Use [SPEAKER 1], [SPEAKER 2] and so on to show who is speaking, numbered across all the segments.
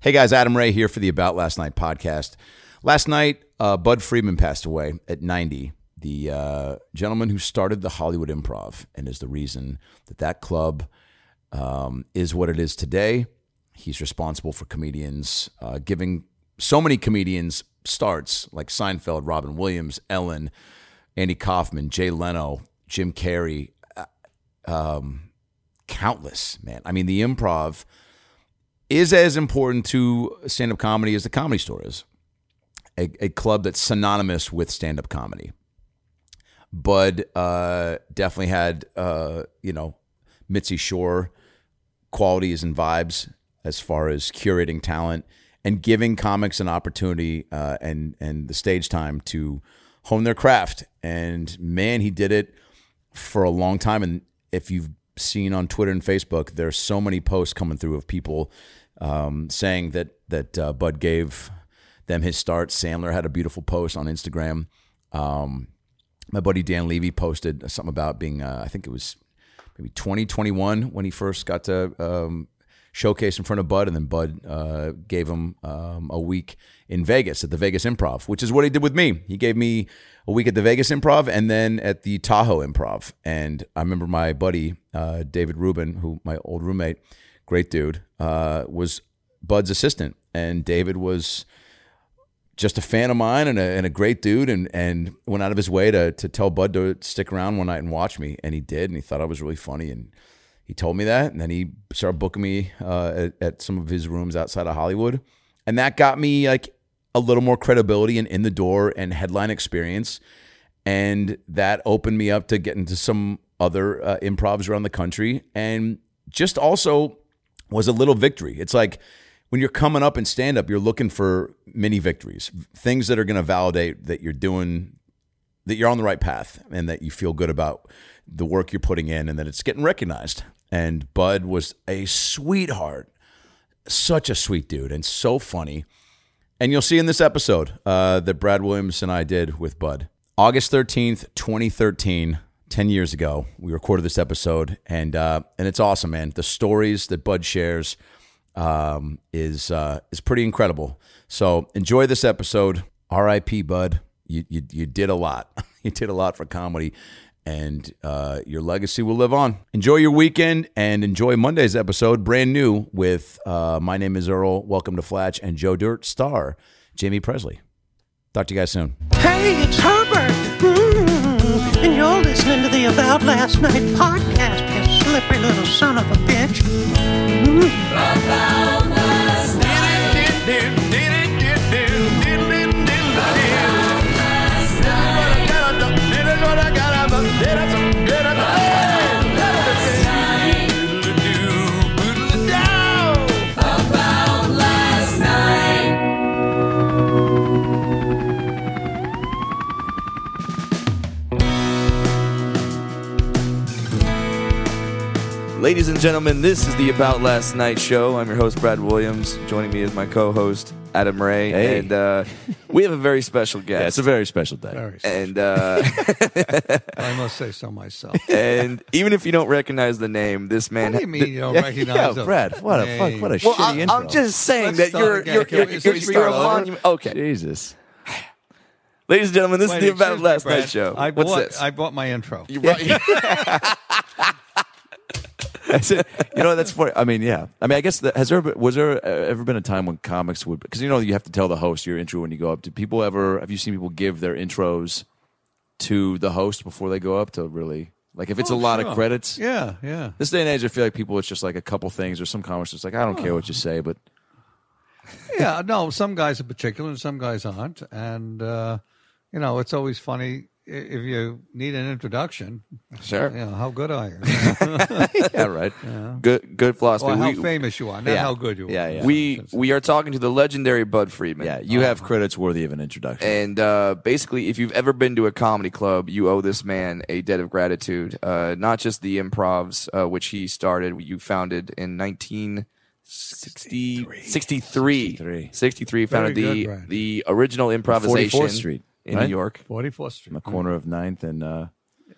[SPEAKER 1] Hey guys, Adam Ray here for the About Last Night podcast. Last night, uh, Bud Friedman passed away at 90, the uh, gentleman who started the Hollywood Improv and is the reason that that club um, is what it is today. He's responsible for comedians, uh, giving so many comedians starts like Seinfeld, Robin Williams, Ellen, Andy Kaufman, Jay Leno, Jim Carrey, uh, um, countless, man. I mean, the improv is as important to stand up comedy as the comedy store is. A, a club that's synonymous with stand up comedy. Bud uh, definitely had, uh, you know, Mitzi Shore qualities and vibes as far as curating talent and giving comics an opportunity uh, and and the stage time to hone their craft. And man, he did it for a long time. And if you've seen on Twitter and Facebook, there's so many posts coming through of people um, saying that that uh, Bud gave them his start. Sandler had a beautiful post on Instagram. Um, my buddy Dan Levy posted something about being, uh, I think it was maybe 2021 when he first got to um, showcase in front of Bud, and then Bud uh, gave him um, a week in Vegas at the Vegas Improv, which is what he did with me. He gave me a week at the Vegas Improv and then at the Tahoe Improv. And I remember my buddy uh, David Rubin, who my old roommate, great dude, uh, was Bud's assistant, and David was just a fan of mine and a, and a great dude and, and went out of his way to, to tell Bud to stick around one night and watch me. And he did. And he thought I was really funny. And he told me that. And then he started booking me uh, at, at some of his rooms outside of Hollywood. And that got me like a little more credibility and in the door and headline experience. And that opened me up to get into some other uh, improvs around the country. And just also was a little victory. It's like when you're coming up in stand up, you're looking for mini victories, things that are going to validate that you're doing, that you're on the right path, and that you feel good about the work you're putting in and that it's getting recognized. And Bud was a sweetheart, such a sweet dude, and so funny. And you'll see in this episode uh, that Brad Williams and I did with Bud. August 13th, 2013, 10 years ago, we recorded this episode. And, uh, and it's awesome, man. The stories that Bud shares um, is, uh, is pretty incredible. So enjoy this episode. RIP, Bud. You, you, you did a lot. You did a lot for comedy, and uh, your legacy will live on. Enjoy your weekend and enjoy Monday's episode, brand new, with uh, My Name is Earl, Welcome to Flatch, and Joe Dirt star, Jamie Presley. Talk to you guys soon.
[SPEAKER 2] Hey, it's Herbert. Mm, and you're listening to the About Last Night podcast, you slippery little son of a bitch.
[SPEAKER 3] Ladies and gentlemen, this is the About Last Night show. I'm your host, Brad Williams. Joining me is my co host, Adam Ray.
[SPEAKER 4] Hey.
[SPEAKER 3] And uh, we have a very special guest.
[SPEAKER 4] Yeah, it's a very special day.
[SPEAKER 5] Very s-
[SPEAKER 3] and, uh,
[SPEAKER 5] I must say so myself.
[SPEAKER 3] and even if you don't recognize the name, this man.
[SPEAKER 5] What do you mean you don't
[SPEAKER 4] Yeah,
[SPEAKER 5] recognize him?
[SPEAKER 4] Brad, what a fuck,
[SPEAKER 5] Hey.
[SPEAKER 4] what a
[SPEAKER 3] Well,
[SPEAKER 4] shitty
[SPEAKER 3] I,
[SPEAKER 4] intro.
[SPEAKER 3] am just saying
[SPEAKER 5] Let's
[SPEAKER 3] that
[SPEAKER 5] start
[SPEAKER 3] you're,
[SPEAKER 5] again.
[SPEAKER 3] you're,
[SPEAKER 5] Can
[SPEAKER 3] you're,
[SPEAKER 5] we-
[SPEAKER 3] you're,
[SPEAKER 5] should we
[SPEAKER 3] you're a
[SPEAKER 5] start over?
[SPEAKER 3] monument. Okay.
[SPEAKER 4] Jesus.
[SPEAKER 3] Ladies and gentlemen, this
[SPEAKER 5] Wait,
[SPEAKER 3] is the
[SPEAKER 5] excuse
[SPEAKER 3] About
[SPEAKER 5] me,
[SPEAKER 3] Last
[SPEAKER 5] Brad.
[SPEAKER 3] Night show.
[SPEAKER 5] I
[SPEAKER 3] What's
[SPEAKER 5] bought,
[SPEAKER 3] this?
[SPEAKER 5] I bought my intro.
[SPEAKER 3] You brought-
[SPEAKER 4] I said, you know, that's funny. I mean, yeah. I mean, I guess that has there been- was there uh, ever been a time when comics would because you know you have to tell the host your intro when you go up. Do people ever have you seen people give their intros to the host before they go up to really like if it's a lot of credits?
[SPEAKER 5] Yeah, yeah.
[SPEAKER 4] This day and age, I feel like people it's just like a couple things or some comics just like I don't care what you say, but
[SPEAKER 5] yeah, no, some guys are particular and some guys aren't. And, uh, you know, it's always funny i- if you need an introduction,
[SPEAKER 4] sure,
[SPEAKER 5] you
[SPEAKER 4] yeah,
[SPEAKER 5] know, how good are you?
[SPEAKER 4] right. Good, good philosophy.
[SPEAKER 5] or how
[SPEAKER 4] We-
[SPEAKER 5] famous you are, not
[SPEAKER 4] yeah.
[SPEAKER 5] how good you are.
[SPEAKER 3] Yeah, yeah.
[SPEAKER 4] we we are talking to the legendary Bud Friedman.
[SPEAKER 3] yeah, you have credits worthy of an introduction.
[SPEAKER 4] And uh, basically, if you've ever been to a comedy club, you owe this man a debt of gratitude. Uh, not just the Improvs, uh, which he started, you founded in 1963.
[SPEAKER 3] 63.
[SPEAKER 4] 63. 63 founded
[SPEAKER 5] Very
[SPEAKER 4] the
[SPEAKER 5] good, Brad.
[SPEAKER 4] the original improvisation
[SPEAKER 3] 44th Street,
[SPEAKER 4] in
[SPEAKER 3] right?
[SPEAKER 4] New York.
[SPEAKER 5] 44th Street,
[SPEAKER 3] the corner of Ninth and uh,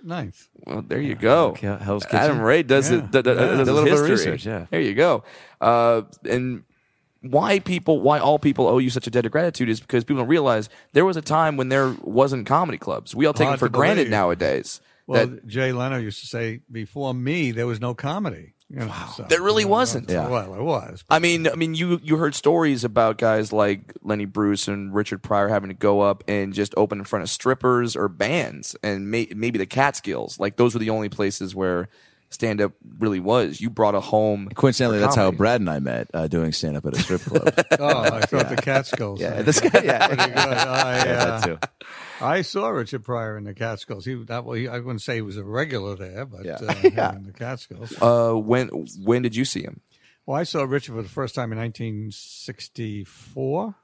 [SPEAKER 5] ninth.
[SPEAKER 4] Well, there you go.
[SPEAKER 3] Hell- Hell's Kitchen.
[SPEAKER 4] Adam Ray does
[SPEAKER 5] Yeah.
[SPEAKER 4] it. d- d- does
[SPEAKER 3] a
[SPEAKER 4] his
[SPEAKER 3] little bit of
[SPEAKER 4] history.
[SPEAKER 3] research, yeah.
[SPEAKER 4] there you go. Uh, and why people, why all people owe you such a debt of gratitude is because people don't realize there was a time when there wasn't comedy clubs. We all take
[SPEAKER 5] Hard
[SPEAKER 4] it for
[SPEAKER 5] to believe.
[SPEAKER 4] granted nowadays.
[SPEAKER 5] Well,
[SPEAKER 4] that
[SPEAKER 5] Jay Leno used to say, before me, there was no comedy. You know, so-
[SPEAKER 4] there really wasn't.
[SPEAKER 5] Yeah. Well, it was.
[SPEAKER 4] I mean, I mean, you you heard stories about guys like Lenny Bruce and Richard Pryor having to go up and just open in front of strippers or bands, and may, maybe the Catskills. Like those were the only places where stand up really was. You brought a home.
[SPEAKER 3] coincidentally,
[SPEAKER 4] for
[SPEAKER 3] that's how
[SPEAKER 4] comedy.
[SPEAKER 3] Brad and I met uh, doing stand up at a strip club.
[SPEAKER 5] Oh, I thought the Catskills.
[SPEAKER 3] yeah,
[SPEAKER 5] Pretty
[SPEAKER 3] this guy. Yeah,
[SPEAKER 5] good. I, uh,
[SPEAKER 3] that too.
[SPEAKER 5] I saw Richard Pryor in the Catskills. He that well, he, I wouldn't say he was a regular there, but
[SPEAKER 3] Yeah.
[SPEAKER 5] uh, he was in the Catskills.
[SPEAKER 4] Uh, when when did you see him?
[SPEAKER 5] Well, I saw Richard for the first time in 1964.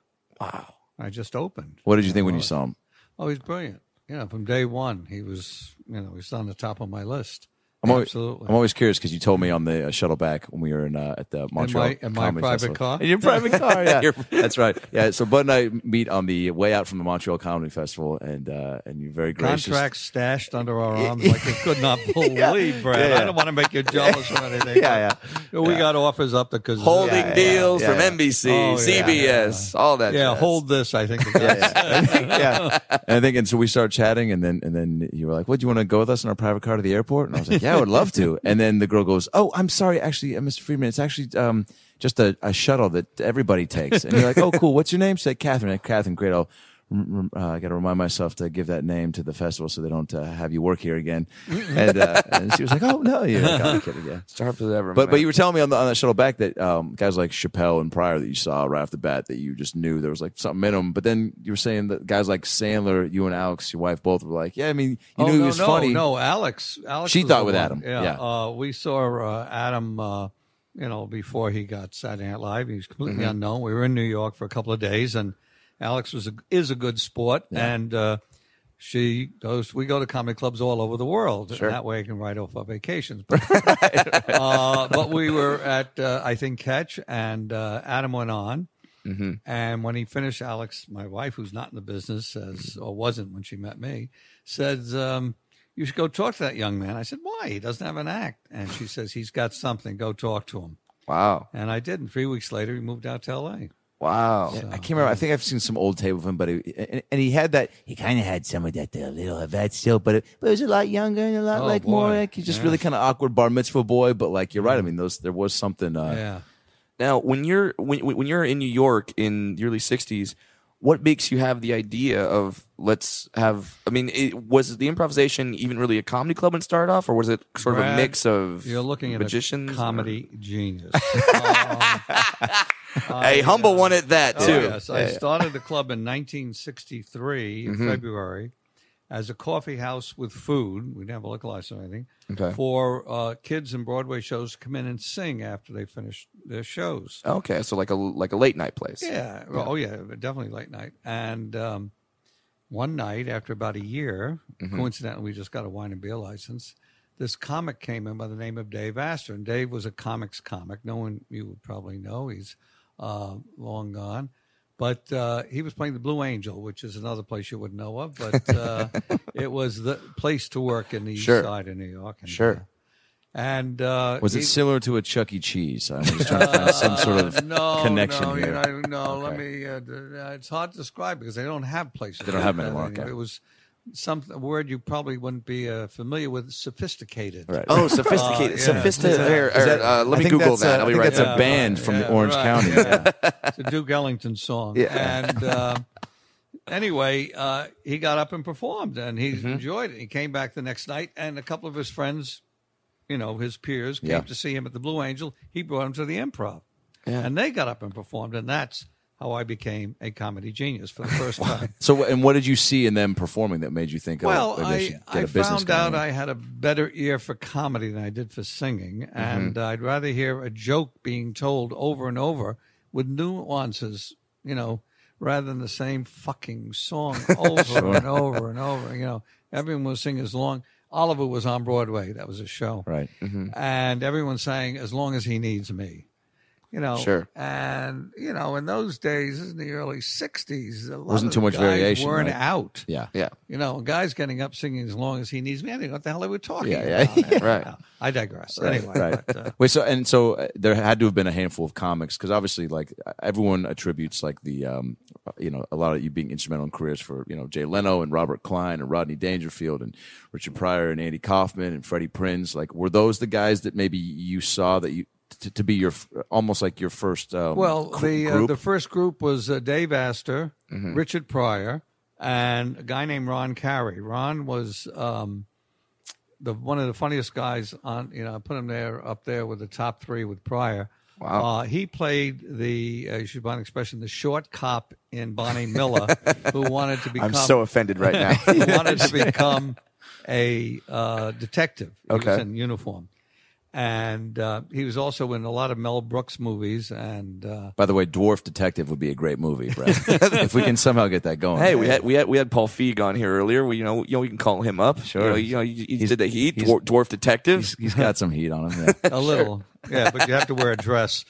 [SPEAKER 5] Wow! I just opened.
[SPEAKER 3] What did you think when you saw him?
[SPEAKER 5] Oh, he's brilliant. You know, from day one, he was. You know, he's on the top of my list.
[SPEAKER 3] I'm always,
[SPEAKER 5] Absolutely.
[SPEAKER 3] I'm always curious because you told me on the uh, shuttle back when we were in uh, at the Montreal
[SPEAKER 5] my- in my
[SPEAKER 3] Comedy
[SPEAKER 5] private
[SPEAKER 3] Festival.
[SPEAKER 5] car?
[SPEAKER 3] In your private car, yeah, that's right. Yeah, so Bud and I meet on the way out from the Montreal Comedy Festival, and uh, and you're very gracious.
[SPEAKER 5] Contracts stashed under our arms like you could not believe, Brad.
[SPEAKER 3] Yeah, yeah.
[SPEAKER 5] I don't want to make you jealous or anything.
[SPEAKER 3] Yeah,
[SPEAKER 5] but We got offers up because
[SPEAKER 4] Holding
[SPEAKER 3] Yeah, yeah,
[SPEAKER 4] deals
[SPEAKER 3] yeah,
[SPEAKER 4] from
[SPEAKER 3] yeah.
[SPEAKER 4] NBC,
[SPEAKER 5] Oh, yeah,
[SPEAKER 4] CBS, all that.
[SPEAKER 5] Yeah,
[SPEAKER 4] jazz.
[SPEAKER 5] hold this. I think.
[SPEAKER 3] yeah, and I think, and so we started chatting, and then and then you were like, "What do you want to go with us in our private car to the airport?" And I was like, "Yeah, I would love to." And then the girl goes, "Oh, I'm sorry, actually, uh, Mr. Friedman, it's actually um, just a, a shuttle that everybody takes." And you're like, "Oh, cool. What's your name?" Say, "Catherine." Like, Catherine, great. I'll rem- rem- uh, I got to remind myself to give that name to the festival so they don't uh, have you work here again. And, uh, and she was like, "Oh no, you're like, "Oh, I'm kidding." Yeah.
[SPEAKER 4] Starved as ever.
[SPEAKER 3] But
[SPEAKER 4] man.
[SPEAKER 3] but you were telling me on the on that shuttle back that um, guys like Chappelle and Pryor that you saw right off the bat that you just knew there was like something in them. But then you were saying that guys like Sandler, you and Alex, your wife, both were like, yeah, I mean, you
[SPEAKER 5] oh,
[SPEAKER 3] knew
[SPEAKER 5] no,
[SPEAKER 3] he was
[SPEAKER 5] no,
[SPEAKER 3] funny.
[SPEAKER 5] No, Alex. Alex
[SPEAKER 3] She
[SPEAKER 5] was the
[SPEAKER 3] thought with
[SPEAKER 5] one.
[SPEAKER 3] Adam,
[SPEAKER 5] Yeah.
[SPEAKER 3] yeah.
[SPEAKER 5] Uh, we saw uh, Adam, uh, you know, before he got Saturday Night Live. He was completely
[SPEAKER 3] Mm-hmm.
[SPEAKER 5] unknown. We were in New York for a couple of days, and Alex was a, is a good sport, and uh, she goes. We go to comedy clubs all over the world. And that way, I can write off our vacations. But, uh, but we were at uh, I think Catch, and uh, Adam went on. And when he finished, Alex, my wife, who's not in the business, says, or wasn't when she met me, says, um, You should go talk to that young man. I said, Why? He doesn't have an act. And she says, He's got something. Go talk to him.
[SPEAKER 4] wow,
[SPEAKER 5] And I did. And three weeks later, he moved out to LA.
[SPEAKER 4] wow.
[SPEAKER 3] I can't remember. I think I've seen some old tape of him, but he, and, and he had that. He kind of had some of that the little of that still, but it, but it was a lot younger and a lot
[SPEAKER 5] Oh,
[SPEAKER 3] like
[SPEAKER 5] boy.
[SPEAKER 3] more like he's just really kind of awkward bar mitzvah boy. But like you're right. I mean, those there was something. Uh,
[SPEAKER 5] Yeah.
[SPEAKER 4] Now, when you're when when you're in New York in the early '60s, what makes you have the idea of let's have? I mean, it, was the improvisation even really a comedy club and start off, or was it sort of a
[SPEAKER 5] Brad,
[SPEAKER 4] mix of
[SPEAKER 5] You're looking at
[SPEAKER 4] magicians,
[SPEAKER 5] a
[SPEAKER 4] or-
[SPEAKER 5] comedy genius. Um,
[SPEAKER 4] a humble one at that too.
[SPEAKER 5] Oh, yes. I started the club in 1963
[SPEAKER 4] Mm-hmm.
[SPEAKER 5] in February as a coffee house with food. We didn't have a liquor license or anything.
[SPEAKER 4] Okay.
[SPEAKER 5] For uh, kids and Broadway shows to come in and sing after they finished their shows.
[SPEAKER 4] Okay, so like a like a late night place.
[SPEAKER 5] Yeah. Well, Oh, yeah. Definitely late night. And um, one night, after about a year, coincidentally, we just got a wine and beer license. This comic came in by the name of Dave Astor, and Dave was a comics comic. No one you would probably know. He's uh, long gone, but uh, he was playing the Blue Angel, which is another place you would know of. But uh, it was the place to work in the
[SPEAKER 4] Sure.
[SPEAKER 5] East Side of New York. And,
[SPEAKER 4] Sure.
[SPEAKER 5] uh, and uh,
[SPEAKER 3] Was it
[SPEAKER 5] he- Uh,
[SPEAKER 3] similar to a Chuck E. Cheese? I'm just trying to find uh, some sort of
[SPEAKER 5] no,
[SPEAKER 3] connection
[SPEAKER 5] no,
[SPEAKER 3] here.
[SPEAKER 5] You know, no, let me. Uh, d- uh, it's hard to describe because they don't have places.
[SPEAKER 3] They don't have
[SPEAKER 5] like
[SPEAKER 3] them
[SPEAKER 5] that
[SPEAKER 3] anymore, okay.
[SPEAKER 5] It was some a word you probably wouldn't be uh, familiar with, sophisticated.
[SPEAKER 3] Right.
[SPEAKER 4] Oh, sophisticated.
[SPEAKER 5] yeah.
[SPEAKER 4] sophisticated. or-
[SPEAKER 3] Uh, Is that-
[SPEAKER 4] or, uh, let
[SPEAKER 3] I
[SPEAKER 4] me
[SPEAKER 3] think
[SPEAKER 4] Google
[SPEAKER 3] that's
[SPEAKER 4] that. I'll
[SPEAKER 3] A, I
[SPEAKER 4] be
[SPEAKER 3] think
[SPEAKER 4] right
[SPEAKER 3] that's
[SPEAKER 4] back.
[SPEAKER 3] a band from
[SPEAKER 5] Yeah,
[SPEAKER 3] Orange
[SPEAKER 5] right,
[SPEAKER 3] County.
[SPEAKER 5] yeah. it's a Duke Ellington song. And uh, anyway, uh, he got up and performed, and he
[SPEAKER 3] Mm-hmm.
[SPEAKER 5] enjoyed it. He came back the next night, and a couple of his friends, you know, his peers, came
[SPEAKER 3] Yeah.
[SPEAKER 5] to see him at the Blue Angel. He brought him to the Improv, and they got up and performed, and that's how I became a comedy genius for the first time.
[SPEAKER 3] So, and what did you see in them performing that made you think?
[SPEAKER 5] Well,
[SPEAKER 3] oh, maybe I,
[SPEAKER 5] I,
[SPEAKER 3] should get
[SPEAKER 5] I
[SPEAKER 3] a business
[SPEAKER 5] found
[SPEAKER 3] going
[SPEAKER 5] out
[SPEAKER 3] here?
[SPEAKER 5] I had a better ear for comedy than I did for singing,
[SPEAKER 3] Mm-hmm.
[SPEAKER 5] and I'd rather hear a joke being told over and over with nuances, you know, rather than the same fucking song over and over and over. You know, everyone was singing as long. Oliver was on Broadway. That was a show,
[SPEAKER 3] right. Mm-hmm.
[SPEAKER 5] and everyone sang "As Long as He Needs Me." You know,
[SPEAKER 4] Sure.
[SPEAKER 5] And you know, in those days, this is in the early '60s, a lot
[SPEAKER 3] Wasn't
[SPEAKER 5] of
[SPEAKER 3] too
[SPEAKER 5] the
[SPEAKER 3] much
[SPEAKER 5] guys
[SPEAKER 3] variation,
[SPEAKER 5] Weren't
[SPEAKER 3] right?
[SPEAKER 5] out.
[SPEAKER 3] Yeah.
[SPEAKER 4] Yeah.
[SPEAKER 5] You know, a guy's getting up singing as long as he needs me. I didn't know what the hell they were talking
[SPEAKER 3] Yeah, yeah,
[SPEAKER 5] about. man.
[SPEAKER 4] right.
[SPEAKER 5] No, I digress. anyway,
[SPEAKER 3] right.
[SPEAKER 5] but, uh,
[SPEAKER 3] Wait, so and so uh, there had to have been a handful of comics because obviously, like everyone attributes like the um, you know a lot of you being instrumental in careers for you know Jay Leno and Robert Klein and Rodney Dangerfield and Richard Pryor and Andy Kaufman and Freddie Prinz. Like, were those the guys that maybe you saw that you t- to be your f- almost like your first um,
[SPEAKER 5] well,
[SPEAKER 3] cr-
[SPEAKER 5] the uh,
[SPEAKER 3] group? Mm-hmm.
[SPEAKER 5] the first group was uh, Dave Astor, Richard Pryor, and a guy named Ron Carey. Ron was um, the one of the funniest guys on. You know, I put him there up there with the top three with Pryor. Wow. Uh, he played the, uh, you should buy an expression, the short cop in Bonnie Miller, who wanted to become
[SPEAKER 4] I'm so offended right now.
[SPEAKER 5] He wanted to become a uh, detective. He was
[SPEAKER 4] Okay.
[SPEAKER 5] in uniform. And uh, he was also in a lot of Mel Brooks movies. And uh,
[SPEAKER 3] By the way, Dwarf Detective would be a great movie, Brad. if we can somehow get that going.
[SPEAKER 4] Hey, we had we had we had Paul Feig on here earlier. We you know you know we can call him up. Sure. You know, you, know, you, you did the heat dwarf, dwarf detectives.
[SPEAKER 3] he's, he's got some heat on him. Yeah.
[SPEAKER 5] a little. Yeah, but you have to wear a dress.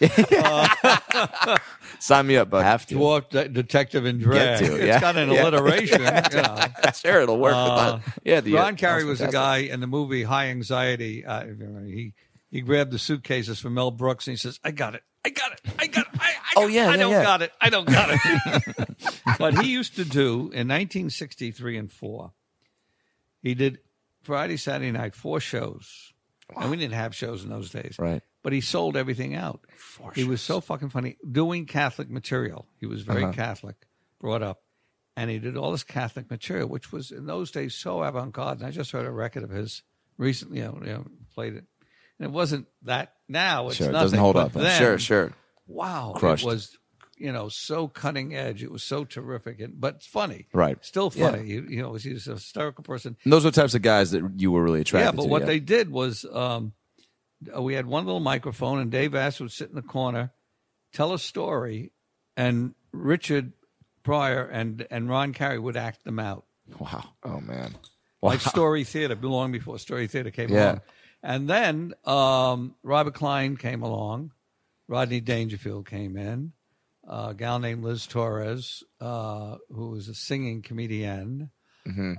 [SPEAKER 4] Sign me up, bud.
[SPEAKER 3] Have to.
[SPEAKER 5] Dwarf de- detective in drag.
[SPEAKER 4] to,
[SPEAKER 5] It's
[SPEAKER 4] yeah.
[SPEAKER 5] got an alliteration. you know.
[SPEAKER 4] sure, it'll work.
[SPEAKER 5] Uh,
[SPEAKER 4] yeah, the,
[SPEAKER 5] Ron Carey was the guy in the movie High Anxiety. Uh, he he grabbed the suitcases from Mel Brooks and he says, "I got it, I got it, I got it. I, I,
[SPEAKER 4] Oh,
[SPEAKER 5] don't-
[SPEAKER 4] yeah,
[SPEAKER 5] I
[SPEAKER 4] yeah,
[SPEAKER 5] don't
[SPEAKER 4] yeah.
[SPEAKER 5] got it, I don't got it." but he used to do in 1963 and four. He did Friday, Saturday night, four shows, and we didn't have shows in those days,
[SPEAKER 3] Right.
[SPEAKER 5] But he sold everything out. he was so fucking funny doing Catholic material. He was very
[SPEAKER 4] Uh-huh.
[SPEAKER 5] Catholic, brought up and he did all this Catholic material, which was in those days so avant-garde. And I just heard a record of his recently. You know, you know, played it, and it wasn't that now. It's
[SPEAKER 3] Sure, it
[SPEAKER 5] nothing,
[SPEAKER 3] doesn't hold
[SPEAKER 5] but
[SPEAKER 3] up, huh?
[SPEAKER 5] Then,
[SPEAKER 4] Sure, sure.
[SPEAKER 5] Wow,
[SPEAKER 3] Crushed.
[SPEAKER 5] it was you know so cutting edge. It was so terrific, and but it's funny,
[SPEAKER 3] Right.
[SPEAKER 5] Still funny. You, you know, he was a hysterical person.
[SPEAKER 3] And those were the types of guys that you were really attracted
[SPEAKER 5] Yeah,
[SPEAKER 3] to.
[SPEAKER 5] but what they did was um, uh, we had one little microphone, and Dave Ass would sit in the corner, tell a story, and Richard Pryor and and Ron Carey would act them out.
[SPEAKER 3] Wow.
[SPEAKER 4] Oh man.
[SPEAKER 5] like Story Theater, long before Story Theater came
[SPEAKER 3] Yeah.
[SPEAKER 5] along. And then um, Robert Klein came along, Rodney Dangerfield came in, uh, a gal named Liz Torres, uh, who was a singing comedian.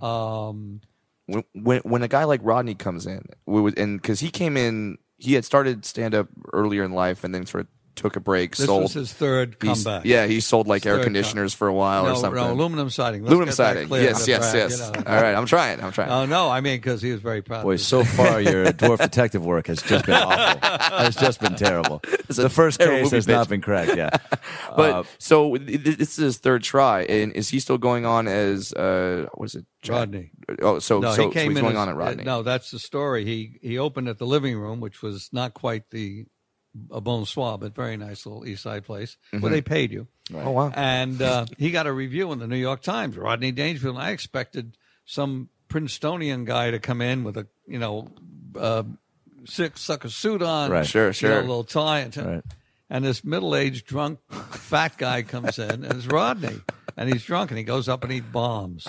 [SPEAKER 5] Um,
[SPEAKER 4] When, when when a guy like Rodney comes in, we would, and because he came in, he had started stand up earlier in life, and then sort of took a break,
[SPEAKER 5] this
[SPEAKER 4] sold.
[SPEAKER 5] was his third
[SPEAKER 4] he's-
[SPEAKER 5] comeback.
[SPEAKER 4] Yeah, he sold like air
[SPEAKER 5] Third
[SPEAKER 4] conditioners for a while or
[SPEAKER 5] no,
[SPEAKER 4] something.
[SPEAKER 5] no, aluminum siding. Let's
[SPEAKER 4] Aluminum
[SPEAKER 5] get that
[SPEAKER 4] siding.
[SPEAKER 5] clear
[SPEAKER 4] Yes,
[SPEAKER 5] the
[SPEAKER 4] yes,
[SPEAKER 5] back,
[SPEAKER 4] yes.
[SPEAKER 5] you know.
[SPEAKER 4] All right, I'm trying. I'm trying.
[SPEAKER 5] Oh no, I mean because he was very proud.
[SPEAKER 3] Boy,
[SPEAKER 5] of his-
[SPEAKER 3] so far your dwarf detective work has just been awful. It's just been terrible. The first
[SPEAKER 4] terrible
[SPEAKER 3] case
[SPEAKER 4] movie
[SPEAKER 3] has
[SPEAKER 4] bitch.
[SPEAKER 3] not been cracked. Yeah,
[SPEAKER 4] But
[SPEAKER 5] uh,
[SPEAKER 4] so th- th- this is his third try, and is he still going on as uh, what is it, Jack-
[SPEAKER 5] Rodney.
[SPEAKER 4] Oh, so
[SPEAKER 5] No,
[SPEAKER 4] so,
[SPEAKER 5] he came
[SPEAKER 4] so he's
[SPEAKER 5] in
[SPEAKER 4] going
[SPEAKER 5] as-
[SPEAKER 4] on at Rodney.
[SPEAKER 5] uh, No, that's the story. He he opened at the living room, which was not quite the a bon soir, but very nice little East Side place
[SPEAKER 4] Mm-hmm.
[SPEAKER 5] where they paid you.
[SPEAKER 4] Oh wow.
[SPEAKER 5] And uh, he got a review in the New York Times. Rodney Dangerfield. And I expected some Princetonian guy to come in with a you know uh, sick sucker suit on,
[SPEAKER 3] Right.
[SPEAKER 4] Sure,
[SPEAKER 5] you know,
[SPEAKER 4] sure.
[SPEAKER 5] a little tie, and,
[SPEAKER 3] Right.
[SPEAKER 5] and this middle-aged drunk fat guy comes in, and it's Rodney, and he's drunk, and he goes up and he bombs.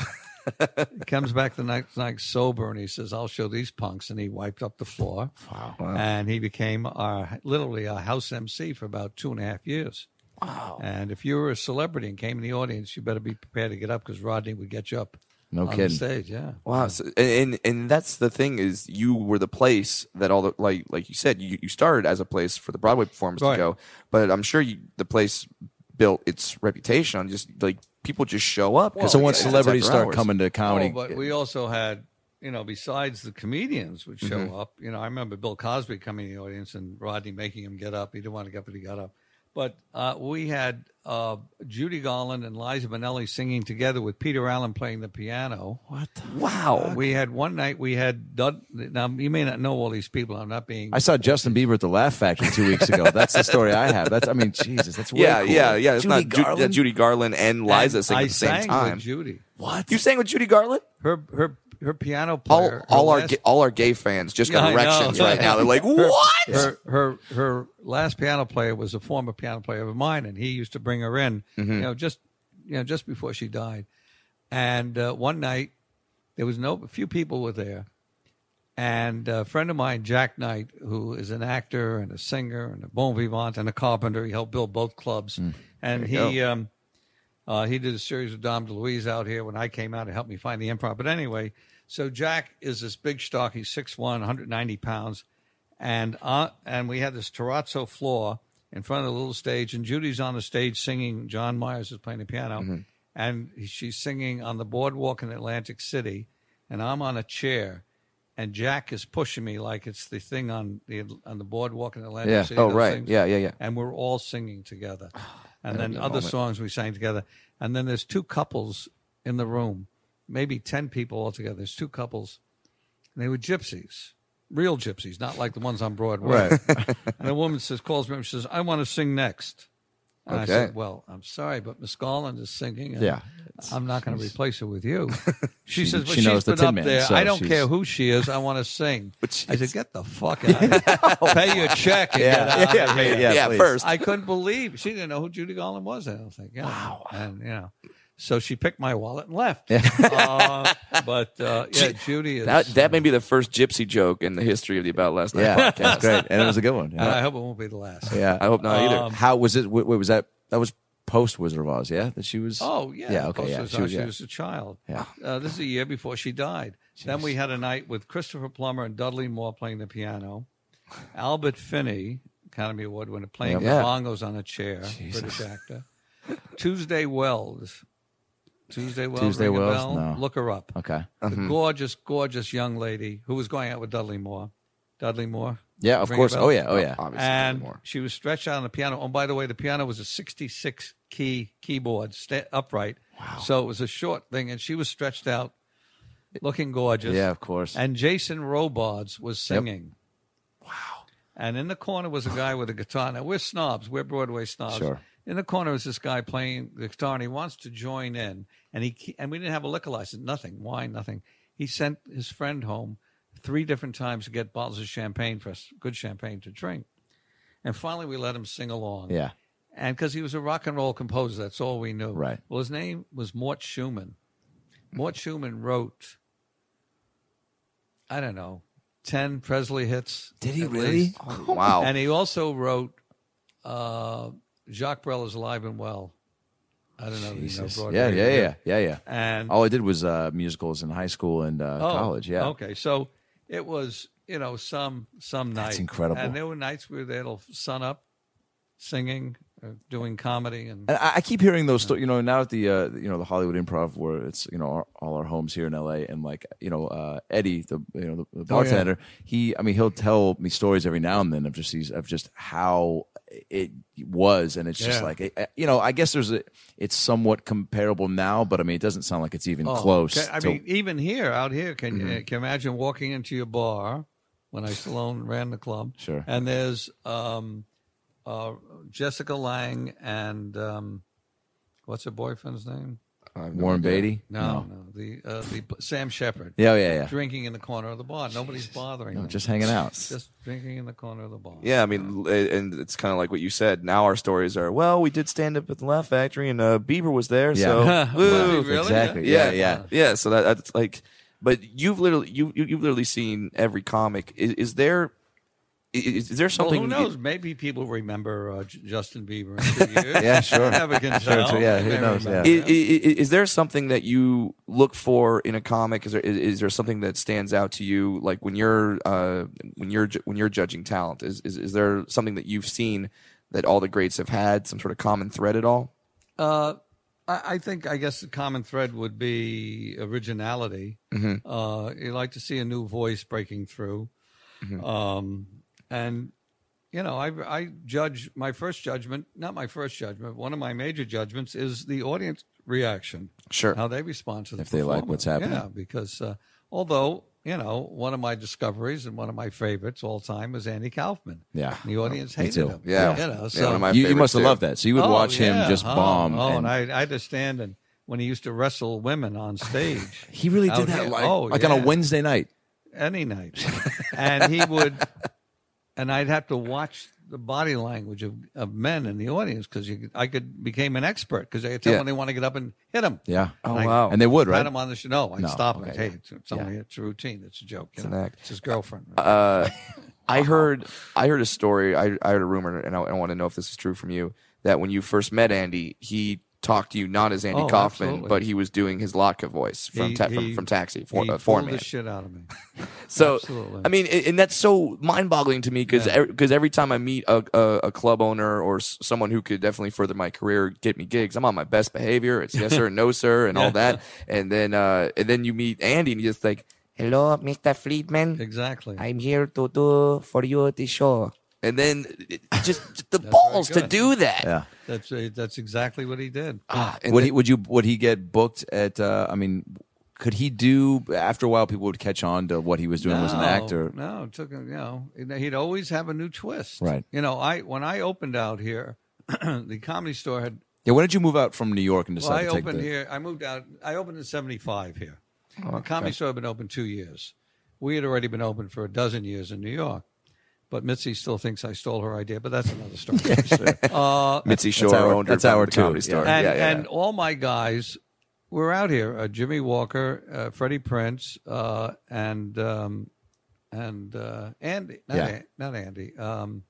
[SPEAKER 5] He comes back the next night sober and he says, I'll show these punks. And he wiped up the floor. Wow. And he became our literally our house MC for about two and a half years.
[SPEAKER 4] Oh.
[SPEAKER 5] Wow. And if you were a celebrity and came in the audience, you better be prepared to get up because Rodney would get you up
[SPEAKER 3] No
[SPEAKER 5] on the
[SPEAKER 3] kidding.
[SPEAKER 5] stage. Yeah.
[SPEAKER 4] Wow, so, and, and and that's the thing is you were the place that all the like like you said you, you started as a place for the Broadway performers
[SPEAKER 5] Right.
[SPEAKER 4] to go, but I'm sure you, the place built its reputation on just like people just show up.
[SPEAKER 3] so once celebrities start
[SPEAKER 4] coming.
[SPEAKER 3] coming to comedy,
[SPEAKER 5] Oh, but we also had, you know, besides the comedians would show
[SPEAKER 4] Mm-hmm.
[SPEAKER 5] up. You know, I remember Bill Cosby coming to the audience and Rodney making him get up. He didn't want to get up, but he got up. But uh, we had uh, Judy Garland and Liza Minnelli singing together with Peter Allen playing the piano. What? Wow. We had one night. We had Dud- now you may not know all these people. I'm not being.
[SPEAKER 3] I saw Justin Bieber at the Laugh Factory two weeks ago. That's the story I have. That's I mean, Jesus, that's way
[SPEAKER 4] Yeah,
[SPEAKER 3] cool.
[SPEAKER 4] yeah, yeah. It's
[SPEAKER 3] Judy
[SPEAKER 4] not Ju- yeah,
[SPEAKER 3] Garland?
[SPEAKER 4] Judy Garland and Liza
[SPEAKER 5] And
[SPEAKER 4] singing
[SPEAKER 5] I
[SPEAKER 4] at the same
[SPEAKER 5] sang
[SPEAKER 4] time.
[SPEAKER 5] With Judy,
[SPEAKER 4] What you sang with Judy Garland?
[SPEAKER 5] her her her piano
[SPEAKER 4] All,
[SPEAKER 5] player. her
[SPEAKER 4] all our
[SPEAKER 5] last-
[SPEAKER 4] ga- all our gay fans just
[SPEAKER 5] Yeah,
[SPEAKER 4] got
[SPEAKER 5] I know.
[SPEAKER 4] erections right now. They're like,
[SPEAKER 5] her-
[SPEAKER 4] what?
[SPEAKER 5] Her, her her last piano player was a former piano player of mine, and he used to bring her in,
[SPEAKER 4] Mm-hmm.
[SPEAKER 5] you know, just you know, just before she died. And uh, one night, there was no few people were there, and a friend of mine, Jack Knight, who is an actor and a singer and a bon vivant and a carpenter, he helped build both clubs,
[SPEAKER 4] Mm.
[SPEAKER 5] and he. Um, uh, he did a series with Dom DeLuise out here when I came out to help me find the improv. But anyway, so Jack is this big stock. He's 6'1", 190 pounds. And, uh, and we had this terrazzo floor in front of the little stage. And Judy's on the stage singing. John Myers is playing the piano.
[SPEAKER 4] Mm-hmm.
[SPEAKER 5] And she's singing on the boardwalk in Atlantic City. And I'm on a chair. And Jack is pushing me like it's the thing on the on the boardwalk in Atlantic
[SPEAKER 3] Yeah.
[SPEAKER 5] City.
[SPEAKER 4] Oh
[SPEAKER 5] those
[SPEAKER 4] right,
[SPEAKER 5] things
[SPEAKER 4] yeah, yeah, yeah.
[SPEAKER 5] and we're all singing together.
[SPEAKER 3] Ah,
[SPEAKER 5] And then other songs we sang together. And then there's two couples in the room, maybe 10 people altogether. There's two couples, and they were gypsies, real gypsies, not like the ones on Broadway. and a woman says, calls me up, she says, I want to sing next. And I
[SPEAKER 4] Okay.
[SPEAKER 5] said, Well, I'm sorry, but Miss Garland is singing. And
[SPEAKER 3] Yeah.
[SPEAKER 5] I'm not going to replace her with you. She, says, Well,
[SPEAKER 3] she
[SPEAKER 5] she has
[SPEAKER 3] knows the
[SPEAKER 5] been
[SPEAKER 3] Tin
[SPEAKER 5] up
[SPEAKER 3] Man,
[SPEAKER 5] there.
[SPEAKER 3] so
[SPEAKER 5] I don't
[SPEAKER 3] she's-
[SPEAKER 5] care who she is. I want to sing.
[SPEAKER 4] But
[SPEAKER 5] I said, Get the fuck out of here. Pay your check and get out of
[SPEAKER 3] yeah,
[SPEAKER 5] here.
[SPEAKER 3] yeah,
[SPEAKER 4] Yeah,
[SPEAKER 3] please.
[SPEAKER 4] first.
[SPEAKER 5] I couldn't believe she didn't know who Judy Garland was. I don't think. Yeah. Wow. And you know, so she picked my wallet and left. uh, but uh, yeah, Judy is.
[SPEAKER 4] That that may be the first gypsy joke in the history of the About Last Night
[SPEAKER 3] Yeah,
[SPEAKER 4] podcast.
[SPEAKER 3] that's great, and it was a good one.
[SPEAKER 5] and I
[SPEAKER 3] Yeah,
[SPEAKER 5] hope it won't be the last.
[SPEAKER 3] yeah. Um,
[SPEAKER 4] I hope not either.
[SPEAKER 3] How was it? Wait, wait, was that that was post Wizard of Oz? Yeah, that she was.
[SPEAKER 5] Oh yeah.
[SPEAKER 3] yeah,
[SPEAKER 5] the
[SPEAKER 3] okay, yeah.
[SPEAKER 5] posters
[SPEAKER 3] She
[SPEAKER 5] are-
[SPEAKER 3] was,
[SPEAKER 5] she
[SPEAKER 3] yeah.
[SPEAKER 5] was a child.
[SPEAKER 3] Yeah.
[SPEAKER 5] Uh, this is a year before she died. Then we had a night with Christopher Plummer and Dudley Moore playing the piano. Albert Finney, Academy Award winner, playing the
[SPEAKER 4] Yeah.
[SPEAKER 5] bongos on a chair, British actor. Tuesday Wells. Tuesday Wells.
[SPEAKER 3] Tuesday
[SPEAKER 5] ring a
[SPEAKER 3] Wells?
[SPEAKER 5] bell?
[SPEAKER 3] No.
[SPEAKER 5] Look her up.
[SPEAKER 3] Okay.
[SPEAKER 5] the gorgeous, gorgeous young lady who was going out with Dudley Moore. Dudley Moore.
[SPEAKER 3] Yeah, of
[SPEAKER 5] Ring a
[SPEAKER 3] course.
[SPEAKER 5] bell?
[SPEAKER 3] Oh yeah, oh yeah.
[SPEAKER 4] Obviously,
[SPEAKER 5] And
[SPEAKER 4] more.
[SPEAKER 5] she was stretched out on the piano. Oh, by the way, the piano was a 66 key keyboard, sta upright. Wow. So it was a short thing, and she was stretched out, looking gorgeous.
[SPEAKER 3] Yeah, of course.
[SPEAKER 5] And Jason Robards was singing. Wow. And in the corner was a guy with a guitar. Now, we're snobs. We're Broadway snobs.
[SPEAKER 3] Sure.
[SPEAKER 5] In the corner was this guy playing the guitar, and he wants to join in. And he ke- and we didn't have a liquor license, nothing, wine, nothing. He sent his friend home three different times to get bottles of champagne for us, good champagne to drink. And finally, we let him sing along.
[SPEAKER 3] Yeah.
[SPEAKER 5] And because he was a rock and roll composer, that's all we knew.
[SPEAKER 3] Right.
[SPEAKER 5] Well, his name was Mort Schumann. Mort Schumann wrote, I don't know, 10 Presley hits.
[SPEAKER 3] Did he
[SPEAKER 5] at
[SPEAKER 3] really?
[SPEAKER 5] least.
[SPEAKER 4] Oh, wow.
[SPEAKER 5] And he also wrote uh, Jacques Brel is Alive and Well. I don't know. if You know
[SPEAKER 3] Jesus.
[SPEAKER 5] Broadway,
[SPEAKER 3] Yeah,
[SPEAKER 5] but-
[SPEAKER 3] yeah, yeah, yeah, yeah.
[SPEAKER 5] And
[SPEAKER 3] All I did was uh, musicals in high school and uh,
[SPEAKER 5] Oh,
[SPEAKER 3] college. Yeah.
[SPEAKER 5] Okay, so it was you know some some night.
[SPEAKER 3] That's incredible.
[SPEAKER 5] And there were nights we were there till sun up, singing, uh, doing comedy, and
[SPEAKER 3] And I, I keep hearing those, sto- you know, now at the uh, you know the Hollywood Improv, where it's you know our, all our homes here in L.A. and like you know uh, Eddie, the you know the, the
[SPEAKER 5] Oh,
[SPEAKER 3] bartender, he I mean he'll tell me stories every now and then of just these of just how it was, and it's just
[SPEAKER 5] Yeah.
[SPEAKER 3] like it, uh, you know I guess there's a it's somewhat comparable now, but I mean it doesn't sound like it's even
[SPEAKER 5] Oh,
[SPEAKER 3] close.
[SPEAKER 5] can- I
[SPEAKER 3] to- Mm-hmm.
[SPEAKER 5] mean, even here, out here, can you can you imagine walking into your bar when I still owned, ran the club?
[SPEAKER 3] Sure.
[SPEAKER 5] And there's um, uh, Jessica Lang and um, what's her boyfriend's name?
[SPEAKER 3] Warren Beatty,
[SPEAKER 5] No, no, the uh, the Sam Shepard
[SPEAKER 3] yeah, yeah, yeah,
[SPEAKER 5] drinking in the corner of the bar. Nobody's bothering them.
[SPEAKER 3] just hanging out.
[SPEAKER 5] just drinking in the corner of the bar.
[SPEAKER 4] Yeah, I mean, l- and it's kind of like what you said. Now our stories are well, we did stand up at the Laugh Factory, and uh, Bieber was there,
[SPEAKER 3] Yeah.
[SPEAKER 4] so
[SPEAKER 5] Was
[SPEAKER 4] woo.
[SPEAKER 5] he really?
[SPEAKER 3] Exactly.
[SPEAKER 4] yeah,
[SPEAKER 3] Yeah, yeah.
[SPEAKER 4] yeah. So that, that's like, but you've literally you you- you've literally seen every comic. Is, is there i- is, is there
[SPEAKER 5] Well,
[SPEAKER 4] something?
[SPEAKER 5] who knows? Maybe people remember uh, J- Justin Bieber in two years.
[SPEAKER 3] Yeah, sure.
[SPEAKER 5] You Never can
[SPEAKER 3] Sure,
[SPEAKER 5] tell.
[SPEAKER 3] sure. Yeah, who
[SPEAKER 5] They
[SPEAKER 3] knows?
[SPEAKER 5] remember.
[SPEAKER 4] i- i- i- Is, there something that you look for in a comic? Is there is, is there something that stands out to you, like when you're uh, when you're ju- when you're judging talent? Is, is is there something that you've seen that all the greats have had? Some sort of common thread at all?
[SPEAKER 5] Uh, I, I think I guess the common thread would be originality.
[SPEAKER 3] Mm-hmm.
[SPEAKER 5] Uh, you like to see a new voice breaking through,
[SPEAKER 3] Mm-hmm.
[SPEAKER 5] um, and you know I I judge my first judgment, not my first judgment. One of my major judgments is the audience reaction.
[SPEAKER 4] Sure.
[SPEAKER 5] how they respond to the
[SPEAKER 3] If they like
[SPEAKER 5] performer.
[SPEAKER 3] what's happening.
[SPEAKER 5] Yeah, because uh, although you know one of my discoveries and one of my favorites all time was Andy Kaufman.
[SPEAKER 3] Yeah.
[SPEAKER 5] the audience
[SPEAKER 3] Me
[SPEAKER 5] hated
[SPEAKER 3] too.
[SPEAKER 5] him.
[SPEAKER 4] Yeah.
[SPEAKER 5] you know,
[SPEAKER 4] Yeah,
[SPEAKER 5] so
[SPEAKER 4] one of my
[SPEAKER 3] You, you
[SPEAKER 4] favorite
[SPEAKER 3] must have
[SPEAKER 4] too.
[SPEAKER 3] loved that. So you would
[SPEAKER 5] Oh,
[SPEAKER 3] watch
[SPEAKER 5] yeah.
[SPEAKER 3] him just
[SPEAKER 5] Oh,
[SPEAKER 3] bomb.
[SPEAKER 5] Oh, and,
[SPEAKER 3] and-
[SPEAKER 5] I, I had to stand and when he used to wrestle women on stage.
[SPEAKER 3] he really did
[SPEAKER 5] Out
[SPEAKER 3] that
[SPEAKER 5] here.
[SPEAKER 3] like,
[SPEAKER 5] Oh,
[SPEAKER 3] like on
[SPEAKER 5] yeah.
[SPEAKER 3] a Wednesday night.
[SPEAKER 5] any night, and he would, and I'd have to watch the body language of, of men in the audience because I could became an expert because I could tell
[SPEAKER 4] Yeah.
[SPEAKER 5] when they want to get up and hit him.
[SPEAKER 3] Yeah.
[SPEAKER 4] Oh,
[SPEAKER 5] I-
[SPEAKER 4] wow.
[SPEAKER 3] And they would,
[SPEAKER 5] Pat
[SPEAKER 3] right?
[SPEAKER 5] him on the show. No, I'd
[SPEAKER 3] No,
[SPEAKER 5] stop him.
[SPEAKER 3] okay,
[SPEAKER 5] Hey,
[SPEAKER 3] yeah.
[SPEAKER 5] it's, it's only it's a routine. It's a joke. It's,
[SPEAKER 4] an act.
[SPEAKER 5] it's his girlfriend.
[SPEAKER 4] Uh, I heard I heard a story. I, I heard a rumor, and I, I want to know if this is true from you. That when you first met Andy, he talked to you not as Andy
[SPEAKER 5] Oh,
[SPEAKER 4] Kaufman,
[SPEAKER 5] absolutely.
[SPEAKER 4] but he was doing his Lotka voice from
[SPEAKER 5] He-
[SPEAKER 4] ta-
[SPEAKER 5] he-
[SPEAKER 4] from, from Taxi, for,
[SPEAKER 5] he
[SPEAKER 4] uh,
[SPEAKER 5] fooled
[SPEAKER 4] Foreman.
[SPEAKER 5] the shit out of me.
[SPEAKER 4] So
[SPEAKER 5] Absolutely.
[SPEAKER 4] I mean, a- and that's so mind-boggling to me because because every time I meet a, a, a club owner or s- someone who could definitely further my career, get me gigs, I'm on my best behavior. It's yes sir, no sir, and all that. And then uh, and then you meet Andy, and you just like, hello, Mister Friedman.
[SPEAKER 5] Exactly.
[SPEAKER 4] I'm here to do for you the show. And then it- just the balls to
[SPEAKER 5] good.
[SPEAKER 4] do that.
[SPEAKER 3] Yeah.
[SPEAKER 5] That's that's exactly what he did.
[SPEAKER 4] Ah, and
[SPEAKER 3] Would
[SPEAKER 4] then-
[SPEAKER 3] he, would you would he get booked at? Uh, I mean, could he do after a while? People would catch on to what he was doing as
[SPEAKER 4] uh,
[SPEAKER 3] an actor.
[SPEAKER 5] No, it took him. You know, he'd always have a new twist.
[SPEAKER 3] Right.
[SPEAKER 5] You know, I when I opened out here, the comedy store had.
[SPEAKER 3] Yeah, when did you move out from New York and
[SPEAKER 5] Well, I
[SPEAKER 3] decide to take
[SPEAKER 5] opened
[SPEAKER 3] the? Oh,
[SPEAKER 5] here. I moved out. I opened in '75 here. the comedy store had been open two years. We had already been open for a dozen years in New York, but Mitzi still thinks I stole her idea. But that's another story. uh,
[SPEAKER 4] Mitzi Shore
[SPEAKER 3] our-
[SPEAKER 4] owned her
[SPEAKER 3] that's our
[SPEAKER 4] the
[SPEAKER 3] too,
[SPEAKER 4] comedy
[SPEAKER 3] yeah.
[SPEAKER 4] store.
[SPEAKER 5] and,
[SPEAKER 4] yeah, yeah,
[SPEAKER 5] and all my guys were out here. Uh, Jimmy Walker, uh, Freddie Prince, uh, and um, and uh, Andy. Not,
[SPEAKER 3] Yeah.
[SPEAKER 5] An- not Andy. Um,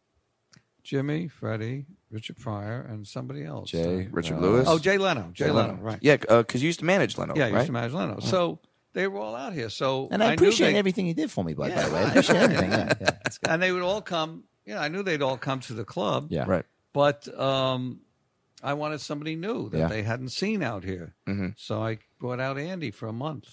[SPEAKER 5] Jimmy, Freddie, Richard Pryor, and somebody else.
[SPEAKER 3] Jay,
[SPEAKER 4] Richard
[SPEAKER 3] uh,
[SPEAKER 4] Lewis.
[SPEAKER 5] Oh, Jay Leno. Jay, Leno. Right.
[SPEAKER 4] Yeah, because you used to manage Leno,
[SPEAKER 5] Yeah, you
[SPEAKER 4] right?
[SPEAKER 5] used to manage Leno. So they were all out here. So
[SPEAKER 3] And I,
[SPEAKER 5] knew
[SPEAKER 3] appreciate
[SPEAKER 5] they-
[SPEAKER 3] everything you did for me, by, by
[SPEAKER 5] Yeah.
[SPEAKER 3] the way. I appreciate everything. Yeah, yeah. That's good.
[SPEAKER 5] And they would all come. Yeah, I knew they'd all come to the club.
[SPEAKER 3] Yeah.
[SPEAKER 4] Right.
[SPEAKER 5] but um, I wanted somebody new that
[SPEAKER 3] Yeah. Mm-hmm.
[SPEAKER 5] they hadn't seen out here. So I brought out Andy for a month,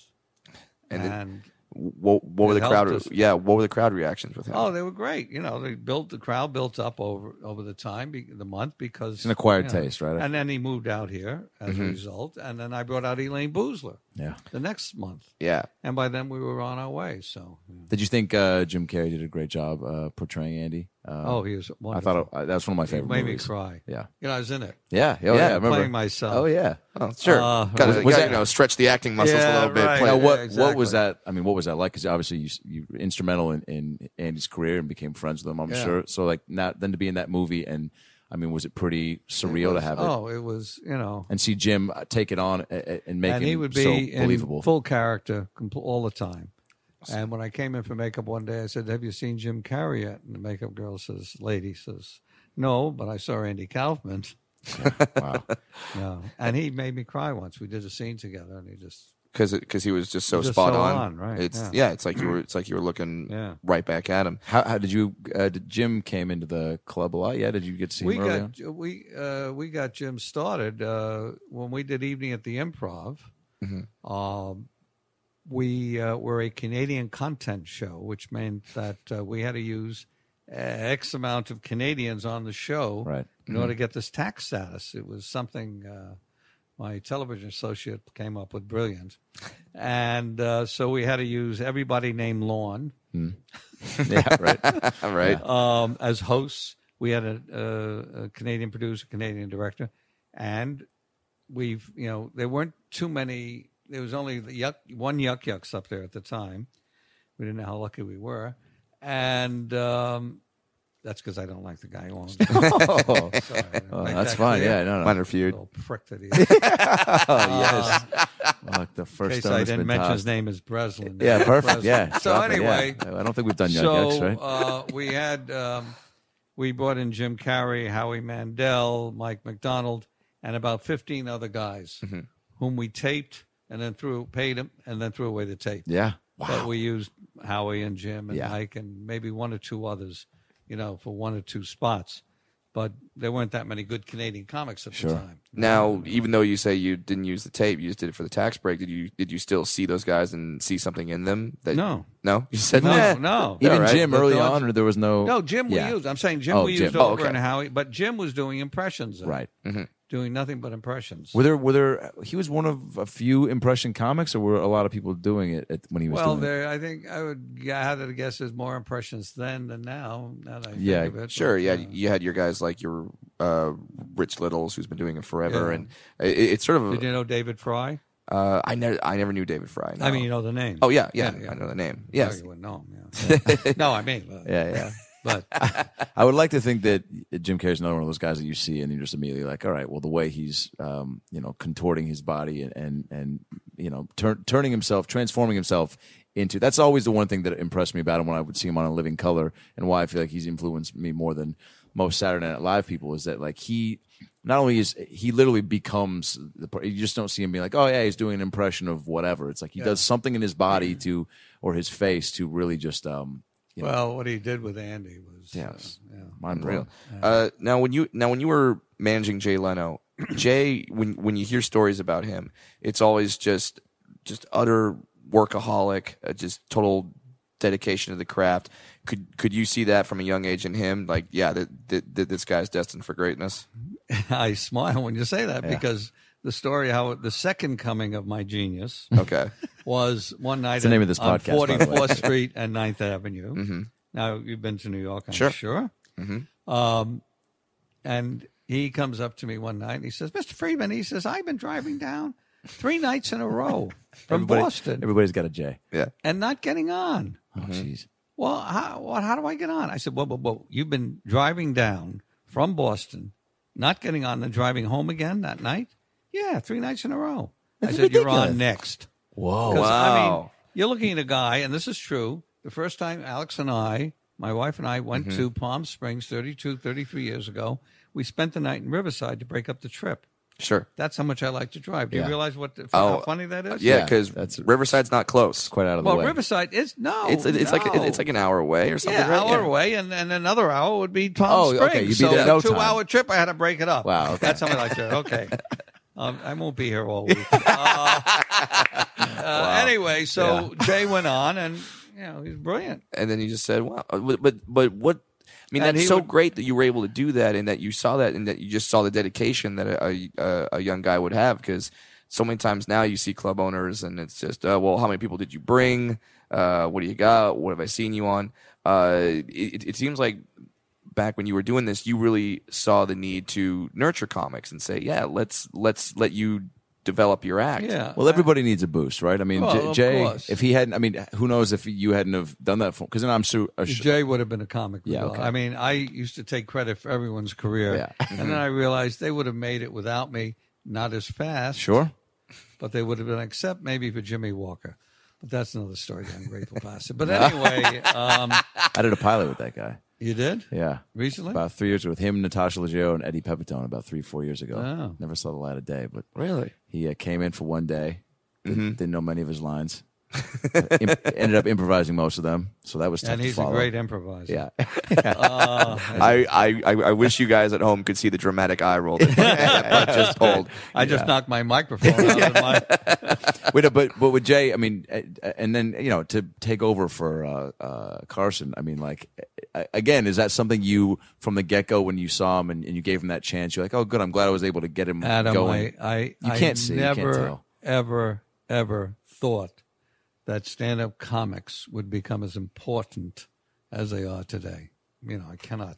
[SPEAKER 5] and,
[SPEAKER 4] What, what were
[SPEAKER 5] It
[SPEAKER 4] the crowd?
[SPEAKER 5] helped us.
[SPEAKER 4] Yeah, what were the crowd reactions with him?
[SPEAKER 5] oh, they were great. You know, they built the crowd built up over over the time, be, the month because
[SPEAKER 3] It's an acquired
[SPEAKER 5] you know.
[SPEAKER 3] taste, right?
[SPEAKER 5] And then he moved out here as a result, and then I brought out Elaine Boozler
[SPEAKER 3] yeah.
[SPEAKER 5] the next month,
[SPEAKER 4] yeah,
[SPEAKER 5] and by then we were on our way. So,
[SPEAKER 3] Did you think uh, Jim Carrey did a great job uh, portraying Andy? Uh,
[SPEAKER 5] oh, he was
[SPEAKER 3] I
[SPEAKER 5] wonderful.
[SPEAKER 3] thought it, uh, that was one of my
[SPEAKER 5] it
[SPEAKER 3] favorite
[SPEAKER 5] made
[SPEAKER 3] movies.
[SPEAKER 5] me cry.
[SPEAKER 3] Yeah.
[SPEAKER 5] You know, I was in it.
[SPEAKER 3] Yeah. Yeah. Oh, yeah. I remember.
[SPEAKER 5] playing myself.
[SPEAKER 3] Oh yeah.
[SPEAKER 4] oh, sure.
[SPEAKER 5] Uh,
[SPEAKER 4] gotta, gotta,
[SPEAKER 5] was-
[SPEAKER 3] that-
[SPEAKER 4] you know, stretch the acting muscles
[SPEAKER 5] Yeah,
[SPEAKER 4] a little bit.
[SPEAKER 5] right.
[SPEAKER 4] play-
[SPEAKER 3] Now,
[SPEAKER 5] Yeah,
[SPEAKER 3] what what
[SPEAKER 5] exactly.
[SPEAKER 3] was that? I mean, what was that like? Because obviously you s- you were instrumental in, in Andy's career and became friends with him. I'm
[SPEAKER 5] Yeah.
[SPEAKER 3] sure. So like now then to be in that movie and I mean, was it pretty surreal to have it
[SPEAKER 5] Oh, it was. You know,
[SPEAKER 3] and see Jim uh, take it on a- a- and make
[SPEAKER 5] and
[SPEAKER 3] him
[SPEAKER 5] he would be
[SPEAKER 3] so
[SPEAKER 5] in
[SPEAKER 3] believable?
[SPEAKER 5] full character compl- all the time. And when I came in for makeup one day, I said, "Have you seen Jim Carrey yet?" And the makeup girl says, "Lady says, no, but I saw Andy Kaufman."
[SPEAKER 3] wow.
[SPEAKER 5] No, and he made me cry once. We did a scene together, and he just
[SPEAKER 4] because because he was just so
[SPEAKER 5] Just
[SPEAKER 4] spot
[SPEAKER 5] so
[SPEAKER 4] on.
[SPEAKER 5] on, right,
[SPEAKER 4] It's
[SPEAKER 5] yeah.
[SPEAKER 4] yeah. it's like you were it's like you were looking
[SPEAKER 5] Yeah.
[SPEAKER 4] right back at him.
[SPEAKER 3] How, how did you? Uh, did Jim came into the club a lot? Yeah. Did you get to see
[SPEAKER 5] we
[SPEAKER 3] him early on?
[SPEAKER 5] got we uh, we got Jim started uh, when we did Evening at the Improv. Um, we uh, were a Canadian content show, which meant that uh, we had to use uh, X amount of Canadians on the show
[SPEAKER 3] Right.
[SPEAKER 5] in order to get this tax status. It was something uh, my television associate came up with brilliant. And uh, so we had to use everybody named Lorne
[SPEAKER 3] Yeah. Right.
[SPEAKER 4] All right.
[SPEAKER 5] um, as hosts. We had a, a, a Canadian producer, Canadian director, and we've you know there weren't too many. There was only the yuck, one yuck yucks up there at the time. We didn't know how lucky we were, and um, that's because I don't like the guy who owns. it. Sorry,
[SPEAKER 3] oh,
[SPEAKER 5] make
[SPEAKER 3] that's
[SPEAKER 5] that
[SPEAKER 3] fine.
[SPEAKER 5] clear.
[SPEAKER 3] Yeah. No. No.
[SPEAKER 4] Minor feud.
[SPEAKER 5] Little prick that he is. In
[SPEAKER 3] Like the first
[SPEAKER 5] case
[SPEAKER 3] stone
[SPEAKER 5] I
[SPEAKER 3] has
[SPEAKER 5] didn't
[SPEAKER 3] been
[SPEAKER 5] mention
[SPEAKER 3] tossed.
[SPEAKER 5] his name is Breslin.
[SPEAKER 3] Yeah. Perfect.
[SPEAKER 5] Breslin.
[SPEAKER 3] Yeah.
[SPEAKER 5] So
[SPEAKER 3] Stop it, yeah.
[SPEAKER 5] anyway,
[SPEAKER 3] I don't think we've done Young
[SPEAKER 5] so,
[SPEAKER 3] Yucks, right?
[SPEAKER 5] uh, we had um, we brought in Jim Carrey, Howie Mandel, Mike McDonald, and about fifteen other guys
[SPEAKER 3] Mm-hmm.
[SPEAKER 5] whom we taped and then threw paid them and then threw away the tape.
[SPEAKER 3] yeah.
[SPEAKER 5] But we used Howie and Jim and
[SPEAKER 3] Yeah.
[SPEAKER 5] Mike and maybe one or two others, you know, for one or two spots. but there weren't that many good Canadian comics at the time.
[SPEAKER 4] Now, even though you say you didn't use the tape, you just did it for the tax break. Did you? Did you still see those guys and see something in them? That,
[SPEAKER 5] No.
[SPEAKER 4] no. You said
[SPEAKER 5] No,
[SPEAKER 4] "Nah."
[SPEAKER 5] no.
[SPEAKER 4] Yeah,
[SPEAKER 3] Even
[SPEAKER 4] right.
[SPEAKER 3] Jim early
[SPEAKER 5] Dodge-
[SPEAKER 3] on, there was no.
[SPEAKER 5] No, Jim
[SPEAKER 3] Yeah.
[SPEAKER 5] we used. I'm saying Jim
[SPEAKER 3] Oh,
[SPEAKER 5] we
[SPEAKER 3] Jim.
[SPEAKER 5] used
[SPEAKER 3] Oh,
[SPEAKER 5] over
[SPEAKER 4] okay.
[SPEAKER 5] and Howie, but Jim was doing impressions. then.
[SPEAKER 3] Right.
[SPEAKER 5] Doing nothing but impressions.
[SPEAKER 3] Were there? Were there? He was one of a few impression comics, or were a lot of people doing it at, when he was
[SPEAKER 5] well,
[SPEAKER 3] doing it?
[SPEAKER 5] there, I think I would g- I had to guess there's more impressions then than now. Now that I think
[SPEAKER 3] Yeah,
[SPEAKER 5] of it,
[SPEAKER 4] Sure,
[SPEAKER 5] but,
[SPEAKER 4] yeah,
[SPEAKER 5] uh,
[SPEAKER 4] you had your guys like your uh, Rich Littles, who's been doing it forever,
[SPEAKER 5] Yeah.
[SPEAKER 4] and it, it's sort
[SPEAKER 5] Did
[SPEAKER 4] of.
[SPEAKER 5] you know David Fry?
[SPEAKER 4] Uh, I never, I never knew David Fry. no.
[SPEAKER 5] I mean, you know the name.
[SPEAKER 4] oh yeah, yeah,
[SPEAKER 5] Yeah, yeah.
[SPEAKER 4] I know the name.
[SPEAKER 5] No,
[SPEAKER 4] Yes,
[SPEAKER 5] you wouldn't know him. Yeah. no, I mean, but,
[SPEAKER 3] Yeah, yeah.
[SPEAKER 5] but
[SPEAKER 3] I would like to think that Jim Carrey's another one of those guys that you see and you're just immediately like, all right, well, the way he's, um, you know, contorting his body and and, and you know, turn, turning himself, transforming himself into. That's always the one thing that impressed me about him when I would see him on A Living Color and why I feel like he's influenced me more than most Saturday Night Live people is that like he. Not only is he literally becomes the per- you just don't see him being like oh yeah he's doing an impression of whatever it's like he does something in his body to or his face to really just um you know,
[SPEAKER 5] well, what he did with Andy was uh,
[SPEAKER 3] Yes.
[SPEAKER 5] yeah.
[SPEAKER 3] mind blown.
[SPEAKER 4] Unreal. Uh, now, when you now when you were managing Jay Leno, Jay, when when you hear stories about him, it's always just just utter workaholic, uh, just total dedication to the craft. Could could you see that from a young age in him? Like, yeah, th- th- th- this guy's destined for greatness.
[SPEAKER 5] I smile when you say that because the story how the second coming of my genius
[SPEAKER 4] Okay,
[SPEAKER 5] was one night
[SPEAKER 3] the name
[SPEAKER 5] in-
[SPEAKER 3] of this
[SPEAKER 5] on
[SPEAKER 3] podcast, by the way. Mm-hmm.
[SPEAKER 5] 44th Street and 9th Avenue. Now you've been to New York, I'm sure. Um, and he comes up to me one night and he says, "Mr. Friedman," he says, "I've been driving down three nights in a row from
[SPEAKER 3] Everybody-
[SPEAKER 5] Boston
[SPEAKER 3] everybody's got a J
[SPEAKER 4] yeah,
[SPEAKER 5] and not getting on."
[SPEAKER 3] oh jeez
[SPEAKER 5] Well, how, what, how do I get on? I said, well, well, well, you've been driving down from Boston, not getting on, then driving home again that night? Yeah, three nights in a row. I said, you're on next.
[SPEAKER 3] Whoa.
[SPEAKER 5] 'Cause, I mean,
[SPEAKER 4] Wow.
[SPEAKER 5] you're looking at a guy, and this is true. The first time Alex and I, my wife and I, went
[SPEAKER 4] Mm-hmm.
[SPEAKER 5] to Palm Springs 32, 33 years ago, we spent the night in Riverside to break up the trip.
[SPEAKER 4] sure.
[SPEAKER 5] That's how much I like to drive. Do you realize what the, how
[SPEAKER 4] Oh,
[SPEAKER 5] funny that is?
[SPEAKER 4] Yeah,
[SPEAKER 3] Yeah,
[SPEAKER 4] because
[SPEAKER 3] that's-
[SPEAKER 4] Riverside's not close.
[SPEAKER 3] quite out of Oh, the
[SPEAKER 5] Well,
[SPEAKER 3] way.
[SPEAKER 5] Riverside is no.
[SPEAKER 4] It's it's like
[SPEAKER 5] no.
[SPEAKER 4] it's like an hour away or something.
[SPEAKER 5] Yeah,
[SPEAKER 4] right?
[SPEAKER 5] hour away, and, and another hour would be Palm
[SPEAKER 3] Oh,
[SPEAKER 5] Springs.
[SPEAKER 3] okay, you'd be
[SPEAKER 5] so
[SPEAKER 3] there in
[SPEAKER 5] a
[SPEAKER 3] no time.
[SPEAKER 5] two-hour trip, I had to break it up.
[SPEAKER 3] Wow, okay.
[SPEAKER 5] that's something like that. Okay, um, I won't be here all week. Uh, uh, Anyway, so Jay went on, and you know he's brilliant.
[SPEAKER 4] and then you just said, "Wow!" Uh, But but, but what? I mean,
[SPEAKER 5] And
[SPEAKER 4] that's
[SPEAKER 5] he
[SPEAKER 4] so
[SPEAKER 5] would-
[SPEAKER 4] great that you were able to do that, and that you saw that, and that you just saw the dedication that a a, a- a young guy would have. Because so many times now you see club owners, and it's just, uh, "Well, how many people did you bring? Uh, what do you got? What have I seen you on?" Uh, it, it seems like back when you were doing this, you really saw the need to nurture comics and say, "Yeah, let's let's let you develop your act."
[SPEAKER 5] Yeah,
[SPEAKER 3] well, everybody needs a boost, right? I mean,
[SPEAKER 5] Well,
[SPEAKER 3] J-
[SPEAKER 5] of
[SPEAKER 3] Jay,
[SPEAKER 5] course.
[SPEAKER 3] if he hadn't, I mean, who knows if you hadn't have done that for? Because then I'm sure.
[SPEAKER 5] Jay would have been a comic.
[SPEAKER 3] Yeah,
[SPEAKER 5] book.
[SPEAKER 3] okay.
[SPEAKER 5] I mean, I used to take credit for everyone's career,
[SPEAKER 3] Yeah. Mm-hmm.
[SPEAKER 5] and then I realized they would have made it without me, not as fast.
[SPEAKER 3] sure.
[SPEAKER 5] but they would have been except maybe for Jimmy Walker. But that's another story that I'm grateful past. But anyway, um,
[SPEAKER 3] I did a pilot with that guy.
[SPEAKER 5] you did
[SPEAKER 3] Yeah.
[SPEAKER 5] recently.
[SPEAKER 3] About three years ago, with him, Natasha Leggio, and Eddie Pepitone about three, four years ago.
[SPEAKER 5] Oh.
[SPEAKER 3] Never saw the light of day, but
[SPEAKER 4] really.
[SPEAKER 3] he uh, came in for one day,
[SPEAKER 5] Mm-hmm.
[SPEAKER 3] didn't, didn't know many of his lines, Im- ended up improvising most of them. So that was tough
[SPEAKER 5] and
[SPEAKER 3] to
[SPEAKER 5] he's a
[SPEAKER 3] follow.
[SPEAKER 5] great improviser.
[SPEAKER 3] yeah.
[SPEAKER 4] I, I, I I wish you guys at home could see the dramatic eye roll that Bud just pulled.
[SPEAKER 5] I just knocked my microphone out of my.
[SPEAKER 3] Wait, uh, but but with Jay, I mean, uh, and then you know to take over for uh, uh, Carson. I mean, like uh, again, is that something you from the get go when you saw him and, and you gave him that chance? You're like, oh, good, I'm glad I was able to get him
[SPEAKER 5] Adam,
[SPEAKER 3] going.
[SPEAKER 5] I, I,
[SPEAKER 3] you
[SPEAKER 5] I
[SPEAKER 3] can't see,
[SPEAKER 5] never,
[SPEAKER 3] you can't tell.
[SPEAKER 5] ever, ever thought that stand-up comics would become as important as they are today. You know, I cannot.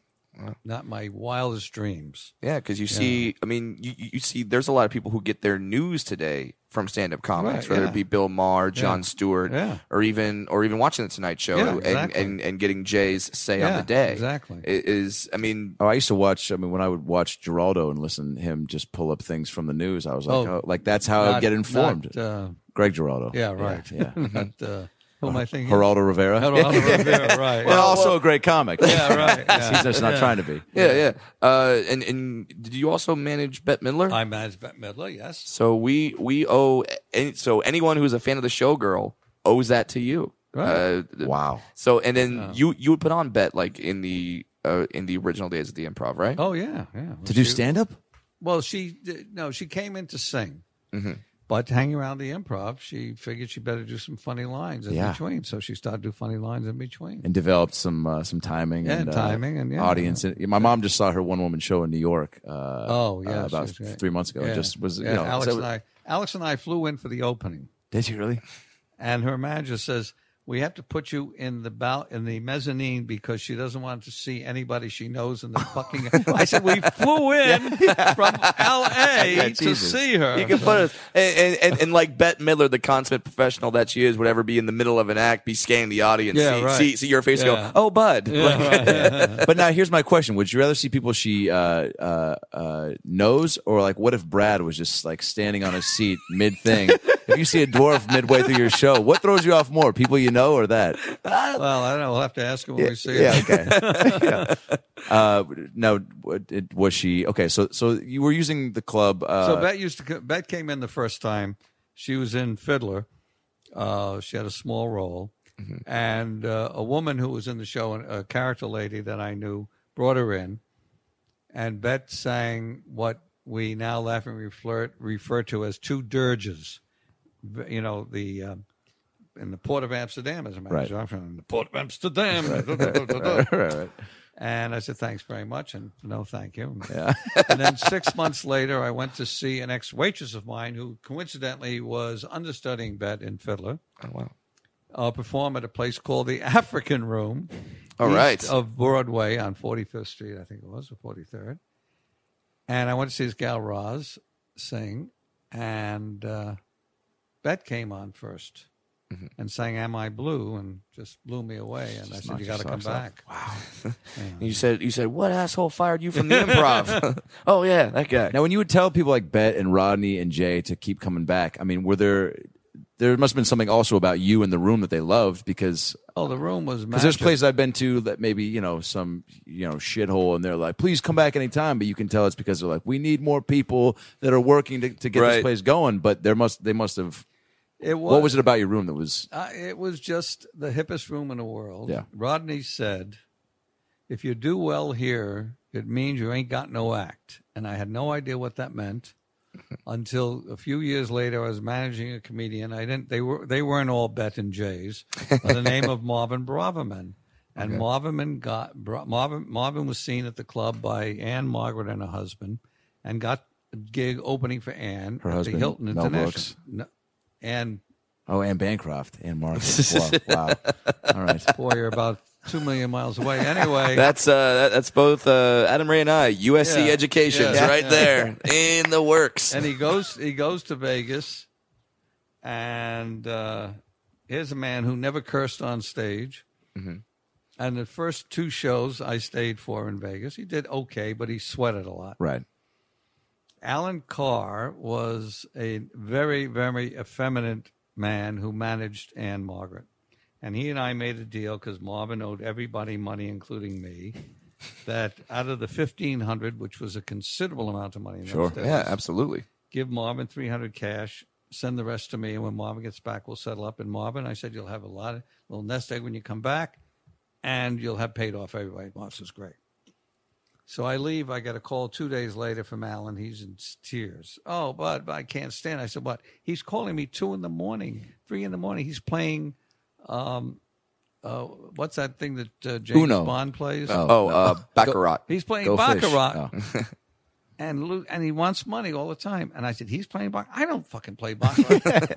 [SPEAKER 5] Not my wildest dreams.
[SPEAKER 4] Yeah, because you see, I mean, you, you you see, there's a lot of people who get their news today from stand-up comics,
[SPEAKER 5] Right,
[SPEAKER 4] whether
[SPEAKER 5] yeah.
[SPEAKER 4] it be Bill Maher, John Stewart,
[SPEAKER 5] yeah.
[SPEAKER 4] or even or even watching the Tonight Show
[SPEAKER 5] Yeah,
[SPEAKER 4] and,
[SPEAKER 5] exactly.
[SPEAKER 4] and and getting Jay's say on
[SPEAKER 5] Yeah,
[SPEAKER 4] the day.
[SPEAKER 5] exactly.
[SPEAKER 4] I- is I mean,
[SPEAKER 3] Oh, I used to watch. I mean, when I would watch Geraldo and listen to him just pull up things from the news, I was like, oh,
[SPEAKER 5] Oh,
[SPEAKER 3] like that's how I
[SPEAKER 5] Not-
[SPEAKER 3] get informed.
[SPEAKER 5] not, uh,
[SPEAKER 3] Greg Geraldo.
[SPEAKER 5] yeah, right.
[SPEAKER 3] Yeah. Mm-hmm.
[SPEAKER 5] Not, uh, who am I thinking? of?
[SPEAKER 3] Geraldo Rivera.
[SPEAKER 5] Geraldo Rivera, right.
[SPEAKER 3] Well, also a great comic.
[SPEAKER 5] Yeah, right.
[SPEAKER 3] He's just not trying to be.
[SPEAKER 4] yeah, yeah. Uh, and and did you also manage Bette Midler?
[SPEAKER 5] I managed Bette Midler, yes.
[SPEAKER 4] So we we owe any, so anyone who's a fan of the showgirl owes that to you.
[SPEAKER 5] Right.
[SPEAKER 4] Uh,
[SPEAKER 3] Wow.
[SPEAKER 4] So and then you you would put on bet like in the uh, in the original days of the improv, right?
[SPEAKER 5] Oh yeah, yeah.
[SPEAKER 3] to do stand up.
[SPEAKER 5] Well, she did- no, she came in to sing,
[SPEAKER 3] Mm-hmm.
[SPEAKER 5] but hanging around the improv, she figured she better do some funny lines in
[SPEAKER 3] Yeah.
[SPEAKER 5] between. So she started doing funny lines in between.
[SPEAKER 3] and developed some uh, some timing
[SPEAKER 5] Yeah,
[SPEAKER 3] and uh,
[SPEAKER 5] timing and, yeah.
[SPEAKER 3] audience. And my mom just saw her one woman show in New York. Uh,
[SPEAKER 5] Oh, yeah,
[SPEAKER 3] uh, about
[SPEAKER 5] she's great.
[SPEAKER 3] three months ago.
[SPEAKER 5] Yeah.
[SPEAKER 3] It just was
[SPEAKER 5] Yeah,
[SPEAKER 3] you know.
[SPEAKER 5] Alex
[SPEAKER 3] so-
[SPEAKER 5] and I. Alex and I flew in for the opening,
[SPEAKER 3] Did you really?
[SPEAKER 5] and her manager says we have to put you in the bow in the mezzanine because she doesn't want to see anybody she knows in the fucking. I said we flew in from L.A.
[SPEAKER 3] Yeah,
[SPEAKER 5] to
[SPEAKER 3] Jesus.
[SPEAKER 5] see her.
[SPEAKER 4] You can put us and, and, and, and like Bette Midler, the consummate professional that she is, would ever be in the middle of an act, be scanning the audience,
[SPEAKER 5] Yeah,
[SPEAKER 4] see,
[SPEAKER 5] right.
[SPEAKER 4] see see your face, and
[SPEAKER 5] Yeah.
[SPEAKER 4] go, oh bud, Like,
[SPEAKER 3] but now here's my question: Would you rather see people she uh, uh, uh, knows, or like what if Brad was just like standing on a seat mid thing? if you see a dwarf midway through your show, what throws you off more, people you know or that?
[SPEAKER 5] well, I don't know. We'll have to ask her when we see her.
[SPEAKER 3] Yeah, okay. Yeah. Uh, no, what- it, was she okay? So, so you were using the club. Uh,
[SPEAKER 5] So Bet used to co- Bet came in the first time. She was in Fiddler. Uh, she had a small role,
[SPEAKER 3] Mm-hmm.
[SPEAKER 5] and uh, a woman who was in the show, a character lady that I knew, brought her in, and Bet sang what we now laughingly refer, refer to as two dirges. V- You know the. Um, in the port of Amsterdam, as a matter of
[SPEAKER 3] Right.
[SPEAKER 5] fact, I'm from the port of Amsterdam.
[SPEAKER 3] right, right.
[SPEAKER 5] And I said, thanks very much. And no, thank you. and then six months later, I went to see an ex waitress of mine who coincidentally was understudying Bet in Fiddler
[SPEAKER 4] oh, wow.
[SPEAKER 5] uh, perform at a place called the African Room.
[SPEAKER 4] All
[SPEAKER 5] east
[SPEAKER 4] right.
[SPEAKER 5] Of Broadway on 45th Street, I think it was, or 43rd. And I went to see this gal Roz sing, and uh, Bet came on 1st and sang Am I Blue and just blew me away. And I said, You got to come back.
[SPEAKER 4] And you said you said what asshole fired you from the improv? oh yeah, that guy.
[SPEAKER 3] Now, when you would tell people like Bet and Rodney and Jay to keep coming back, I mean, were there? There must have been something also about you in the room that they loved because
[SPEAKER 5] Oh, the room was
[SPEAKER 3] because there's
[SPEAKER 5] magic.
[SPEAKER 3] places I've been to that maybe you know some you know shithole and they're like, please come back anytime, but you can tell it's because they're like, we need more people that are working to, to get
[SPEAKER 4] Right.
[SPEAKER 3] this place going. But there must they must have.
[SPEAKER 5] It was,
[SPEAKER 3] What was it about your room that was?
[SPEAKER 5] Uh, it was just the hippest room in the world.
[SPEAKER 3] Yeah.
[SPEAKER 5] Rodney said, "If you do well here, it means you ain't got no act." And I had no idea what that meant until a few years later. I was managing a comedian. I didn't. They were they weren't all Bet and Jays. by the name of Marvin Braverman. And Marvin got Bra- Marvin. Marvin was seen at the club by Anne Margaret and her husband, and got a gig opening for Anne at
[SPEAKER 3] husband,
[SPEAKER 5] the Hilton
[SPEAKER 3] Mel
[SPEAKER 5] International.
[SPEAKER 3] Brooks.
[SPEAKER 5] No, and
[SPEAKER 3] Oh, and Bancroft and Mark. wow, wow. All right.
[SPEAKER 5] boy, you're about two million miles away. Anyway,
[SPEAKER 4] That's uh that, that's both uh, Adam Ray and I USC
[SPEAKER 5] Yeah.
[SPEAKER 4] educations
[SPEAKER 5] Yeah.
[SPEAKER 4] right
[SPEAKER 5] Yeah.
[SPEAKER 4] there in the works.
[SPEAKER 5] and he goes he goes to Vegas, and uh, here's a man who never cursed on stage.
[SPEAKER 3] Mm-hmm.
[SPEAKER 5] And the first two shows I stayed for in Vegas, he did okay, but he sweated a lot.
[SPEAKER 3] Right.
[SPEAKER 5] Alan Carr was a very, very effeminate man who managed Anne Margaret. And he and I made a deal because Marvin owed everybody money, including me, that out of the 1500 which was a considerable amount of money in
[SPEAKER 3] Sure.
[SPEAKER 5] those days,
[SPEAKER 4] yeah, absolutely.
[SPEAKER 5] give Marvin 300 cash, send the rest to me. And when Marvin gets back, we'll settle up. And Marvin, I said, you'll have a lot of little nest egg when you come back, and you'll have paid off everybody. Marvin says, great. So I leave. I get a call two days later from Alan. He's in tears. Oh, but, but I can't stand. it." I said, what? He's calling me two in the morning, three in the morning. He's playing, um, uh, what's that thing that uh, James
[SPEAKER 3] Uno.
[SPEAKER 5] Bond plays?
[SPEAKER 4] Oh, uh, Baccarat.
[SPEAKER 5] He's playing
[SPEAKER 3] Go fish. Oh.
[SPEAKER 5] baccarat, and lo- and he wants money all the time. And I said, he's playing baccarat. I don't fucking play baccarat.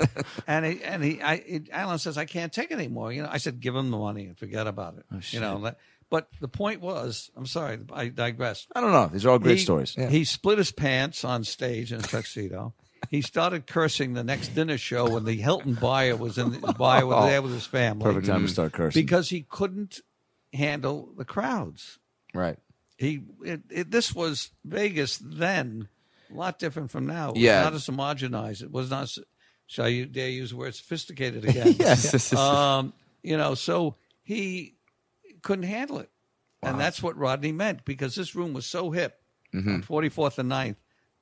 [SPEAKER 5] and he, and he, I, it, Alan says, I can't take it anymore. You know, I said, give him the money and forget about it.
[SPEAKER 3] Oh,
[SPEAKER 5] you know, that- but the point was, I'm sorry, I digressed.
[SPEAKER 3] I don't know. These are all great
[SPEAKER 5] He-
[SPEAKER 3] stories.
[SPEAKER 5] He split his pants on stage in a tuxedo. he started cursing the next dinner show when the Hilton buyer was in the buyer was there with his family.
[SPEAKER 3] Oh, Perfect time to start cursing.
[SPEAKER 5] Mm-hmm. Because he couldn't handle the crowds
[SPEAKER 3] right.
[SPEAKER 5] he it, it, this was Vegas then, a lot different from now. It was
[SPEAKER 4] Yeah.
[SPEAKER 5] not as homogenized. It was not. s- Shall you dare use the word sophisticated again?
[SPEAKER 3] Yes.
[SPEAKER 5] Um, you know, so he couldn't handle it, and that's what Rodney meant because this room was so hip,
[SPEAKER 3] Mm-hmm.
[SPEAKER 5] on forty fourth and 9th,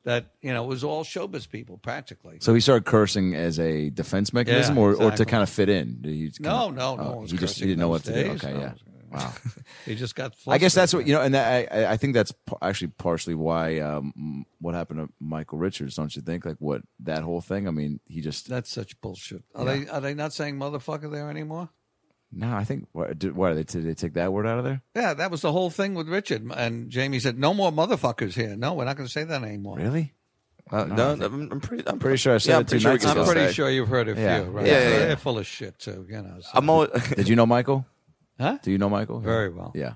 [SPEAKER 5] that you know it was all showbiz people practically.
[SPEAKER 3] So he started cursing as a defense mechanism,
[SPEAKER 5] Yeah,
[SPEAKER 3] or, or to
[SPEAKER 5] exactly.
[SPEAKER 3] kind of fit in. He
[SPEAKER 5] no, no, no.
[SPEAKER 3] oh,
[SPEAKER 5] one was
[SPEAKER 3] he just he
[SPEAKER 5] cursing
[SPEAKER 3] didn't know
[SPEAKER 5] those
[SPEAKER 3] what to do.
[SPEAKER 5] days.
[SPEAKER 3] Okay,
[SPEAKER 5] No
[SPEAKER 3] yeah.
[SPEAKER 5] one was- He just got.
[SPEAKER 3] I guess that's what you know, and that, I I- I think that's p- actually partially why um, what happened to Michael Richards, don't you think? Like what that whole thing. I mean, he just
[SPEAKER 5] That's such bullshit. Are they are they not saying motherfucker there anymore?
[SPEAKER 3] no. I think why, did, why did they, did they take that word out of there?
[SPEAKER 5] Yeah, that was the whole thing with Richard and Jamie said, "No more motherfuckers here. No, we're not going to say that anymore."
[SPEAKER 3] Really?
[SPEAKER 4] Uh, no, I'm, I'm pretty. I'm
[SPEAKER 3] Pretty sure I said
[SPEAKER 4] yeah,
[SPEAKER 3] it
[SPEAKER 4] I'm pretty
[SPEAKER 3] two
[SPEAKER 4] sure we
[SPEAKER 3] nights
[SPEAKER 4] can
[SPEAKER 3] ago.
[SPEAKER 5] I'm
[SPEAKER 4] still
[SPEAKER 5] pretty
[SPEAKER 4] say.
[SPEAKER 5] sure you've heard a few,
[SPEAKER 3] Yeah.
[SPEAKER 5] right?
[SPEAKER 4] Yeah, yeah,
[SPEAKER 5] They're
[SPEAKER 4] yeah.
[SPEAKER 5] full of shit too, you know. so-
[SPEAKER 4] I'm always,
[SPEAKER 3] Did you know Michael?
[SPEAKER 5] Huh?
[SPEAKER 3] Do you know Michael?
[SPEAKER 5] Very well.
[SPEAKER 3] Yeah.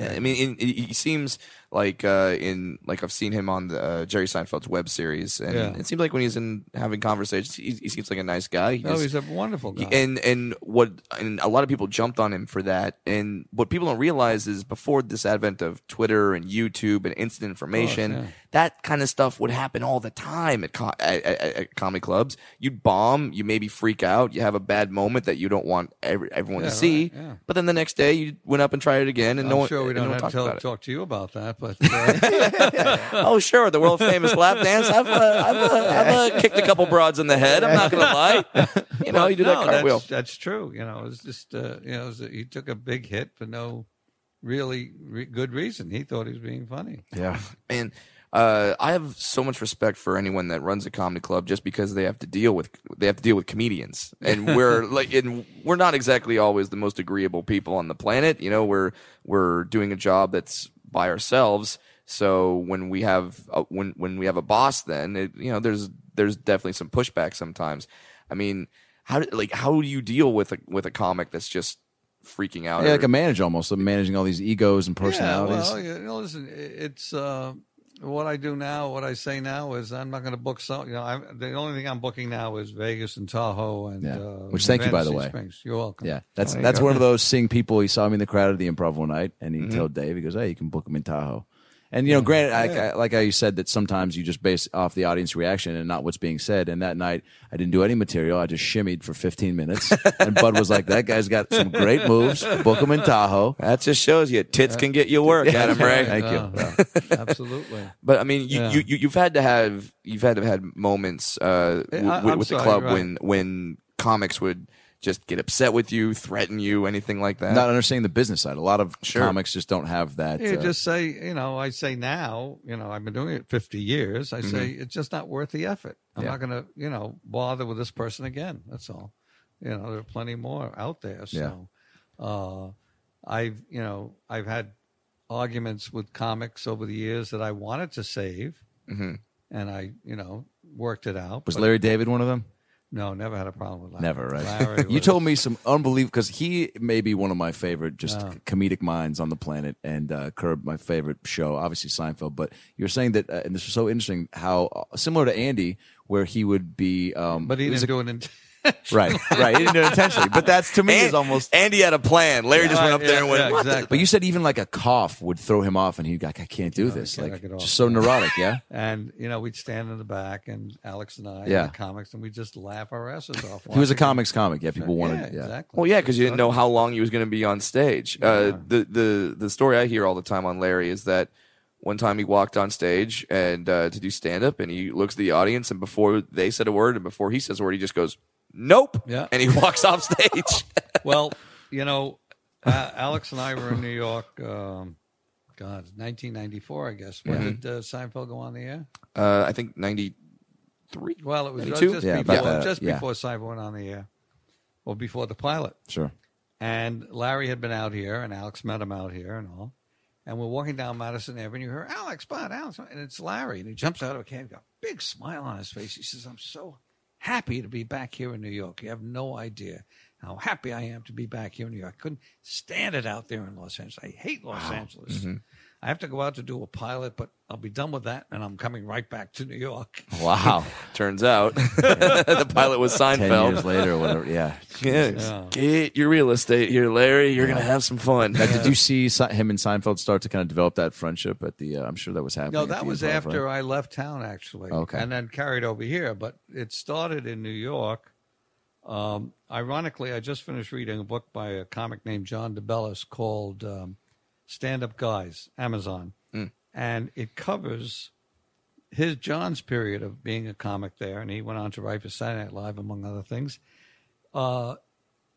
[SPEAKER 4] I mean, in, he he seems like uh, in like I've seen him on the, uh, Jerry Seinfeld's web series, and
[SPEAKER 5] Yeah.
[SPEAKER 4] it seems like when he's in having conversations, he, he seems like a nice guy. He
[SPEAKER 5] no,
[SPEAKER 4] just-
[SPEAKER 5] he's a wonderful guy.
[SPEAKER 4] He- and and what and a lot of people jumped on him for that. And what people don't realize is before this advent of Twitter and YouTube and instant information,
[SPEAKER 5] yeah.
[SPEAKER 4] that kind of stuff would happen all the time at, co- at, at, at comedy clubs. You'd bomb, you maybe freak out, you have a bad moment that you don't want every, everyone
[SPEAKER 5] Yeah,
[SPEAKER 4] to see.
[SPEAKER 5] right, yeah.
[SPEAKER 4] But then the next day, you went up and tried it again, and
[SPEAKER 5] I'm
[SPEAKER 4] no one,
[SPEAKER 5] sure we
[SPEAKER 4] and
[SPEAKER 5] don't
[SPEAKER 4] no one
[SPEAKER 5] have
[SPEAKER 4] talked
[SPEAKER 5] to tell,
[SPEAKER 4] about it.
[SPEAKER 5] talk to you about that, but uh,
[SPEAKER 4] Oh, sure, the world famous lap dance. I've, uh, I've, uh, I've uh, kicked a couple broads in the head. I'm not gonna lie. You know, you do
[SPEAKER 5] no,
[SPEAKER 4] that cartwheel.
[SPEAKER 5] that's, that's true. You know, it's just uh, you know, it was a- he took a big hit for no really re- good reason. He thought he was being funny.
[SPEAKER 3] Yeah.
[SPEAKER 4] man uh, i have so much respect for anyone that runs a comedy club just because they have to deal with they have to deal with comedians and we're like and we're not exactly always the most agreeable people on the planet you know we're we're doing a job that's by ourselves so when we have a, when when we have a boss then it, you know there's there's definitely some pushback sometimes i mean how do- like how do you deal with a with a comic that's just freaking out
[SPEAKER 3] Yeah, like
[SPEAKER 4] every-
[SPEAKER 3] a manager almost, like managing all these egos and personalities.
[SPEAKER 5] Yeah, well, you know, listen, i- it's uh, what I do now. What I say now is I'm not going to book some. You know, I'm, the only thing I'm booking now is Vegas and Tahoe and
[SPEAKER 3] Yeah.
[SPEAKER 5] uh,
[SPEAKER 3] Which, thank you, by the
[SPEAKER 5] Fantasy
[SPEAKER 3] way.
[SPEAKER 5] Springs. You're welcome.
[SPEAKER 3] Yeah, that's that's one of those seeing people. He saw me in the crowd at the improv one night, and he
[SPEAKER 5] Mm-hmm.
[SPEAKER 3] told Dave, he goes, "Hey, you can book him in Tahoe." And you know, granted, I, I- like how you said that sometimes you just base off the audience reaction and not what's being said. And that night, I didn't do any material. I just shimmied for 15 minutes, and Bud was like, "That guy's got some great moves. Book him in Tahoe."
[SPEAKER 4] that just shows you tits can get you work adam ray
[SPEAKER 3] Thank
[SPEAKER 5] Uh-huh.
[SPEAKER 3] you.
[SPEAKER 5] you. Absolutely.
[SPEAKER 4] But I mean, you,
[SPEAKER 5] Yeah.
[SPEAKER 4] you, you you've had to have you've had to have had moments uh,
[SPEAKER 5] Yeah,
[SPEAKER 4] w-
[SPEAKER 5] I-
[SPEAKER 4] with,
[SPEAKER 5] I'm
[SPEAKER 4] with the
[SPEAKER 5] sorry,
[SPEAKER 4] club
[SPEAKER 5] right.
[SPEAKER 4] when when comics would just get upset with you, threaten you, anything like that.
[SPEAKER 3] Not understanding the business side. A lot of
[SPEAKER 4] Sure.
[SPEAKER 3] comics just don't have that.
[SPEAKER 5] Yeah,
[SPEAKER 3] uh,
[SPEAKER 5] just say, you know, I say now, you know, I've been doing it 50 years. I say it's just not worth the effort. I'm not going to, you know, bother with this person again. That's all. You know, there are plenty more out there. So, uh, I've, you know, I've had arguments with comics over the years that I wanted to save, and I, you know, worked it out.
[SPEAKER 3] was
[SPEAKER 5] but
[SPEAKER 3] Larry David one of them?
[SPEAKER 5] no, never had a problem with Larry.
[SPEAKER 3] Never, right?
[SPEAKER 5] Larry
[SPEAKER 3] you
[SPEAKER 5] was-
[SPEAKER 3] told me some unbelievable because he may be one of my favorite just comedic minds on the planet, and uh, Curb my favorite show, obviously Seinfeld. But you were saying that, uh, and this was so interesting how uh, similar to Andy, where he would be, um,
[SPEAKER 5] but he
[SPEAKER 3] it was
[SPEAKER 5] didn't do it. In-
[SPEAKER 3] a- right, right, he didn't do it intentionally. But that's to me
[SPEAKER 4] An-
[SPEAKER 3] is almost.
[SPEAKER 4] Andy had a plan. Larry just went up there and went.
[SPEAKER 5] Yeah,
[SPEAKER 4] "What the-"
[SPEAKER 5] exactly.
[SPEAKER 3] But you said even like a cough would throw him off, and he'd be like, "I can't do this,"
[SPEAKER 5] can't
[SPEAKER 3] like
[SPEAKER 5] knock it off.
[SPEAKER 3] just so neurotic, yeah.
[SPEAKER 5] And you know, we'd stand in the back, and Alex and I,
[SPEAKER 3] Yeah.
[SPEAKER 5] and the comics, and we'd just laugh our asses off.
[SPEAKER 3] He was a
[SPEAKER 5] watching
[SPEAKER 3] comics comic, yeah. People
[SPEAKER 5] it.
[SPEAKER 3] wanted,
[SPEAKER 5] yeah,
[SPEAKER 3] yeah.
[SPEAKER 5] exactly.
[SPEAKER 4] Well, yeah, because you didn't know how long he was going to be on stage. Uh, the the the story I hear all the time on Larry is that one time he walked on stage and uh, to do stand up, and he looks at the audience, and before they said a word, and before he says a word, he just goes, "Nope,"
[SPEAKER 5] Yeah.
[SPEAKER 4] and he walks off stage.
[SPEAKER 5] Well, you know, uh, Alex and I were in New York. Um, God, 1994, I guess.
[SPEAKER 3] Mm-hmm.
[SPEAKER 5] When did uh, Seinfeld go on the air?
[SPEAKER 4] Uh, I think ninety three.
[SPEAKER 5] Well, it was
[SPEAKER 4] 92?
[SPEAKER 5] just
[SPEAKER 3] Yeah,
[SPEAKER 5] before,
[SPEAKER 3] about that,
[SPEAKER 5] just
[SPEAKER 3] yeah.
[SPEAKER 5] before Seinfeld went on the air, or before the pilot.
[SPEAKER 3] Sure.
[SPEAKER 5] And Larry had been out here, and Alex met him out here, and all. And we're walking down Madison Avenue. You hear Alex, Bud, Alex, and it's Larry. And he jumps out of a cab, got a big smile on his face. He says, "I'm so happy to be back here in New York. You have no idea how happy I am to be back here in New York. I couldn't stand it out there in Los Angeles. I hate Los Angeles. I have to go out to do a pilot, but I'll be done with that, and I'm coming right back to New York.
[SPEAKER 3] Oh, Wow.
[SPEAKER 4] Turns out the pilot was
[SPEAKER 3] Ten years
[SPEAKER 4] Seinfeld.
[SPEAKER 3] later, or whatever. Yeah.
[SPEAKER 4] Yes. Get your real estate here, Larry. You're gonna have some fun.
[SPEAKER 3] Now, did you see Se- him and Seinfeld start to kind of develop that friendship at the? Uh, I'm sure that was happening.
[SPEAKER 5] No,
[SPEAKER 3] at
[SPEAKER 5] that
[SPEAKER 3] the
[SPEAKER 5] was
[SPEAKER 3] improv,
[SPEAKER 5] after
[SPEAKER 3] right?
[SPEAKER 5] I left town, actually.
[SPEAKER 3] Okay.
[SPEAKER 5] And then carried over here, but it started in New York. Um, ironically, I just finished reading a book by a comic named John DeBellis called um, Stand Up Guys, Amazon.
[SPEAKER 3] Mm.
[SPEAKER 5] And it covers his John's period of being a comic there. And he went on to write for Saturday Night Live, among Uh, other things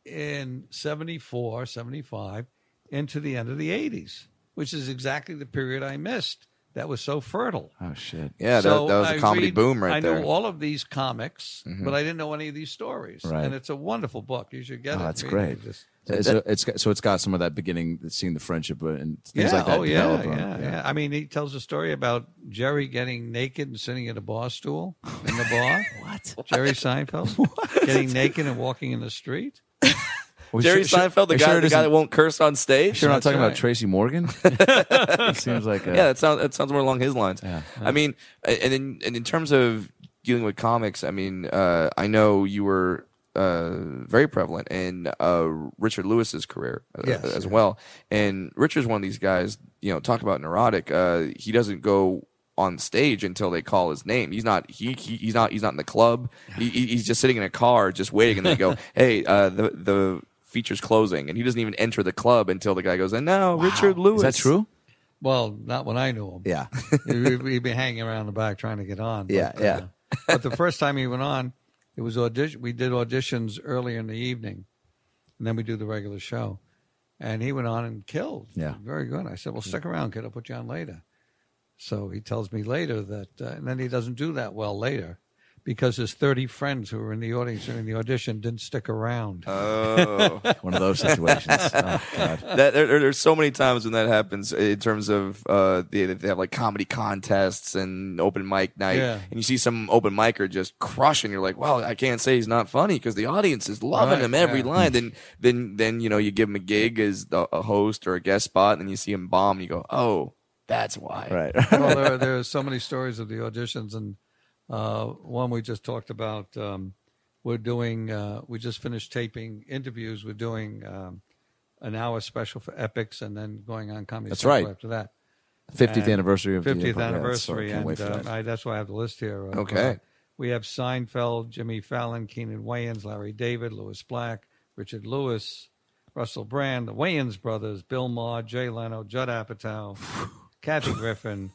[SPEAKER 5] in 74, 75, into the end of the 80s, which is exactly the period I missed that was so fertile.
[SPEAKER 3] Oh shit.
[SPEAKER 4] Yeah, that,
[SPEAKER 5] So
[SPEAKER 4] that was
[SPEAKER 5] I
[SPEAKER 4] a comedy
[SPEAKER 5] read-
[SPEAKER 4] boom right
[SPEAKER 5] I
[SPEAKER 4] there.
[SPEAKER 5] knew all of these comics, but I didn't know any of these stories.
[SPEAKER 3] Right.
[SPEAKER 5] And it's a wonderful book. You should get
[SPEAKER 3] Oh,
[SPEAKER 5] it.
[SPEAKER 3] that's
[SPEAKER 5] Read it.
[SPEAKER 3] great.
[SPEAKER 5] Just-
[SPEAKER 3] So, it's got- so it's got some of that beginning, seeing the friendship uh, and things
[SPEAKER 5] yeah,
[SPEAKER 3] like that.
[SPEAKER 5] oh yeah,
[SPEAKER 3] develop on it.
[SPEAKER 5] yeah, yeah. I mean, he tells a story about Jerry getting naked and sitting at a bar stool in the bar. what? Jerry Seinfeld getting naked and walking in the street.
[SPEAKER 3] Are we
[SPEAKER 4] Jerry
[SPEAKER 3] sure- sure-
[SPEAKER 4] Seinfeld, the
[SPEAKER 3] are you
[SPEAKER 4] guy,
[SPEAKER 3] sure it
[SPEAKER 4] the guy that
[SPEAKER 3] isn't-
[SPEAKER 4] won't curse on stage.
[SPEAKER 3] Sure, we're not talking about
[SPEAKER 5] right.
[SPEAKER 3] Tracy Morgan. it seems like a,
[SPEAKER 4] yeah, that sounds that sounds more along his lines. I mean, a- and in and in terms of dealing with comics, I mean, uh, I know you were uh, very prevalent in uh, Richard Lewis's career uh,
[SPEAKER 5] Yes.
[SPEAKER 4] as well. And Richard's one of these guys. You know, talk about neurotic. Uh, he doesn't go on stage until they call his name. He's not. He, he he's not. He's not in the club. He, he- he's just sitting in a car, just waiting, and they go, "Hey, uh, the the." Features closing, and he doesn't even enter the club until the guy goes, and now Richard Lewis.
[SPEAKER 3] Is that true?
[SPEAKER 5] Well, not when I knew him.
[SPEAKER 3] Yeah.
[SPEAKER 5] He- He'd be hanging around the back trying to get on.
[SPEAKER 3] Yeah,
[SPEAKER 5] but,
[SPEAKER 3] yeah.
[SPEAKER 5] uh, but the first time he went on, it was audition. We did auditions earlier in the evening, and then we do the regular show. And he went on and killed.
[SPEAKER 3] Yeah.
[SPEAKER 5] very good. I said, "Well, stick around, kid. I'll put you on later." So he tells me later that, uh, and then he doesn't do that well later, because his thirty friends who were in the audience during the audition didn't stick around.
[SPEAKER 3] One of those situations. Oh, God.
[SPEAKER 4] that there, there- there's so many times when that happens in terms of uh they, they have like comedy contests and open mic night
[SPEAKER 5] Yeah.
[SPEAKER 4] and you see some open micer just crushing you're like wow i can't say he's not funny because the audience is loving
[SPEAKER 5] Right,
[SPEAKER 4] him every
[SPEAKER 5] yeah.
[SPEAKER 4] line then then then you know you give him a gig as the, a host or a guest spot and then you see him bomb and you go oh that's why
[SPEAKER 3] Right.
[SPEAKER 5] well, there are, there are so many stories of the auditions, and uh, one we just talked about. Um, we're doing. Uh, we just finished taping interviews. We're doing um, an hour special for Epics, and then going on Comedy
[SPEAKER 3] That's
[SPEAKER 5] Central
[SPEAKER 3] right.
[SPEAKER 5] after that.
[SPEAKER 3] 50th
[SPEAKER 5] And
[SPEAKER 3] anniversary of the
[SPEAKER 5] fiftieth
[SPEAKER 3] Empire. Yeah, so I
[SPEAKER 5] anniversary,
[SPEAKER 3] can't wait
[SPEAKER 5] and
[SPEAKER 3] for
[SPEAKER 5] uh,
[SPEAKER 3] that.
[SPEAKER 5] I, that's why I have the list here. of,
[SPEAKER 4] Okay.
[SPEAKER 5] uh, we have Seinfeld, Jimmy Fallon, Keenan Wayans, Larry David, Louis Black, Richard Lewis, Russell Brand, the Wayans brothers, Bill Maher, Jay Leno, Judd Apatow, Kathy Griffin,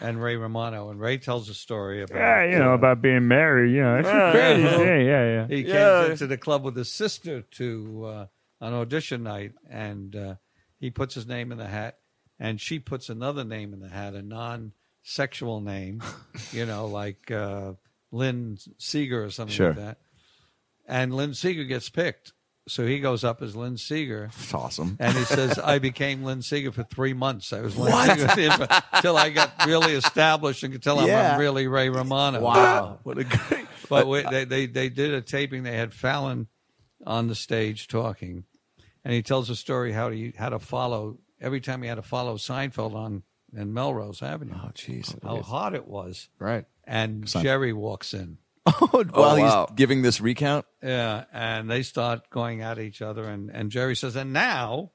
[SPEAKER 5] and Ray Romano. And Ray tells a story about
[SPEAKER 6] Yeah, you know, about being married, you know. It's crazy. Yeah, yeah, yeah.
[SPEAKER 5] he came into the club with his sister to uh, an audition night, and uh, he puts his name in the hat, and she puts another name in the hat, a non-sexual name, you know, like uh, Lynn Seeger or something
[SPEAKER 3] Sure.
[SPEAKER 5] like that. And Lynn Seeger gets picked, so he goes up as Lynn Seeger.
[SPEAKER 3] It's awesome.
[SPEAKER 5] And he says, I became Lynn Seeger for three months. I was Lynn Seeger until I got really established and could tell
[SPEAKER 3] Yeah.
[SPEAKER 5] I'm really Ray Romano.
[SPEAKER 3] Wow. What a great.
[SPEAKER 5] But we, they, they they did a taping. They had Fallon on the stage talking, and he tells a story how he how to follow every time he had to follow Seinfeld on and Melrose Avenue.
[SPEAKER 3] Oh, jeez.
[SPEAKER 5] how hard it was.
[SPEAKER 4] right
[SPEAKER 5] And Jerry walks in.
[SPEAKER 3] Oh, while
[SPEAKER 4] wow.
[SPEAKER 3] he's giving this recount,
[SPEAKER 5] Yeah, and they start going at each other, and and Jerry says, and now.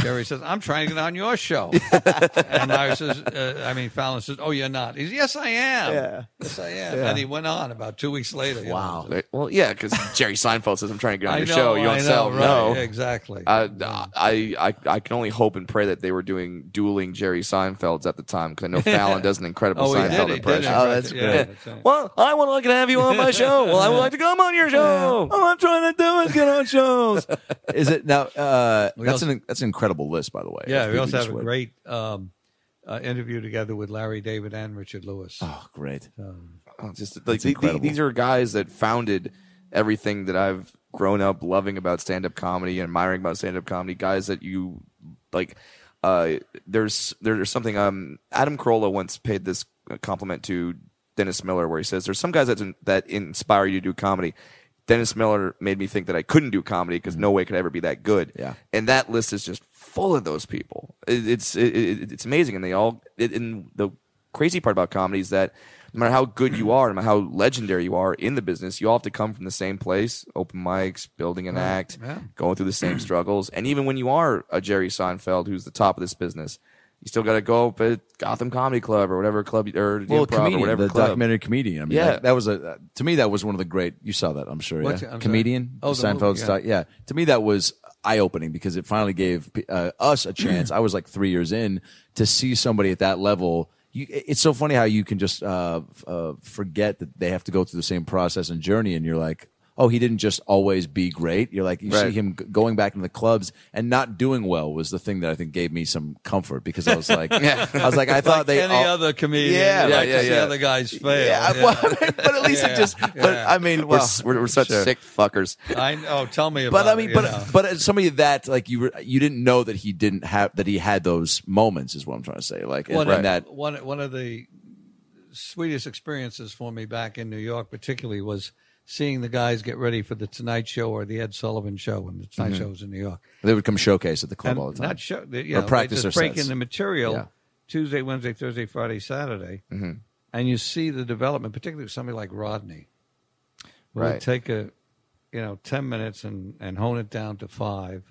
[SPEAKER 5] Jerry says, "I'm trying to get on your show," and I says, uh, "I mean, Fallon says, oh, you're not.' He says, "Yes, I am. Yes, I am." And he went on about two weeks later. you know.
[SPEAKER 4] well yeah because jerry seinfeld says i'm trying to get on
[SPEAKER 5] I
[SPEAKER 4] your
[SPEAKER 5] know,
[SPEAKER 4] show you don't
[SPEAKER 5] I know,
[SPEAKER 4] sell
[SPEAKER 5] right,
[SPEAKER 4] no
[SPEAKER 5] exactly.
[SPEAKER 4] I, I, I, I can only hope and pray that they were doing dueling Jerry Seinfelds at the time because I know Fallon does an incredible
[SPEAKER 5] Oh, he
[SPEAKER 4] Seinfeld
[SPEAKER 5] did, he did
[SPEAKER 4] impression.
[SPEAKER 5] impress Oh, that's it, yeah, great. that's right.
[SPEAKER 4] Well, I would like to have you on my show. Well, I would like to come on your show.
[SPEAKER 3] all I'm trying to do is get on shows. is it now? Uh, that's
[SPEAKER 5] also-
[SPEAKER 3] an that's an incredible list, by the way.
[SPEAKER 5] Yeah,
[SPEAKER 3] of
[SPEAKER 5] we
[SPEAKER 3] people
[SPEAKER 5] also
[SPEAKER 3] you
[SPEAKER 5] have a
[SPEAKER 3] sweat.
[SPEAKER 5] great um, uh, interview together with Larry David and Richard Lewis.
[SPEAKER 3] Oh, great.
[SPEAKER 4] Oh, Just like the- the-
[SPEAKER 3] incredible.
[SPEAKER 4] these are guys that founded everything that I've grown up loving about stand up comedy and admiring about stand up comedy. Guys that you like. Uh, there's there's something. Um, Adam Carolla once paid this compliment to Dennis Miller, where he says, "There's some guys that that inspire you to do comedy." Dennis Miller made me think that I couldn't do comedy because no way could I ever be that good.
[SPEAKER 3] Mm-hmm. Yeah.
[SPEAKER 4] and that list is just full of those people. It, it's it, it, it's amazing, and they all. It, and the crazy part about comedy is that no matter how good you are, no matter how legendary you are in the business, you all have to come from the same place: open mics, building an act, going through the same struggles. And even when you are a Jerry Seinfeld, who's the top of this business, you still got to go up at Gotham Comedy Club or whatever club, or the
[SPEAKER 3] Well,
[SPEAKER 4] improv or
[SPEAKER 3] comedian,
[SPEAKER 4] whatever
[SPEAKER 3] the
[SPEAKER 4] club.
[SPEAKER 3] documentary comedian. I mean,
[SPEAKER 4] Yeah.
[SPEAKER 3] that, that was a uh, to me that was one of the great. You saw that, I'm sure.
[SPEAKER 5] What's
[SPEAKER 3] yeah?
[SPEAKER 5] it- I'm sorry.
[SPEAKER 3] comedian.
[SPEAKER 5] Oh, the movie,
[SPEAKER 3] Seinfeld's
[SPEAKER 5] yeah.
[SPEAKER 3] doc- yeah. To me, that was eye opening because it finally gave uh, us a chance. I was like three years in to see somebody at that level. You, it's so funny how you can just uh, f- uh, forget that they have to go through the same process and journey, and you're like. oh, he didn't just always be great. You're like, you
[SPEAKER 4] Right.
[SPEAKER 3] see him g- going back into the clubs and not doing well was the thing that I think gave me some comfort because I was like, I was like, I thought they
[SPEAKER 5] Any
[SPEAKER 3] all-
[SPEAKER 5] other comedian,
[SPEAKER 3] Yeah,
[SPEAKER 5] yeah,
[SPEAKER 3] yeah,
[SPEAKER 5] like
[SPEAKER 4] yeah,
[SPEAKER 5] to see
[SPEAKER 4] yeah.
[SPEAKER 5] other guys fail.
[SPEAKER 3] Yeah,
[SPEAKER 5] Yeah.
[SPEAKER 3] well, but at least
[SPEAKER 5] Yeah,
[SPEAKER 3] it just. But
[SPEAKER 5] yeah.
[SPEAKER 3] I mean,
[SPEAKER 4] We're,
[SPEAKER 3] well,
[SPEAKER 4] s- we're, we're such
[SPEAKER 3] sure.
[SPEAKER 4] sick fuckers.
[SPEAKER 5] I know. Tell me about.
[SPEAKER 3] But I mean,
[SPEAKER 5] it,
[SPEAKER 3] but
[SPEAKER 5] you know.
[SPEAKER 3] but as somebody that like you were, you didn't know that he didn't have that he had those moments is what I'm trying to say. Like
[SPEAKER 5] one,
[SPEAKER 3] and
[SPEAKER 5] of,
[SPEAKER 3] that
[SPEAKER 5] one one of the sweetest experiences for me back in New York, particularly, was seeing the guys get ready for the Tonight Show or the Ed Sullivan Show when the Tonight Show was in New York.
[SPEAKER 3] they would come showcase at the Mm-hmm. club all the time.
[SPEAKER 5] Not show, they, you
[SPEAKER 3] Or
[SPEAKER 5] know,
[SPEAKER 3] practice
[SPEAKER 5] they just
[SPEAKER 3] their
[SPEAKER 5] break
[SPEAKER 3] sets.
[SPEAKER 5] in the material
[SPEAKER 3] Yeah. Mm-hmm.
[SPEAKER 5] Tuesday, Wednesday, Thursday, Friday, Saturday, and you see the development, particularly with somebody like Rodney, who would
[SPEAKER 4] Right.
[SPEAKER 5] take a you know ten minutes and and hone it down to five.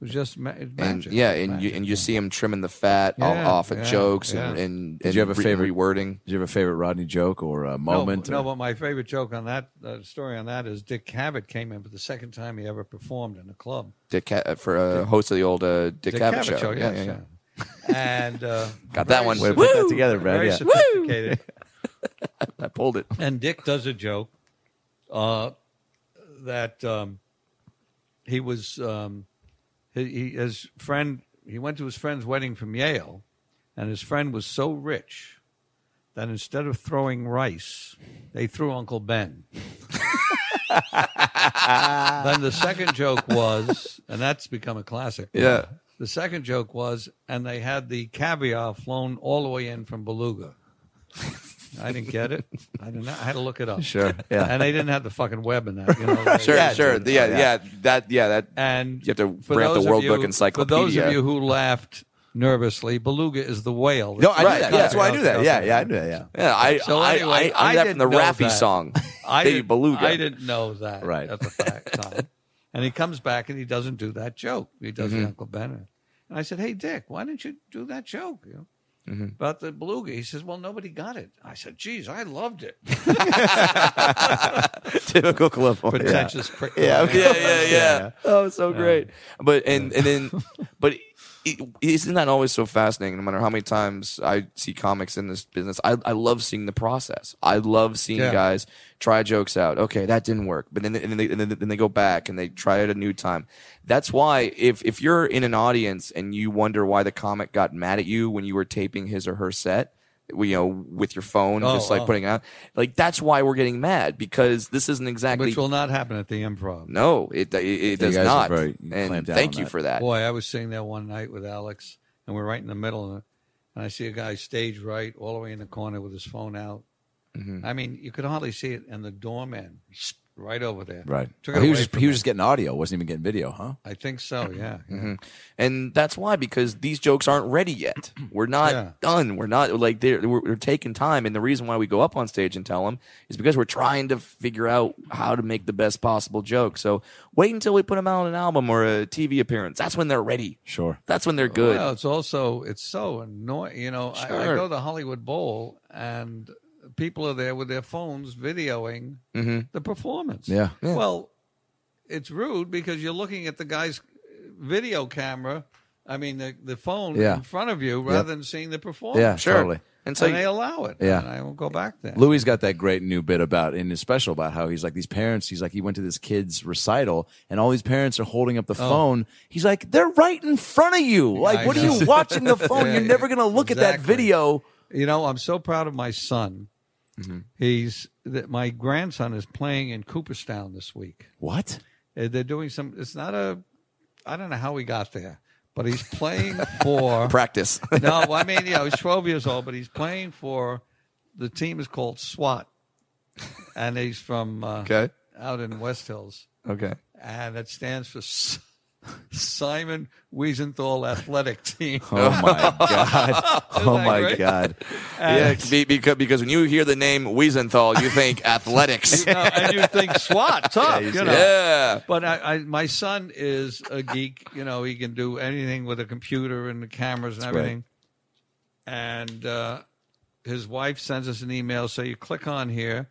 [SPEAKER 5] It was just ma- magic.
[SPEAKER 4] And yeah, and you,
[SPEAKER 5] Magic.
[SPEAKER 4] and you see him trimming the fat all
[SPEAKER 5] Yeah,
[SPEAKER 4] off of
[SPEAKER 5] yeah,
[SPEAKER 4] jokes and
[SPEAKER 5] yeah.
[SPEAKER 4] and,
[SPEAKER 3] Did you
[SPEAKER 4] and
[SPEAKER 3] have a
[SPEAKER 4] re-
[SPEAKER 3] favorite-
[SPEAKER 4] rewording?
[SPEAKER 3] Did you have a favorite Rodney joke or a
[SPEAKER 5] No,
[SPEAKER 3] moment?
[SPEAKER 5] No,
[SPEAKER 3] or-
[SPEAKER 5] but my favorite joke on that uh, story on that is Dick Cavett came in for the second time he ever performed in a club.
[SPEAKER 4] Dick Ca- uh, for a host of the old uh, Dick,
[SPEAKER 5] Dick
[SPEAKER 4] Cavett, show.
[SPEAKER 5] yes, yeah. And uh,
[SPEAKER 4] Got that
[SPEAKER 5] very
[SPEAKER 4] one.
[SPEAKER 5] soph-
[SPEAKER 3] Way to put that together, Brad.
[SPEAKER 5] very
[SPEAKER 3] Yeah.
[SPEAKER 5] sophisticated.
[SPEAKER 4] I pulled it.
[SPEAKER 5] and Dick does a joke uh, that um, he was um, he, he, his friend. He went to his friend's wedding from Yale, and his friend was so rich that instead of throwing rice, they threw Uncle Ben. then the second joke was, and that's become a classic.
[SPEAKER 4] Yeah.
[SPEAKER 5] The second joke was, and they had the caviar flown all the way in from Beluga. I didn't get it. I didn't. I had to look it up. Sure.
[SPEAKER 3] yeah.
[SPEAKER 5] And they didn't have the fucking web in that. You know,
[SPEAKER 4] Sure,
[SPEAKER 3] Yeah,
[SPEAKER 4] sure.
[SPEAKER 3] dude.
[SPEAKER 5] Oh,
[SPEAKER 4] Yeah,
[SPEAKER 3] Yeah.
[SPEAKER 4] yeah, That, yeah, that.
[SPEAKER 5] And
[SPEAKER 4] You have to
[SPEAKER 5] for
[SPEAKER 4] bring out the
[SPEAKER 5] those of
[SPEAKER 4] World
[SPEAKER 5] you-
[SPEAKER 4] Book
[SPEAKER 5] For those of
[SPEAKER 4] Encyclopedia.
[SPEAKER 5] you who laughed nervously, beluga is the whale.
[SPEAKER 3] No, I knew
[SPEAKER 4] Right,
[SPEAKER 3] that.
[SPEAKER 4] yeah.
[SPEAKER 3] That's why I knew that. Yeah, yeah, I knew that. Yeah.
[SPEAKER 4] Yeah, I,
[SPEAKER 5] So
[SPEAKER 4] I,
[SPEAKER 5] anyway,
[SPEAKER 4] I, I,
[SPEAKER 5] I
[SPEAKER 4] knew that from
[SPEAKER 5] didn't
[SPEAKER 4] the
[SPEAKER 5] know
[SPEAKER 4] Raffy
[SPEAKER 5] that.
[SPEAKER 4] song.
[SPEAKER 5] I
[SPEAKER 4] Baby
[SPEAKER 5] didn't,
[SPEAKER 4] Beluga.
[SPEAKER 5] I didn't know that
[SPEAKER 3] Right.
[SPEAKER 5] at the fact time. And he comes back and he doesn't do that joke. He does
[SPEAKER 3] Mm-hmm.
[SPEAKER 5] the Uncle Ben. And I said, Hey, Dick, why didn't you do that joke? You know,
[SPEAKER 3] Mm-hmm.
[SPEAKER 5] About the beluga. He says, Well, nobody got it. I said, Geez, I loved it.
[SPEAKER 3] Typical club. owner. Oh, Yeah.
[SPEAKER 5] Pretentious prick.
[SPEAKER 3] Yeah, okay.
[SPEAKER 4] yeah, yeah, yeah. Oh, so great. But and and then, but it, isn't that always so fascinating? No matter how many times I see comics in this business, I, I love seeing the process. I love seeing
[SPEAKER 5] Yeah.
[SPEAKER 4] guys try jokes out. Okay, that didn't work, but then and then they, and then, then they go back and they try it a new time. That's why if if you're in an audience and you wonder why the comic got mad at you when you were taping his or her set. You know, with your phone,
[SPEAKER 5] Oh,
[SPEAKER 4] just like
[SPEAKER 5] oh.
[SPEAKER 4] putting out, like that's why we're getting mad because this isn't exactly
[SPEAKER 5] Which will not happen at the improv.
[SPEAKER 4] no, it it, it
[SPEAKER 3] You
[SPEAKER 4] does
[SPEAKER 3] guys are
[SPEAKER 4] not.
[SPEAKER 3] very- you
[SPEAKER 4] and
[SPEAKER 3] clamped down
[SPEAKER 4] thank
[SPEAKER 3] on
[SPEAKER 4] you
[SPEAKER 3] that.
[SPEAKER 4] for that.
[SPEAKER 5] Boy, I was sitting there one night with Alex, and we're right in the middle, and, and I see a guy stage right, all the way in the corner with his phone out.
[SPEAKER 3] Mm-hmm.
[SPEAKER 5] I mean, you could hardly see it, and the doorman right over there.
[SPEAKER 3] Right.
[SPEAKER 5] Took
[SPEAKER 3] Oh,
[SPEAKER 5] it
[SPEAKER 3] he was
[SPEAKER 5] away
[SPEAKER 3] just,
[SPEAKER 5] from
[SPEAKER 3] he
[SPEAKER 5] me.
[SPEAKER 3] was just getting audio. Wasn't even getting video, huh?
[SPEAKER 5] I think so. Yeah. yeah.
[SPEAKER 4] And that's why because these jokes aren't ready yet. We're not
[SPEAKER 5] Yeah.
[SPEAKER 4] done. We're not like they're we're, we're taking time. And the reason why we go up on stage and tell them is because we're trying to figure out how to make the best possible joke. So wait until we put them out on an album or a TV appearance. That's when they're ready.
[SPEAKER 3] Sure.
[SPEAKER 4] That's when they're good.
[SPEAKER 5] Well, it's also it's so annoying. You know, I, I
[SPEAKER 4] Sure.
[SPEAKER 5] go to the Hollywood Bowl, and people are there with their phones videoing the performance.
[SPEAKER 3] Mm-hmm. Yeah. Yeah.
[SPEAKER 5] Well, it's rude because you're looking at the guy's video camera. I mean, the the phone
[SPEAKER 3] Yeah.
[SPEAKER 5] in front of you rather than seeing the performance.
[SPEAKER 3] Yeah.
[SPEAKER 4] sure.
[SPEAKER 3] Totally.
[SPEAKER 4] And
[SPEAKER 5] And
[SPEAKER 4] so
[SPEAKER 5] they allow it.
[SPEAKER 3] Yeah.
[SPEAKER 5] And I won't go back there.
[SPEAKER 3] Louis got that great new bit about in his special about how he's like these parents. He's like he went to this kid's recital and all these parents are holding up the phone. He's like they're right in front of you. Like
[SPEAKER 5] Oh. I
[SPEAKER 3] what are
[SPEAKER 5] know.
[SPEAKER 3] you watching the phone?
[SPEAKER 5] Yeah,
[SPEAKER 3] You're
[SPEAKER 5] yeah.
[SPEAKER 3] never gonna look at that
[SPEAKER 5] Exactly.
[SPEAKER 3] video.
[SPEAKER 5] You know, I'm so proud of my son.
[SPEAKER 3] Mm-hmm.
[SPEAKER 5] He's that my grandson is playing in Cooperstown this week.
[SPEAKER 3] What?
[SPEAKER 5] Uh, They're doing some. It's not a. I don't know how he got there, but he's playing for.
[SPEAKER 4] practice.
[SPEAKER 5] no, I mean, yeah, he's 12 years old, but he's playing for. The team is called SWAT, and he's from uh,
[SPEAKER 4] Okay.
[SPEAKER 5] out in West Hills,
[SPEAKER 4] okay.
[SPEAKER 5] and it stands for S- Simon Wiesenthal Athletic Team.
[SPEAKER 3] Oh my god!
[SPEAKER 5] Isn't
[SPEAKER 3] Oh
[SPEAKER 5] that
[SPEAKER 3] my
[SPEAKER 5] great?
[SPEAKER 3] god!
[SPEAKER 4] Yeah, be- because, because when you hear the name Wiesenthal, you think athletics.
[SPEAKER 5] No, and you think SWAT tough, you know.
[SPEAKER 4] Yeah.
[SPEAKER 5] But I, I, my son is a geek. You know, he can do anything with a computer and the cameras and
[SPEAKER 3] right.
[SPEAKER 5] everything. And uh, his wife sends us an email. So you click on here,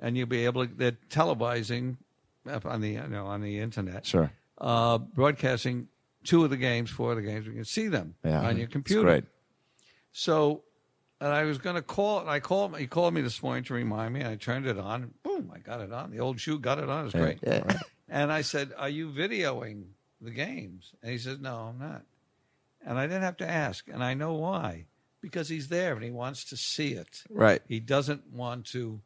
[SPEAKER 5] and you'll be able to. They're televising up on the you know on the internet,
[SPEAKER 3] Sure.
[SPEAKER 5] uh, broadcasting two of the games, four of the games. We can see them
[SPEAKER 3] Yeah.
[SPEAKER 5] on your
[SPEAKER 3] It's
[SPEAKER 5] computer.
[SPEAKER 3] great.
[SPEAKER 5] So and I was going to call. And I called. He called me this morning to remind me. I turned it on. Boom! I got it on. The old shoe got it on. It's great. And I said, "Are you videoing the games?" And he says, "No, I'm not." And I didn't have to ask, and I know why. Because he's there and he wants to see it.
[SPEAKER 4] Right.
[SPEAKER 5] He doesn't want to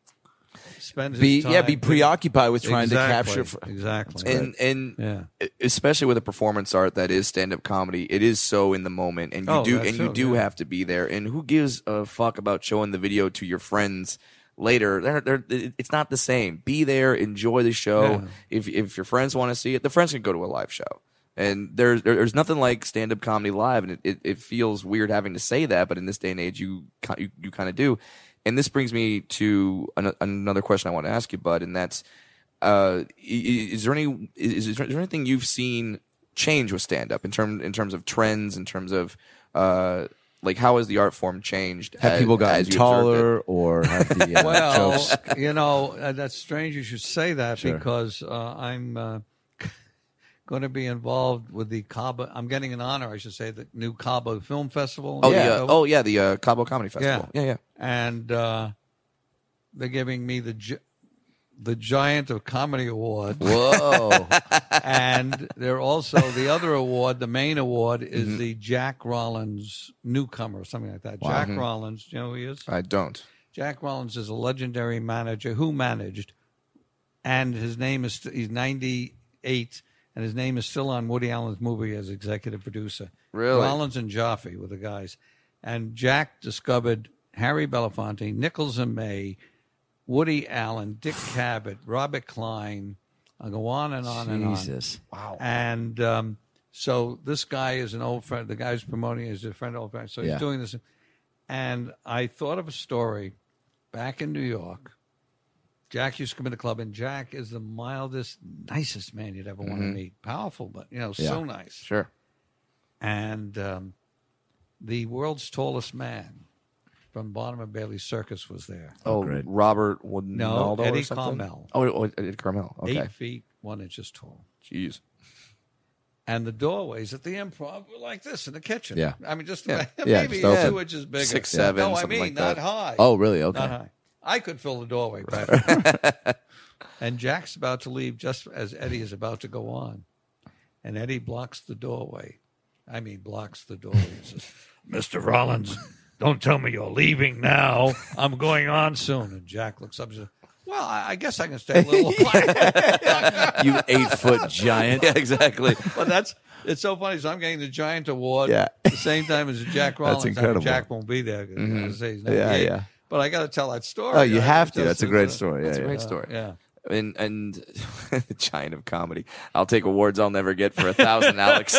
[SPEAKER 5] spend his
[SPEAKER 1] Be
[SPEAKER 5] time
[SPEAKER 1] yeah, be preoccupied with trying
[SPEAKER 5] Exactly,
[SPEAKER 1] to capture.
[SPEAKER 5] exactly.
[SPEAKER 4] and and
[SPEAKER 5] Yeah.
[SPEAKER 4] e- especially with a performance art that is stand up comedy, it is so in the moment, and you
[SPEAKER 5] Oh,
[SPEAKER 4] do
[SPEAKER 5] that's
[SPEAKER 4] and you
[SPEAKER 5] so,
[SPEAKER 4] do
[SPEAKER 5] yeah.
[SPEAKER 4] have to be there. And who gives a fuck about showing the video to your friends? Later, they're, they're, it- it's not the same. Be there, enjoy the show.
[SPEAKER 5] Yeah.
[SPEAKER 4] If if your friends want to see it, the friends can go to a live show. And there's there- there's nothing like stand up comedy live, and it, it, it feels weird having to say that, but in this day and age, you ki- you, you kind of do. And this brings me to an, another question I want to ask you, Bud, and that's uh, i- i- is there any is, is there anything you've seen change with stand up in terms in terms of trends in terms of uh, like how has the art form changed
[SPEAKER 1] Have
[SPEAKER 3] uh,
[SPEAKER 4] as-
[SPEAKER 1] people
[SPEAKER 4] as
[SPEAKER 1] gotten
[SPEAKER 4] you observed it?
[SPEAKER 1] taller or have the uh,
[SPEAKER 5] well,
[SPEAKER 1] jokes?
[SPEAKER 5] you know, uh, that's strange you should say that because uh, I'm uh, going to be involved with the Cabo. I'm getting an honor, I should say, the new Cabo Film Festival.
[SPEAKER 4] oh yeah, oh yeah the uh, Cabo Comedy Festival yeah yeah,
[SPEAKER 5] And uh, they're giving me the gi- the Giant of Comedy Award.
[SPEAKER 1] Whoa!
[SPEAKER 5] and they're also the other award, the main award, is the Jack Rollins newcomer, or something like that. Jack Rollins, you know who he is?
[SPEAKER 4] I don't
[SPEAKER 5] Jack Rollins is a legendary manager who managed, and his name is he's 98, and his name is still on Woody Allen's movie as executive producer.
[SPEAKER 4] Really?
[SPEAKER 5] Rollins and Jaffe were the guys, and Jack discovered Harry Belafonte, Nichols and May, Woody Allen, Dick Cabot, Robert Klein. I go on and on and on.
[SPEAKER 1] Jesus.
[SPEAKER 5] And um, so this guy is an old friend. The guy who's promoting is a friend, old friend. So
[SPEAKER 1] Yeah.
[SPEAKER 5] he's doing this. And I thought of a story back in New York. Jack used to come in the club, and Jack is the mildest, nicest man you'd ever want to meet. Powerful, but you know, so nice.
[SPEAKER 4] Mm-hmm. sure
[SPEAKER 5] And um, the world's tallest man from Bonham and Bailey Circus was there.
[SPEAKER 4] oh Robert Winaldo
[SPEAKER 5] No,
[SPEAKER 4] or
[SPEAKER 5] Eddie
[SPEAKER 4] something?
[SPEAKER 5] Carmel.
[SPEAKER 4] oh, oh Eddie Carmel okay
[SPEAKER 5] Eight feet, one inches tall.
[SPEAKER 4] jeez
[SPEAKER 5] and the doorways at the improv were like this in the kitchen.
[SPEAKER 1] Yeah.
[SPEAKER 5] I mean, just
[SPEAKER 1] Yeah.
[SPEAKER 5] maybe
[SPEAKER 1] Yeah, just
[SPEAKER 5] two
[SPEAKER 1] open.
[SPEAKER 5] inches bigger.
[SPEAKER 4] Six, seven,
[SPEAKER 5] No, I
[SPEAKER 4] something
[SPEAKER 5] mean,
[SPEAKER 4] like
[SPEAKER 5] not
[SPEAKER 4] that.
[SPEAKER 5] high.
[SPEAKER 1] Oh, really?
[SPEAKER 5] Not
[SPEAKER 1] Okay.
[SPEAKER 5] high. I could fill the doorway better. and Jack's about to leave just as Eddie is about to go on. And Eddie blocks the doorway. I mean, blocks the doorway and says, Mr. Rollins, don't tell me you're leaving now. I'm going on soon. And Jack looks up and says, Well, I I guess I can stay a little while.
[SPEAKER 1] You eight foot giant.
[SPEAKER 4] yeah exactly
[SPEAKER 5] But that's it's so funny. So I'm getting the Giant Award
[SPEAKER 1] Yeah.
[SPEAKER 5] at the same time as Jack Rollins. I mean,
[SPEAKER 1] incredible. Mm-hmm.
[SPEAKER 5] Jack won't be there. 'cause, as I say, he's
[SPEAKER 1] Yeah,
[SPEAKER 5] 98.
[SPEAKER 1] yeah.
[SPEAKER 5] But I got to tell that story.
[SPEAKER 1] Oh, you
[SPEAKER 5] I-
[SPEAKER 1] have to.
[SPEAKER 5] it's
[SPEAKER 1] That's a
[SPEAKER 5] just-
[SPEAKER 1] great
[SPEAKER 5] it's
[SPEAKER 1] story.
[SPEAKER 4] It's
[SPEAKER 1] Yeah,
[SPEAKER 4] a
[SPEAKER 1] yeah.
[SPEAKER 4] great story
[SPEAKER 5] Yeah.
[SPEAKER 4] and and giant of comedy. I'll take awards I'll never get for a thousand, Alex.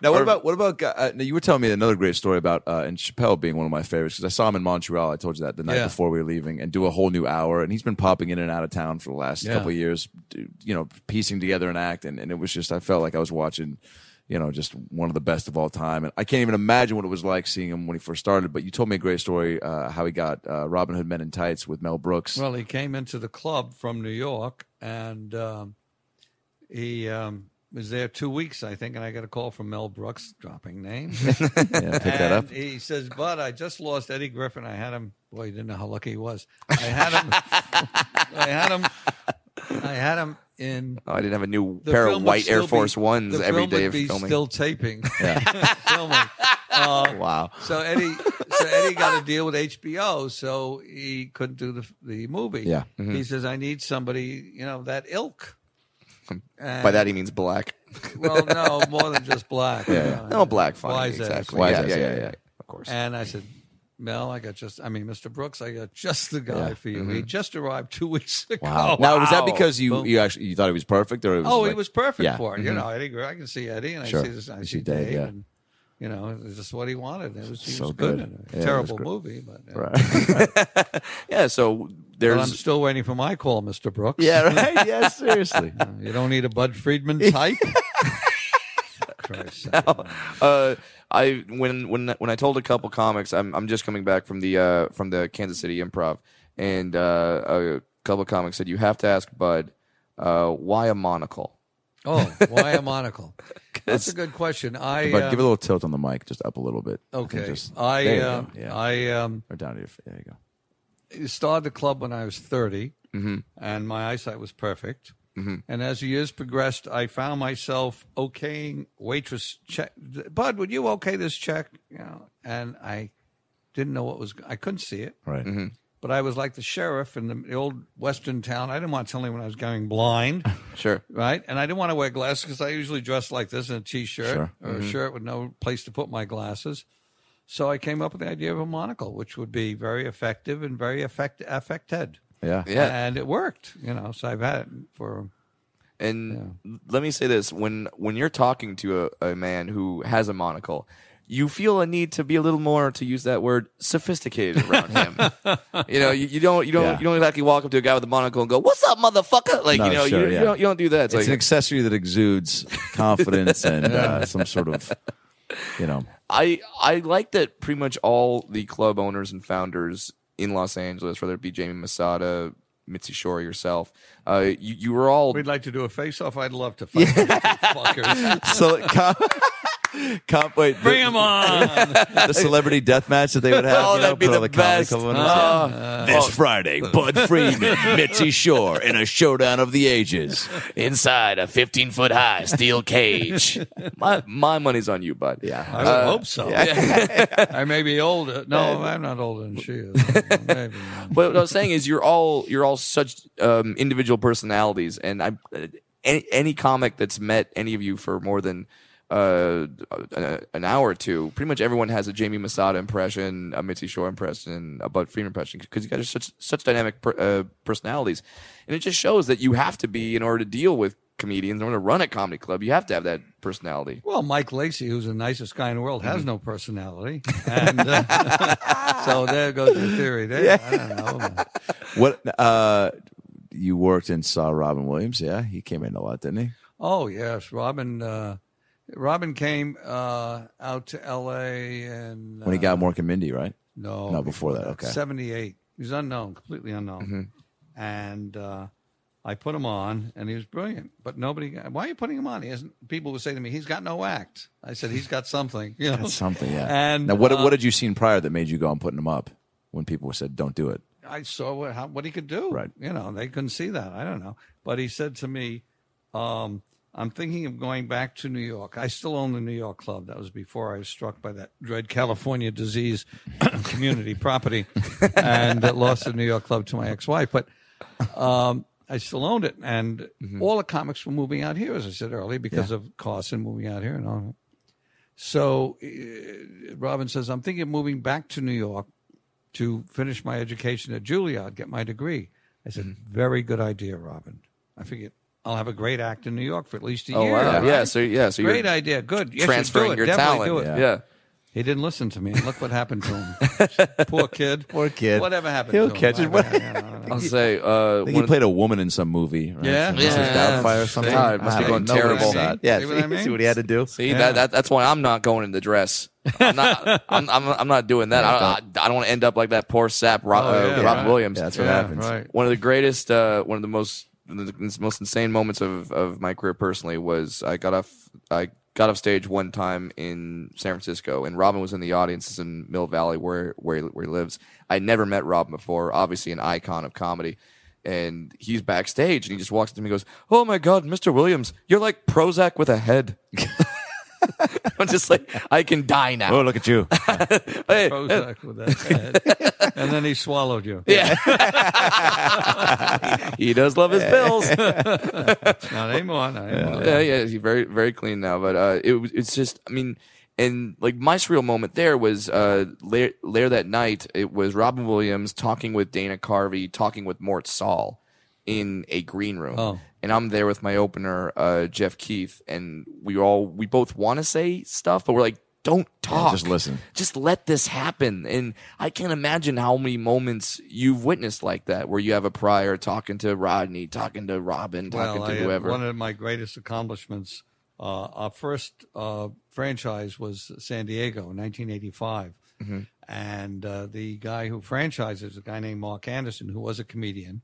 [SPEAKER 3] Now, what about what about? Uh, now you were telling me another great story about uh, and Chappelle being one of my favorites because I saw him in Montreal. I told you that the night
[SPEAKER 5] Yeah.
[SPEAKER 3] before we were leaving, and do a whole new hour. And he's been popping in and out of town for the last
[SPEAKER 5] Yeah.
[SPEAKER 3] couple of years, d- you know, piecing together an act, and, and it was just I felt like I was watching, you know, just one of the best of all time. And I can't even imagine what it was like seeing him when he first started. But you told me a great story uh, how he got uh, Robin Hood Men in Tights with Mel Brooks.
[SPEAKER 5] Well, he came into the club from New York, and um, he um, was there two weeks, I think. And I got a call from Mel Brooks, dropping names.
[SPEAKER 3] yeah, pick that up.
[SPEAKER 5] And He says, "But I just lost Eddie Griffin. I had him. Boy, you didn't know how lucky he was. I had him. I had him. I had him in
[SPEAKER 4] Oh, I didn't have a new
[SPEAKER 5] the
[SPEAKER 4] pair
[SPEAKER 5] film
[SPEAKER 4] of
[SPEAKER 5] would
[SPEAKER 4] white Air
[SPEAKER 5] still be-
[SPEAKER 4] Force Ones
[SPEAKER 5] the
[SPEAKER 4] every
[SPEAKER 5] film
[SPEAKER 4] day
[SPEAKER 5] would
[SPEAKER 4] of
[SPEAKER 5] be
[SPEAKER 4] filming.
[SPEAKER 5] Still taping. filming. Uh,
[SPEAKER 1] Wow.
[SPEAKER 5] So Eddie, so Eddie got a deal with HBO, so he couldn't do the the movie.
[SPEAKER 1] Yeah.
[SPEAKER 4] Mm-hmm.
[SPEAKER 5] He says, "I need somebody, you know, that ilk."
[SPEAKER 4] By that he means black.
[SPEAKER 5] Well, no, more than just black. Yeah.
[SPEAKER 4] No Oh, black funny.
[SPEAKER 5] Why is that?
[SPEAKER 4] exactly.
[SPEAKER 1] Why
[SPEAKER 4] yeah,
[SPEAKER 1] is
[SPEAKER 4] yeah,
[SPEAKER 1] that?
[SPEAKER 4] yeah,
[SPEAKER 1] Yeah,
[SPEAKER 4] yeah.
[SPEAKER 1] yeah.
[SPEAKER 4] Of course.
[SPEAKER 5] And I said, Mel, I got just, I mean, Mr. Brooks, I got just the guy for you. He just arrived two weeks ago.
[SPEAKER 1] Wow. Now, was that
[SPEAKER 4] Mm-hmm. wow.
[SPEAKER 1] because you, you actually you thought it was perfect, or it was
[SPEAKER 5] oh,
[SPEAKER 1] like,
[SPEAKER 5] he was perfect
[SPEAKER 1] Yeah. Mm-hmm.
[SPEAKER 5] for it. You know, Eddie, Gr- I can see Eddie and
[SPEAKER 1] Sure.
[SPEAKER 5] I see this, I
[SPEAKER 1] You
[SPEAKER 5] see
[SPEAKER 1] see Dave,
[SPEAKER 5] Dave.
[SPEAKER 1] yeah.
[SPEAKER 5] and, you know, it's just what he wanted. It was, he
[SPEAKER 1] So
[SPEAKER 5] was good.
[SPEAKER 1] good.
[SPEAKER 5] in it.
[SPEAKER 1] Yeah, it was
[SPEAKER 5] Terrible
[SPEAKER 1] great.
[SPEAKER 5] movie, but, uh,
[SPEAKER 4] Yeah, so
[SPEAKER 5] but
[SPEAKER 4] there's
[SPEAKER 5] I'm still waiting for my call, Mr. Brooks. Uh,
[SPEAKER 1] Yeah, right. Yeah, seriously.
[SPEAKER 5] You don't need a Bud Friedman type. Christ.
[SPEAKER 4] uh, I when when when I told a couple comics, I'm I'm just coming back from the uh, from the Kansas City Improv, and uh, a couple comics said you have to ask Bud, uh, why a monocle?
[SPEAKER 5] Oh, why a monocle? That's a good question. I
[SPEAKER 3] But
[SPEAKER 5] uh,
[SPEAKER 3] give it a little tilt on the mic, just up a little bit. I think
[SPEAKER 5] okay.
[SPEAKER 3] just- there
[SPEAKER 5] I
[SPEAKER 3] you
[SPEAKER 5] uh,
[SPEAKER 3] go. yeah.
[SPEAKER 5] I um,
[SPEAKER 3] or down to your. There you go.
[SPEAKER 5] started the club when I was 30, and my eyesight was perfect. And as the years progressed, I found myself okaying waitress check. Bud, would you okay this check? You know, and I didn't know what was. I couldn't see it,
[SPEAKER 3] Right.
[SPEAKER 5] but I was like the sheriff in the, the old western town. I didn't want to tell anyone I was going blind,
[SPEAKER 4] Sure.
[SPEAKER 5] right? And I didn't want to wear glasses because I usually dress like this in a t-shirt
[SPEAKER 3] Sure.
[SPEAKER 5] or a shirt with no place to put my glasses. So I came up with the idea of a monocle, which would be very effective and very affect affected.
[SPEAKER 3] Yeah.
[SPEAKER 4] Yeah.
[SPEAKER 5] And it worked, you know. So I've had it for
[SPEAKER 4] And let me say this: when when you're talking to a, a man who has a monocle, you feel a need to be a little more, to use that word, sophisticated around him. you know, you, you don't you don't
[SPEAKER 3] Yeah.
[SPEAKER 4] you don't exactly walk up to a guy with a monocle and go, "What's up, motherfucker?" Like
[SPEAKER 3] No,
[SPEAKER 4] you know,
[SPEAKER 3] sure,
[SPEAKER 4] you,
[SPEAKER 3] yeah.
[SPEAKER 4] you don't you don't do that. It's,
[SPEAKER 3] It's an
[SPEAKER 4] like
[SPEAKER 3] accessory that exudes confidence and uh, some sort of, you know,
[SPEAKER 4] I I like that pretty much all the club owners and founders in Los Angeles, whether it be Jamie Masada, Mitzi Shore, yourself, uh, you you were all
[SPEAKER 5] we'd like to do a face off. I'd love to fight fuckers.
[SPEAKER 3] so com- com- wait, the-
[SPEAKER 5] Bring 'em on.
[SPEAKER 3] the celebrity death match that they would have.
[SPEAKER 4] Oh,
[SPEAKER 3] you know,
[SPEAKER 4] that'd be
[SPEAKER 3] put all
[SPEAKER 4] the
[SPEAKER 3] comedy
[SPEAKER 4] best.
[SPEAKER 3] club owners
[SPEAKER 4] Oh.
[SPEAKER 3] in. this Friday, Bud Freeman, Mitzi Shore, in a showdown of the ages.
[SPEAKER 4] inside a 15 foot high steel cage. my my money's on you, bud. Yeah.
[SPEAKER 5] I would hope so. I may be older. No, I'm not older than she is. Maybe.
[SPEAKER 4] But what I was saying is, you're all you're all such um, individual personalities, and I any, any comic that's met any of you for more than uh, a- an hour or two, pretty much everyone has a Jamie Masada impression, a Mitzi Shore impression, a Bud Freeman impression, because you guys are such such dynamic per, uh, personalities, and it just shows that you have to be in order to deal with comedians, in order to run a comedy club, you have to have that personality.
[SPEAKER 5] Well, Mike Lacey, who's the nicest guy in the world,
[SPEAKER 3] Mm-hmm.
[SPEAKER 5] has no personality. And uh, so there goes your theory there. I don't know.
[SPEAKER 3] What uh, you worked and saw Robin Williams? Yeah, he came in a lot, didn't he?
[SPEAKER 5] Oh, yes. Robin uh, Robin came uh, out to L.A. and uh,
[SPEAKER 3] When he got Mork and Mindy, right?
[SPEAKER 5] No,
[SPEAKER 3] No, before that, okay. Mm-hmm.
[SPEAKER 5] 78. He was unknown, completely unknown. And uh, I put him on, and he was brilliant. But nobody, why are you putting him on? He hasn't, people would say to me, he's got no act. I said, he's got something. You know?
[SPEAKER 3] That's something, yeah.
[SPEAKER 5] And,
[SPEAKER 3] now, what
[SPEAKER 5] uh,
[SPEAKER 3] what had you seen prior that made you go and putting him up when people said don't do it?
[SPEAKER 5] I saw what, how, what he could do.
[SPEAKER 3] Right.
[SPEAKER 5] You know, they couldn't see that. I don't know. But he said to me, um, I'm thinking of going back to New York. I still own the New York club. That was before I was struck by that dread California disease community property and that lost the New York club to my ex wife. But um, I still owned it. And
[SPEAKER 4] Mm-hmm.
[SPEAKER 5] all the comics were moving out here, as I said earlier, because of Carson moving out here and all that. So uh, Robin says, I'm thinking of moving back to New York to finish my education at Juilliard, get my degree. I said,
[SPEAKER 4] Mm-hmm.
[SPEAKER 5] very good idea, Robin. I figured I'll have a great act in New York for at least a year.
[SPEAKER 4] Oh, Yeah.
[SPEAKER 5] right?
[SPEAKER 4] So yeah. So
[SPEAKER 5] great
[SPEAKER 4] you're
[SPEAKER 5] idea. Good. Yes, you do
[SPEAKER 4] transferring
[SPEAKER 5] it.
[SPEAKER 4] your
[SPEAKER 5] Definitely
[SPEAKER 4] talent.
[SPEAKER 5] do it.
[SPEAKER 4] Yeah.
[SPEAKER 5] He didn't listen to me. And look what happened to him. Poor kid.
[SPEAKER 3] Poor kid.
[SPEAKER 5] Whatever happened
[SPEAKER 3] He'll
[SPEAKER 5] to him.
[SPEAKER 3] catch
[SPEAKER 5] I
[SPEAKER 3] it.
[SPEAKER 5] don't- I don't know.
[SPEAKER 4] I'll say uh,
[SPEAKER 3] I think
[SPEAKER 4] one
[SPEAKER 3] he
[SPEAKER 4] of-
[SPEAKER 3] played a woman in some movie. Right?
[SPEAKER 5] Yeah.
[SPEAKER 3] Mrs.
[SPEAKER 4] Yeah.
[SPEAKER 3] Doubtfire or something.
[SPEAKER 4] God, it must
[SPEAKER 3] I
[SPEAKER 4] be going
[SPEAKER 3] don't know what
[SPEAKER 4] terrible.
[SPEAKER 3] he shot.
[SPEAKER 5] See what I
[SPEAKER 3] Yeah, see,
[SPEAKER 5] mean?
[SPEAKER 3] see what he had to do.
[SPEAKER 4] See that, that that's why I'm not going in the dress. I'm not. I'm, I'm, I'm not doing that. I, I, I don't want to end up like that poor sap Rob,
[SPEAKER 5] Oh, yeah,
[SPEAKER 4] uh, Rob
[SPEAKER 5] right.
[SPEAKER 4] Williams.
[SPEAKER 3] Yeah, that's what
[SPEAKER 5] Yeah,
[SPEAKER 3] happens.
[SPEAKER 5] right.
[SPEAKER 4] One of the greatest. Uh, one of the most the most insane moments of, of my career personally was I got off I got off stage one time in San Francisco and Robin was in the audiences in Mill Valley where where he, where he lives. I never met Robin before. Obviously an icon of comedy. And he's backstage and he just walks up to me and goes, Oh my God, Mr. Williams, you're like Prozac with a head. I'm just like, I can die
[SPEAKER 3] Oh,
[SPEAKER 4] now.
[SPEAKER 3] look at you.
[SPEAKER 4] Hey,
[SPEAKER 5] Prozac with that head. and then he swallowed you.
[SPEAKER 4] yeah. he does love his pills.
[SPEAKER 5] Not anymore. Not anymore.
[SPEAKER 4] yeah, yeah, he's very very clean now. But uh, it was it's just I mean, and like my surreal moment there was uh later, later that night. It was Robin Williams talking with Dana Carvey, talking with Mort Saul in a green room.
[SPEAKER 5] Oh.
[SPEAKER 4] And I'm there with my opener, uh, Jeff Keith, and we all we both want to say stuff, but we're like, don't talk,
[SPEAKER 3] just listen.
[SPEAKER 4] just let this happen. And I can't imagine how many moments you've witnessed like that, where you have a prior talking to Rodney, talking to Robin, talking
[SPEAKER 5] well,
[SPEAKER 4] to
[SPEAKER 5] I had-
[SPEAKER 4] whoever.
[SPEAKER 5] One of my greatest accomplishments, uh, our first uh, franchise was San Diego in 1985.
[SPEAKER 4] Mm-hmm.
[SPEAKER 5] And uh, the guy who franchised is a guy named Mark Anderson, who was a
[SPEAKER 4] Hmm.
[SPEAKER 5] comedian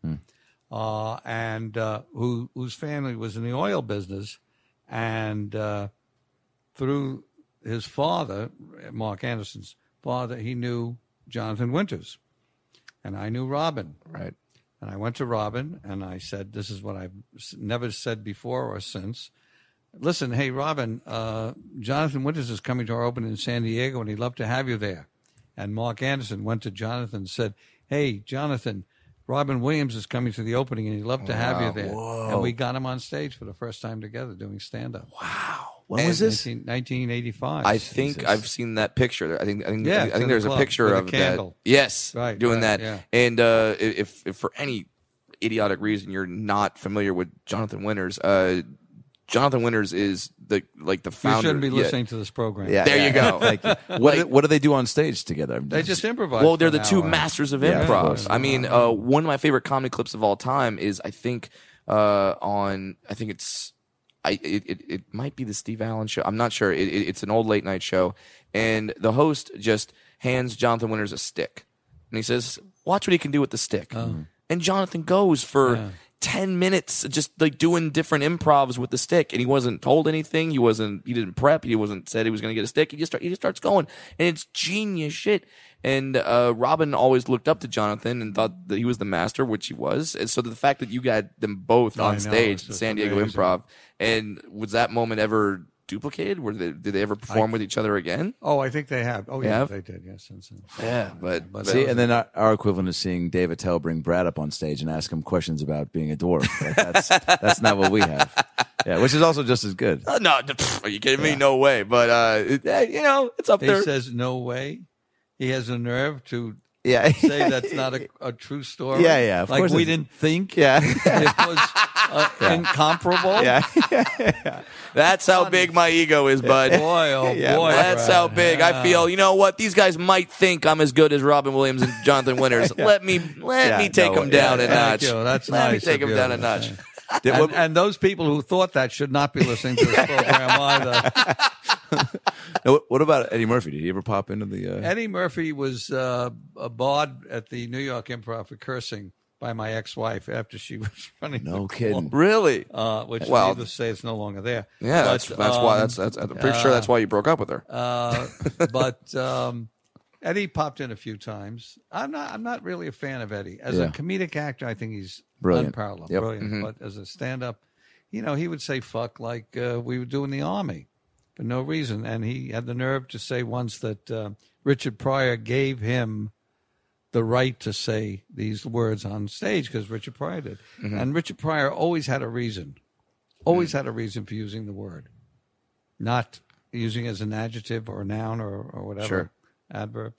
[SPEAKER 5] uh, and uh, who, whose family was in the oil business. and uh, through his father, Mark Anderson's father, he knew Jonathan Winters, and I knew Robin.
[SPEAKER 4] Right.
[SPEAKER 5] And I went to Robin and I said, "This is what I've s- never said before or since." Listen, hey Robin, uh, Jonathan Winters is coming to our opening in San Diego, and he'd love to have you there. And Mark Anderson went to Jonathan and said, "Hey Jonathan, Robin Williams is coming to the opening, and he'd love to have you there." And we got him on stage for the first time together doing stand up. Wow,
[SPEAKER 3] When was this?
[SPEAKER 5] 1985.
[SPEAKER 4] I think I've seen that picture. I think I think
[SPEAKER 5] Yeah,
[SPEAKER 4] I
[SPEAKER 5] it's
[SPEAKER 4] think
[SPEAKER 5] in
[SPEAKER 4] there's a
[SPEAKER 5] the club
[SPEAKER 4] picture
[SPEAKER 5] with a
[SPEAKER 4] of
[SPEAKER 5] candle.
[SPEAKER 4] that. Yes,
[SPEAKER 5] Right,
[SPEAKER 4] doing
[SPEAKER 5] right,
[SPEAKER 4] that.
[SPEAKER 5] yeah.
[SPEAKER 4] And uh, if, if for any idiotic reason you're not familiar with Jonathan Winters, uh, Jonathan Winters is the like the
[SPEAKER 5] You
[SPEAKER 4] founder.
[SPEAKER 5] shouldn't be
[SPEAKER 4] yeah.
[SPEAKER 5] listening to this program.
[SPEAKER 3] Yeah,
[SPEAKER 4] There
[SPEAKER 3] yeah,
[SPEAKER 4] you go.
[SPEAKER 3] Thank you. What, do they, what do they do on stage together?
[SPEAKER 5] They just improvise.
[SPEAKER 4] Well, they're
[SPEAKER 5] for
[SPEAKER 4] the
[SPEAKER 5] an
[SPEAKER 4] two
[SPEAKER 5] hour.
[SPEAKER 4] masters of
[SPEAKER 3] Yeah, of
[SPEAKER 4] improv.
[SPEAKER 3] course.
[SPEAKER 4] I mean, uh, one of my favorite comedy clips of all time is I think uh, on I think it's I it, it, it might be the Steve Allen show. I'm not sure. It, it, it's an old late night show, and the host just hands Jonathan Winters a stick, and he says, "Watch what he can do with the stick." And Jonathan goes for. 10 minutes just like doing different improvs with the stick and he wasn't told anything he wasn't he didn't prep he wasn't said he was going to get a stick he just start, he just starts going and it's genius shit and uh, Robin always looked up to Jonathan and thought that he was the master which he was and so the fact that you got them both
[SPEAKER 5] I
[SPEAKER 4] on
[SPEAKER 5] know,
[SPEAKER 4] stage
[SPEAKER 5] it's
[SPEAKER 4] at
[SPEAKER 5] just
[SPEAKER 4] San Diego
[SPEAKER 5] amazing.
[SPEAKER 4] Improv and was that moment ever duplicated were they did they ever perform with each other again
[SPEAKER 5] Oh, I think they have. Oh, yeah,
[SPEAKER 4] have?
[SPEAKER 5] they did. Yes, since then.
[SPEAKER 4] yeah but, but
[SPEAKER 3] See, and then our, our equivalent is seeing Dave Attell bring Brad up on stage and ask him questions about being a dwarf. Like, that's that's not what we have. Yeah, which is also just as good.
[SPEAKER 4] Uh, no pff, are you kidding me no way but uh it- eh, you know it's up
[SPEAKER 5] He
[SPEAKER 4] there
[SPEAKER 5] says no way. He has a nerve to
[SPEAKER 3] Yeah,
[SPEAKER 5] say that's not a, a true story.
[SPEAKER 3] Yeah, yeah, of
[SPEAKER 5] like
[SPEAKER 3] course
[SPEAKER 5] we
[SPEAKER 3] it's-
[SPEAKER 5] didn't think.
[SPEAKER 3] Yeah.
[SPEAKER 5] it was uh, incomparable.
[SPEAKER 3] yeah.
[SPEAKER 4] that's how big my ego is bud
[SPEAKER 5] Boy, oh
[SPEAKER 3] Yeah,
[SPEAKER 5] boy,
[SPEAKER 4] That's
[SPEAKER 5] Brad.
[SPEAKER 4] how big I feel. You know what? These guys might think I'm as good as Robin Williams and Jonathan Winters. Let me let
[SPEAKER 3] Yeah,
[SPEAKER 4] me take
[SPEAKER 3] no,
[SPEAKER 4] them
[SPEAKER 3] yeah,
[SPEAKER 4] down a
[SPEAKER 5] Thank
[SPEAKER 4] notch.
[SPEAKER 5] you. That's
[SPEAKER 4] let
[SPEAKER 5] nice
[SPEAKER 4] me take them
[SPEAKER 5] of you.
[SPEAKER 4] down a notch.
[SPEAKER 3] Yeah,
[SPEAKER 5] And,
[SPEAKER 3] what-
[SPEAKER 5] and those people who thought that should not be listening to this program either.
[SPEAKER 3] now, what- what about Eddie Murphy? Did he ever pop into the? Uh,
[SPEAKER 5] Eddie Murphy was uh, a barred at the New York Improv for cursing by my ex-wife after she was running. the
[SPEAKER 3] no
[SPEAKER 5] club,
[SPEAKER 3] kidding.
[SPEAKER 4] Really?
[SPEAKER 5] Uh, which,
[SPEAKER 4] Wow.
[SPEAKER 5] needless to say, it's no longer there.
[SPEAKER 4] Yeah,
[SPEAKER 5] But,
[SPEAKER 4] that's that's why
[SPEAKER 5] um,
[SPEAKER 4] that's that's I'm pretty sure that's why you broke up with her.
[SPEAKER 5] Uh, but um, Eddie popped in a few times. I'm not. I'm not really a fan of Eddie as
[SPEAKER 3] Yeah.
[SPEAKER 5] a comedic actor. I think he's
[SPEAKER 3] Brilliant.
[SPEAKER 5] unparalleled,
[SPEAKER 3] Yep. Mm-hmm.
[SPEAKER 5] brilliant. But as a stand-up, you know, he would say "fuck" like uh, we would do in the army for no reason, and he had the nerve to say once that uh, Richard Pryor gave him the right to say these words on stage because Richard Pryor did,
[SPEAKER 3] Mm-hmm.
[SPEAKER 5] and Richard Pryor always had a reason, always
[SPEAKER 3] Mm.
[SPEAKER 5] had a reason for using the word not using it as an adjective or a noun or, or whatever
[SPEAKER 3] Sure.
[SPEAKER 5] adverb.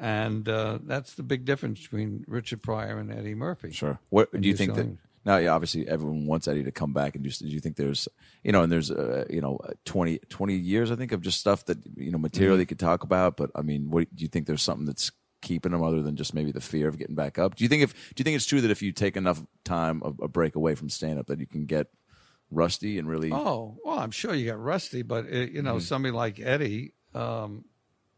[SPEAKER 5] And uh, that's the big difference between Richard Pryor and Eddie Murphy.
[SPEAKER 3] Sure. What
[SPEAKER 5] And
[SPEAKER 3] do you
[SPEAKER 5] you're
[SPEAKER 3] think that?
[SPEAKER 5] selling-
[SPEAKER 3] Now, yeah, obviously, everyone wants Eddie to come back, and just do you think there's, you know, and there's, uh, you know, 20, 20 years, I think, of just stuff that you know material
[SPEAKER 4] Mm-hmm.
[SPEAKER 3] they could talk about. But I mean, what do you think? There's something that's keeping them other than just maybe the fear of getting back up. Do you think if do you think it's true that if you take enough time of a break away from stand up that you can get rusty and really?
[SPEAKER 5] Oh, well, I'm sure you got rusty, but it, you know,
[SPEAKER 3] Mm-hmm.
[SPEAKER 5] somebody like Eddie, um,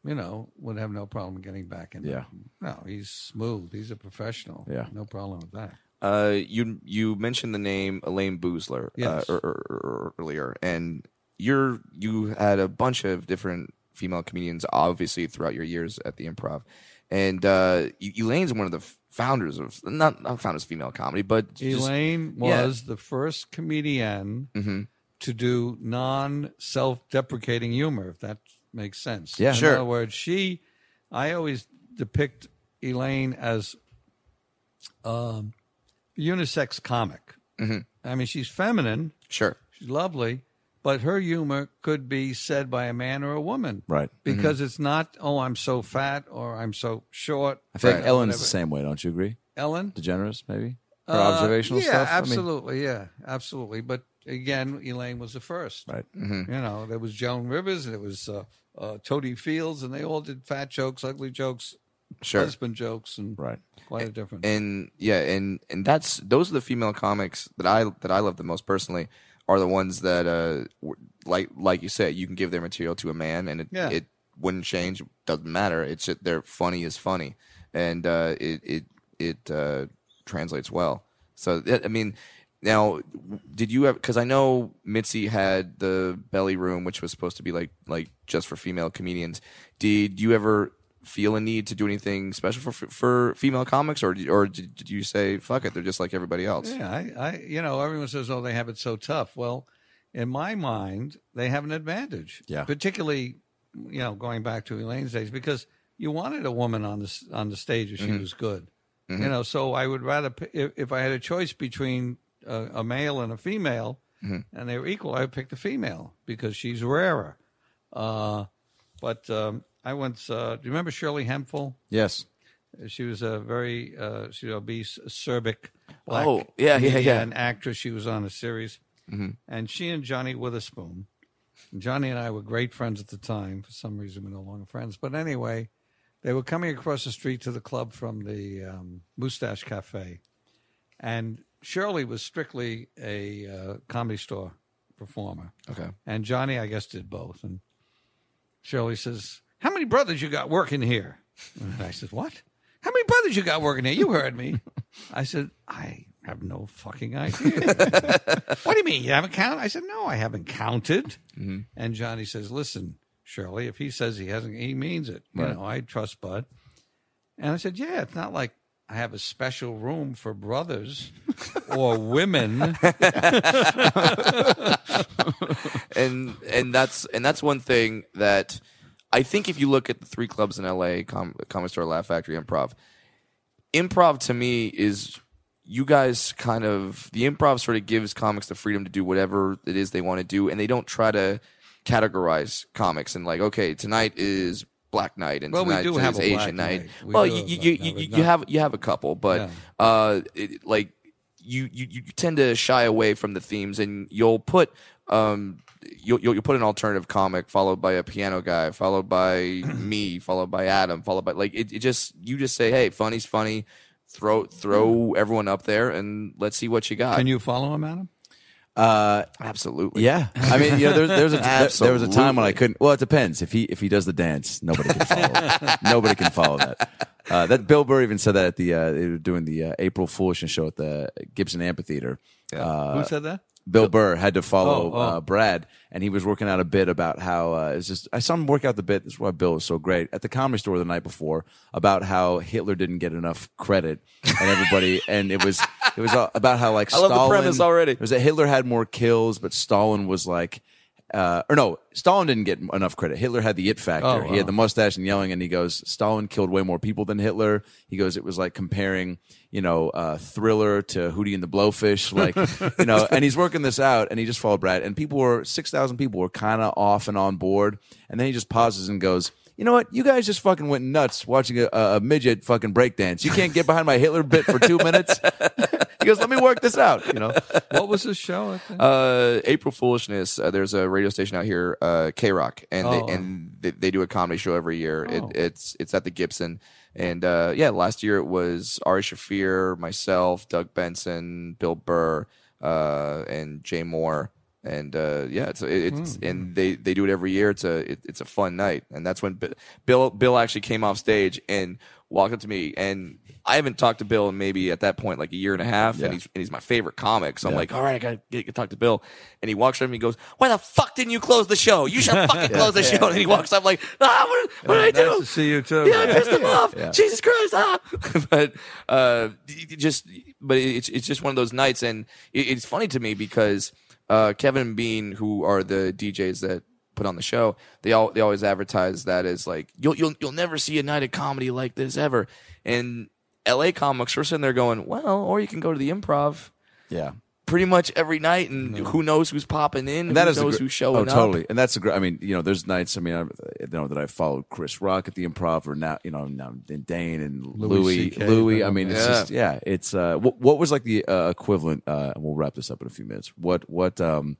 [SPEAKER 5] you know, would have no problem getting back in.
[SPEAKER 3] Yeah.
[SPEAKER 5] No, he's smooth. He's a professional.
[SPEAKER 3] Yeah.
[SPEAKER 5] No problem with that.
[SPEAKER 4] Uh, you you mentioned the name Elaine Boozler
[SPEAKER 5] Yes.
[SPEAKER 4] uh, er- er- er- earlier, and you're you had a bunch of different female comedians, obviously throughout your years at the Improv, and uh, E- Elaine's one of the f- founders of not not founders of female comedy, but just-
[SPEAKER 5] Elaine
[SPEAKER 4] yeah.
[SPEAKER 5] was the first comedian
[SPEAKER 4] Mhm.
[SPEAKER 5] to do non self deprecating humor, if that makes sense.
[SPEAKER 3] Yeah.
[SPEAKER 5] In
[SPEAKER 3] Sure.
[SPEAKER 5] other words, she, I always depict Elaine as um, unisex comic.
[SPEAKER 3] Mm-hmm.
[SPEAKER 5] I mean, she's feminine,
[SPEAKER 4] sure.
[SPEAKER 5] she's lovely, but her humor could be said by a man or a woman.
[SPEAKER 3] Right. Mm-hmm.
[SPEAKER 5] Because it's not, oh, I'm so fat or I'm so short.
[SPEAKER 3] I feel
[SPEAKER 5] or
[SPEAKER 3] like Ellen's
[SPEAKER 5] whatever.
[SPEAKER 3] the same way. Don't you agree?
[SPEAKER 5] Ellen?
[SPEAKER 3] DeGeneres, maybe. Her
[SPEAKER 5] Uh,
[SPEAKER 3] observational
[SPEAKER 5] yeah,
[SPEAKER 3] stuff. I mean-
[SPEAKER 5] absolutely. yeah, absolutely. But again, Elaine was the first.
[SPEAKER 3] Right.
[SPEAKER 5] You know, there was Joan Rivers, and it was uh, uh, Toady Fields, and they all did fat jokes, ugly jokes,
[SPEAKER 4] Sure.
[SPEAKER 5] husband jokes, and
[SPEAKER 3] right.
[SPEAKER 5] quite a difference.
[SPEAKER 4] and yeah and and that's those are the female comics that i that i love the most personally are the ones that uh w- like like you said you can give their material to a man and it
[SPEAKER 5] Yeah.
[SPEAKER 4] it wouldn't change doesn't matter it's just they're funny is funny and uh it it it uh translates well so that- i mean Now, did you have? Because I know Mitzi had the belly room, which was supposed to be like like just for female comedians. Did you ever feel a need to do anything special for for female comics, or or did, did you say fuck it? They're just like everybody else.
[SPEAKER 5] Yeah, I, I, you know, everyone says, "Oh, they have it so tough." Well, in my mind, they have an advantage.
[SPEAKER 3] Yeah.
[SPEAKER 5] Particularly, you know, going back to Elaine's days, because you wanted a woman on the s- on the stage if she was good. You know, so I would rather p- if, if I had a choice between a, a male and a female, and they were equal, I would pick the female because she's rarer. Uh, but um, I once uh, do you remember Shirley Hemphill?
[SPEAKER 3] Yes.
[SPEAKER 5] She was a very uh, she was obese, Serbic. Black
[SPEAKER 4] Oh, yeah, yeah, Mm-hmm.
[SPEAKER 5] comedian
[SPEAKER 4] yeah.
[SPEAKER 5] and actress. She was on a series, and she and Johnny Witherspoon. Johnny and I were great friends at the time. For some reason, we're no longer friends. But anyway, they were coming across the street to the club from the um, Moustache Cafe, and Shirley was strictly a uh, comedy store performer.
[SPEAKER 4] Okay.
[SPEAKER 5] And Johnny, I guess, did both. And Shirley says, How many brothers you got working here? And I said, What? How many brothers you got working here? You heard me. I said, I have no fucking idea. what do you mean? You haven't counted? I said, No, I haven't counted. And Johnny says, Listen, Shirley, if he says he hasn't, he means it. You know, I trust Bud. And I said, Yeah, it's not like I have a special room for brothers or women.
[SPEAKER 4] and and that's and that's one thing that I think if you look at the three clubs in LA, Com- Comedy Store, Laugh Factory, Improv, improv to me is you guys kind of the improv sort of gives comics the freedom to do whatever it is they want to do, and they don't try to categorize comics and like, okay, tonight is Black Night and
[SPEAKER 5] Well, we
[SPEAKER 4] tonight
[SPEAKER 5] do
[SPEAKER 4] is
[SPEAKER 5] have a
[SPEAKER 4] Asian
[SPEAKER 5] Black
[SPEAKER 4] Night.
[SPEAKER 5] Night. We
[SPEAKER 4] Well,
[SPEAKER 5] do
[SPEAKER 4] you
[SPEAKER 5] have a
[SPEAKER 4] you,
[SPEAKER 5] Black
[SPEAKER 4] you,
[SPEAKER 5] Night,
[SPEAKER 4] you,
[SPEAKER 5] but
[SPEAKER 4] you
[SPEAKER 5] not-
[SPEAKER 4] have you have a couple, but uh, it, like you, you you tend to shy away from the themes, and you'll put um you'll you'll, you'll put an alternative comic followed by a piano guy, followed by me, followed by Adam, followed by like it, it just you just say hey funny's funny, throw throw everyone up there and let's see what you got.
[SPEAKER 5] Can you follow him, Adam?
[SPEAKER 4] Absolutely,
[SPEAKER 3] Yeah. I mean, you know, there, there's a there, there was a time when I
[SPEAKER 4] Absolutely.
[SPEAKER 3] couldn't. Well, it depends. If he if he does the dance, nobody can follow. nobody can follow that. Uh, that Bill Burr even said that at the uh, they were doing the uh, April Foolishness show at the Gibson Amphitheater.
[SPEAKER 5] Who said that?
[SPEAKER 3] Bill Burr had to follow
[SPEAKER 5] Oh, oh.
[SPEAKER 3] Uh, Brad, and he was working out a bit about how uh, it's just. I saw him work out the bit. This is why Bill was so great at the comedy store the night before about how Hitler didn't get enough credit, and everybody, and it was it was all about how like
[SPEAKER 4] I love the
[SPEAKER 3] Stalin-
[SPEAKER 4] premise already.
[SPEAKER 3] It was that Hitler had more kills, but Stalin was like. Uh, or no, Stalin didn't get enough credit. Hitler had the it factor.
[SPEAKER 5] Oh,
[SPEAKER 3] He
[SPEAKER 5] wow.
[SPEAKER 3] had the mustache and yelling, and he goes, Stalin killed way more people than Hitler. He goes, it was like comparing, you know, uh, Thriller to Hootie and the Blowfish, like, you know, and he's working this out, and he just followed Brad, and people were six thousand people were kind of off and on board, and then he just pauses and goes. You know what? You guys just fucking went nuts watching a, a midget fucking breakdance. You can't get behind my Hitler bit for two minutes. he goes, "Let me work this out." You know,
[SPEAKER 5] What was the show? I think?
[SPEAKER 4] uh, April Foolishness. Uh, there's a radio station out here, uh, K Rock, and
[SPEAKER 5] Oh.
[SPEAKER 4] they, and they, they do a comedy show every year.
[SPEAKER 5] Oh.
[SPEAKER 4] It, it's it's at the Gibson, and uh, yeah, last year it was Ari Shafir, myself, Doug Benson, Bill Burr, uh, and Jay Moore. And uh, yeah, it's it's
[SPEAKER 5] Hmm.
[SPEAKER 4] and they, they do it every year. It's a it, it's a fun night, and that's when Bi- Bill Bill actually came off stage and walked up to me, and I haven't talked to Bill in maybe at that point like a year and a half, and he's and he's my favorite comic. So I'm like, all right, I gotta get, get talk to Bill, and he walks up to me and goes, "Why the fuck didn't you close the show? You should fucking close the show." And he walks up like, "Ah, what, what did I do?"
[SPEAKER 5] Nice to see you too.
[SPEAKER 4] yeah, I pissed him off. Jesus Christ! Ah. but uh, y- y- just, but it's it's just one of those nights, and it, it's funny to me because uh, Kevin and Bean, who are the DJs that put on the show, they all they always advertise that as like you'll you'll you'll never see a night of comedy like this ever, and. LA comics were sitting there going, well, or you can go to the improv
[SPEAKER 3] yeah.
[SPEAKER 4] pretty much every night, and who knows who's popping in,
[SPEAKER 3] And that
[SPEAKER 4] who
[SPEAKER 3] is the
[SPEAKER 4] knows
[SPEAKER 3] gr-
[SPEAKER 4] who's showing
[SPEAKER 3] oh,
[SPEAKER 4] up.
[SPEAKER 3] totally. And that's a great. I mean, you know, there's nights. I mean, I, I know that I followed Chris Rock at the Improv, or now, you know, now and Dane and Louis. Louis.
[SPEAKER 5] CK,
[SPEAKER 3] I mean, it's
[SPEAKER 4] Yeah.
[SPEAKER 3] just yeah. It's uh, what, what was like the uh, equivalent? Uh, and we'll wrap this up in a few minutes. What what um,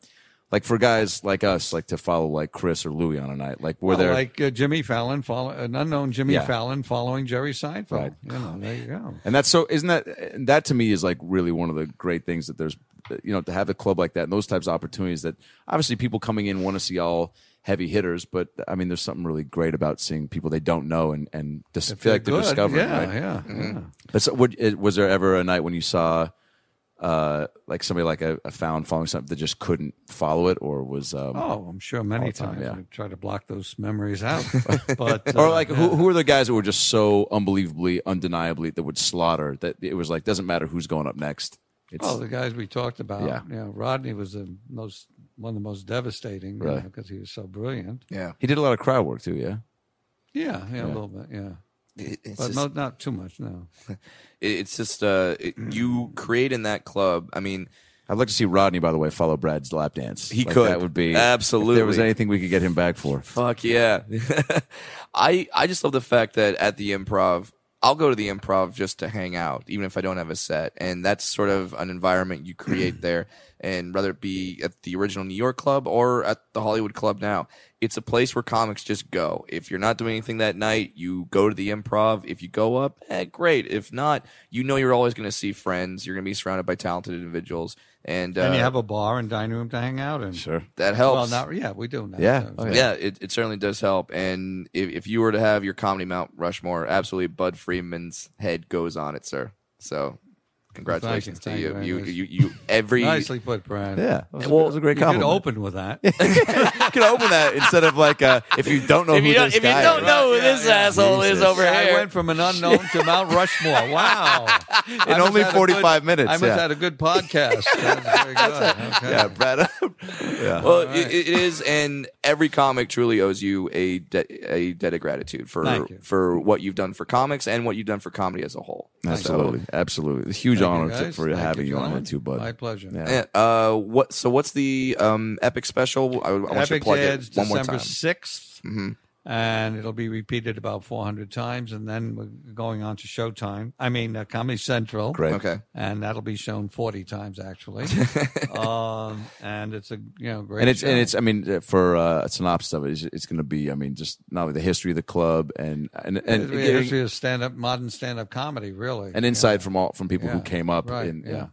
[SPEAKER 3] like for guys like us, like to follow like Chris or Louis on a night, like were
[SPEAKER 5] Well,
[SPEAKER 3] there
[SPEAKER 5] like uh, Jimmy Fallon, follow, an unknown Jimmy
[SPEAKER 3] Yeah.
[SPEAKER 5] Fallon following Jerry Seinfeld.
[SPEAKER 3] Right.
[SPEAKER 5] You know, there you go.
[SPEAKER 3] And that's so isn't that and that to me is like really one of the great things that there's you know to have a club like that and those types of opportunities that obviously people coming in want to see all heavy hitters but I mean there's something really great about seeing people they don't know and and dis- feel like they're
[SPEAKER 5] Good.
[SPEAKER 3] discovering
[SPEAKER 5] Yeah,
[SPEAKER 3] right? Mm-hmm.
[SPEAKER 5] yeah, yeah.
[SPEAKER 3] But so, would, it- was there ever a night when you saw uh, like somebody like I, I found following something that just couldn't follow it or was um,
[SPEAKER 5] Oh, I'm sure many times
[SPEAKER 3] yeah.
[SPEAKER 5] I try to block those memories out. but
[SPEAKER 3] or
[SPEAKER 5] uh,
[SPEAKER 3] like who, who are the guys that were just so unbelievably undeniably that would slaughter that it was like doesn't matter who's going up next it's
[SPEAKER 5] Oh, the guys we talked about.
[SPEAKER 3] Yeah.
[SPEAKER 5] Yeah, Rodney was the most one of the most devastating
[SPEAKER 3] Really?
[SPEAKER 5] because he was so brilliant.
[SPEAKER 4] Yeah.
[SPEAKER 3] he did a lot of crowd work too yeah
[SPEAKER 5] Yeah, yeah, a little bit. Yeah,
[SPEAKER 4] It- it's
[SPEAKER 5] but
[SPEAKER 4] just-
[SPEAKER 5] no, not too much. No.
[SPEAKER 4] it- it's just uh, it, you create in that club. I mean,
[SPEAKER 3] I'd like to see Rodney by the way follow Brad's lap dance
[SPEAKER 4] He
[SPEAKER 3] Like,
[SPEAKER 4] could.
[SPEAKER 3] that would be
[SPEAKER 4] Absolutely.
[SPEAKER 3] if there was anything we could get him back for
[SPEAKER 4] fuck yeah. I I just love the fact that at the improv, I'll go to the improv just to hang out, even if I don't have a set, and that's sort of an environment you create there. And whether it be at the original New York club or at the Hollywood club now, it's a place where comics just go. If you're not doing anything that night, you go to the improv. If you go up, eh, great. If not, you know you're always going to see friends. You're going to be surrounded by talented individuals, and, uh,
[SPEAKER 5] and you have a bar and dining room to hang out in.
[SPEAKER 3] sure
[SPEAKER 4] that helps.
[SPEAKER 5] Well, not yeah, we do now.
[SPEAKER 3] Yeah.
[SPEAKER 5] So-
[SPEAKER 3] Oh,
[SPEAKER 4] yeah, it, it certainly does help. And if, if you were to have your comedy Mount Rushmore, absolutely Bud Freeman's head goes on it, sir. So congratulations
[SPEAKER 5] Thank you.
[SPEAKER 4] to
[SPEAKER 5] Thank
[SPEAKER 4] you.
[SPEAKER 5] you
[SPEAKER 4] You,
[SPEAKER 5] very
[SPEAKER 4] you, you, every
[SPEAKER 5] Nicely put, Brian.
[SPEAKER 3] yeah that was, a-
[SPEAKER 4] Well,
[SPEAKER 3] that was a great
[SPEAKER 5] You could
[SPEAKER 3] compliment
[SPEAKER 5] open with that.
[SPEAKER 3] you could open that instead of like uh, if you don't know
[SPEAKER 4] If
[SPEAKER 3] who
[SPEAKER 4] you don't-
[SPEAKER 3] this
[SPEAKER 4] if you
[SPEAKER 3] guy
[SPEAKER 4] don't
[SPEAKER 3] is.
[SPEAKER 4] know who this asshole is
[SPEAKER 3] Jesus.
[SPEAKER 4] over
[SPEAKER 5] I
[SPEAKER 4] here.
[SPEAKER 5] went from an unknown to Mount Rushmore. Wow.
[SPEAKER 3] in
[SPEAKER 5] I must
[SPEAKER 3] only
[SPEAKER 5] had a
[SPEAKER 3] 45
[SPEAKER 5] good-
[SPEAKER 3] minutes
[SPEAKER 5] I must
[SPEAKER 3] yeah.
[SPEAKER 5] had a good podcast. That's very good. Okay.
[SPEAKER 3] yeah Brad yeah
[SPEAKER 4] well, it, it is, and every comic truly owes you a de- a debt of gratitude for
[SPEAKER 5] Thank you.
[SPEAKER 4] for what you've done for comics and what you've done for comedy as a whole.
[SPEAKER 3] absolutely absolutely huge
[SPEAKER 5] Thank you,
[SPEAKER 3] honor to,
[SPEAKER 5] guys.
[SPEAKER 3] for
[SPEAKER 5] Thank
[SPEAKER 3] having you on
[SPEAKER 5] gentlemen.
[SPEAKER 3] it too bud
[SPEAKER 5] My pleasure.
[SPEAKER 3] Yeah.
[SPEAKER 4] Yeah, uh, what? So what's the um, epic special? I, I want you to
[SPEAKER 5] Epic
[SPEAKER 4] plug
[SPEAKER 5] Dad's
[SPEAKER 4] it one more time.
[SPEAKER 5] December 6th.
[SPEAKER 3] Mm-hmm.
[SPEAKER 5] And it'll be repeated about 400 times. And then we're going on to Showtime. I mean, uh, Comedy Central.
[SPEAKER 3] Great.
[SPEAKER 4] Okay.
[SPEAKER 5] And that'll be shown 40 times, actually. um, and it's a, you know, great
[SPEAKER 3] and it's
[SPEAKER 5] show.
[SPEAKER 3] and it's I mean uh, for uh, a synopsis of it, it's, it's going to be I mean just not only the history of the club and and and,
[SPEAKER 5] It's
[SPEAKER 3] getting
[SPEAKER 5] actually a stand-up, modern stand-up comedy, really.
[SPEAKER 3] an insight from all from people who
[SPEAKER 5] Yeah.
[SPEAKER 3] came up
[SPEAKER 5] Right,
[SPEAKER 3] and yeah.
[SPEAKER 5] yeah.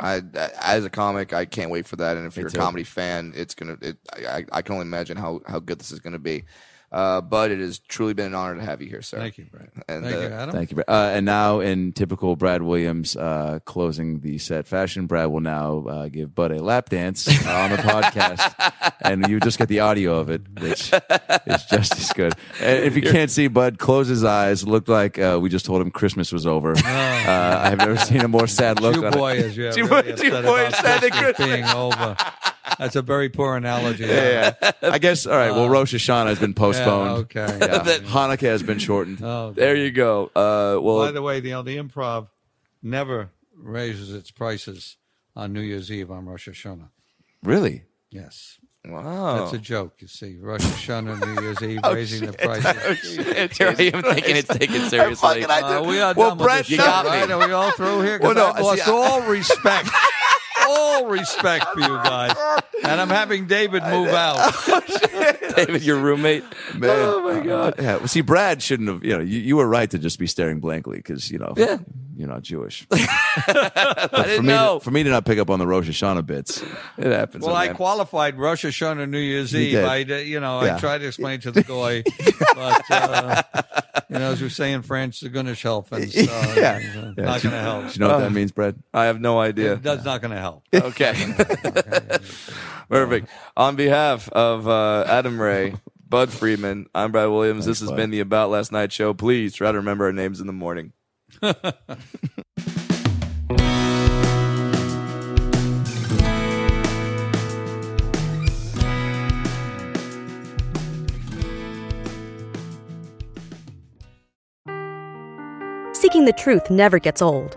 [SPEAKER 4] I as a comic, I can't wait for that. And if you're
[SPEAKER 3] too.
[SPEAKER 4] a comedy fan, it's gonna. It, I I- I can only imagine how how good this is gonna be. Uh, but it has truly been an honor to have you here, sir.
[SPEAKER 5] Thank you, Brad.
[SPEAKER 4] And,
[SPEAKER 5] Thank
[SPEAKER 4] uh,
[SPEAKER 5] you, Adam.
[SPEAKER 3] Thank you. Brad. Uh, and now, in typical Brad Williams uh, closing the set fashion, Brad will now uh, give Bud a lap dance uh, on the podcast, and you just get the audio of it, which is just as good. And if you can't see, Bud close his eyes. Looked like uh, we just told him Christmas was over. Uh, I have never seen a more sad look.
[SPEAKER 5] Two
[SPEAKER 3] on it.
[SPEAKER 5] Oh. boy is yeah,
[SPEAKER 3] Two
[SPEAKER 5] really
[SPEAKER 3] boy-
[SPEAKER 5] upset
[SPEAKER 3] two boy
[SPEAKER 5] about
[SPEAKER 3] is sad that
[SPEAKER 5] Christmas being over. That's a very poor analogy.
[SPEAKER 3] yeah, yeah. I guess. All right. Well, Rosh Hashanah has been
[SPEAKER 5] Yeah,
[SPEAKER 3] postponed.
[SPEAKER 5] okay.
[SPEAKER 3] Yeah. Um, Hanukkah has been shortened.
[SPEAKER 5] Oh,
[SPEAKER 4] there you go. Uh,
[SPEAKER 5] By
[SPEAKER 4] well,
[SPEAKER 5] the way, the, you know, the improv never raises its prices on New Year's Eve on Rosh Hashanah.
[SPEAKER 3] Really?
[SPEAKER 5] Yes.
[SPEAKER 4] wow.
[SPEAKER 5] That's a joke, you see. Rosh Hashanah, New Year's Eve,
[SPEAKER 3] Oh,
[SPEAKER 5] raising the prices.
[SPEAKER 4] Here I am thinking it's taken seriously.
[SPEAKER 5] Uh, we are
[SPEAKER 3] Well,
[SPEAKER 5] done with
[SPEAKER 3] Brett,
[SPEAKER 5] this
[SPEAKER 3] you
[SPEAKER 5] show,
[SPEAKER 3] got me.
[SPEAKER 5] right? Are we all through here? 'Cause
[SPEAKER 3] Well, no,
[SPEAKER 5] I've lost
[SPEAKER 3] see, I-
[SPEAKER 5] all respect. all respect for you guys. And I'm having David move out.
[SPEAKER 4] David, your roommate.
[SPEAKER 3] Man. Oh my god. yeah. Well, see, Brad shouldn't have. You know, you, you were right to just be staring blankly because you know
[SPEAKER 4] Yeah.
[SPEAKER 3] you're not Jewish. But
[SPEAKER 4] I
[SPEAKER 3] for
[SPEAKER 4] didn't
[SPEAKER 3] me,
[SPEAKER 4] know.
[SPEAKER 3] To, for me to not pick up on the Rosh Hashanah bits, it happens.
[SPEAKER 5] Well, I
[SPEAKER 3] man.
[SPEAKER 5] qualified Rosh Hashanah, New Year's Eve.
[SPEAKER 3] did.
[SPEAKER 5] I, did- you know,
[SPEAKER 3] Yeah.
[SPEAKER 5] I tried to explain to the guy, but uh, you know, as we say in French, the Gunners help, and so,
[SPEAKER 3] Yeah.
[SPEAKER 5] it's, uh, not going to help.
[SPEAKER 3] Do you know what that means, Brad?
[SPEAKER 4] I have no idea.
[SPEAKER 5] That's not going to help.
[SPEAKER 4] Okay. Perfect. On behalf of uh, Adam Ray, Bud Friedman, I'm Brad Williams. this has
[SPEAKER 3] Bud.
[SPEAKER 4] been the About Last Night show. Please try to remember our names in the morning.
[SPEAKER 7] Seeking the truth never gets old.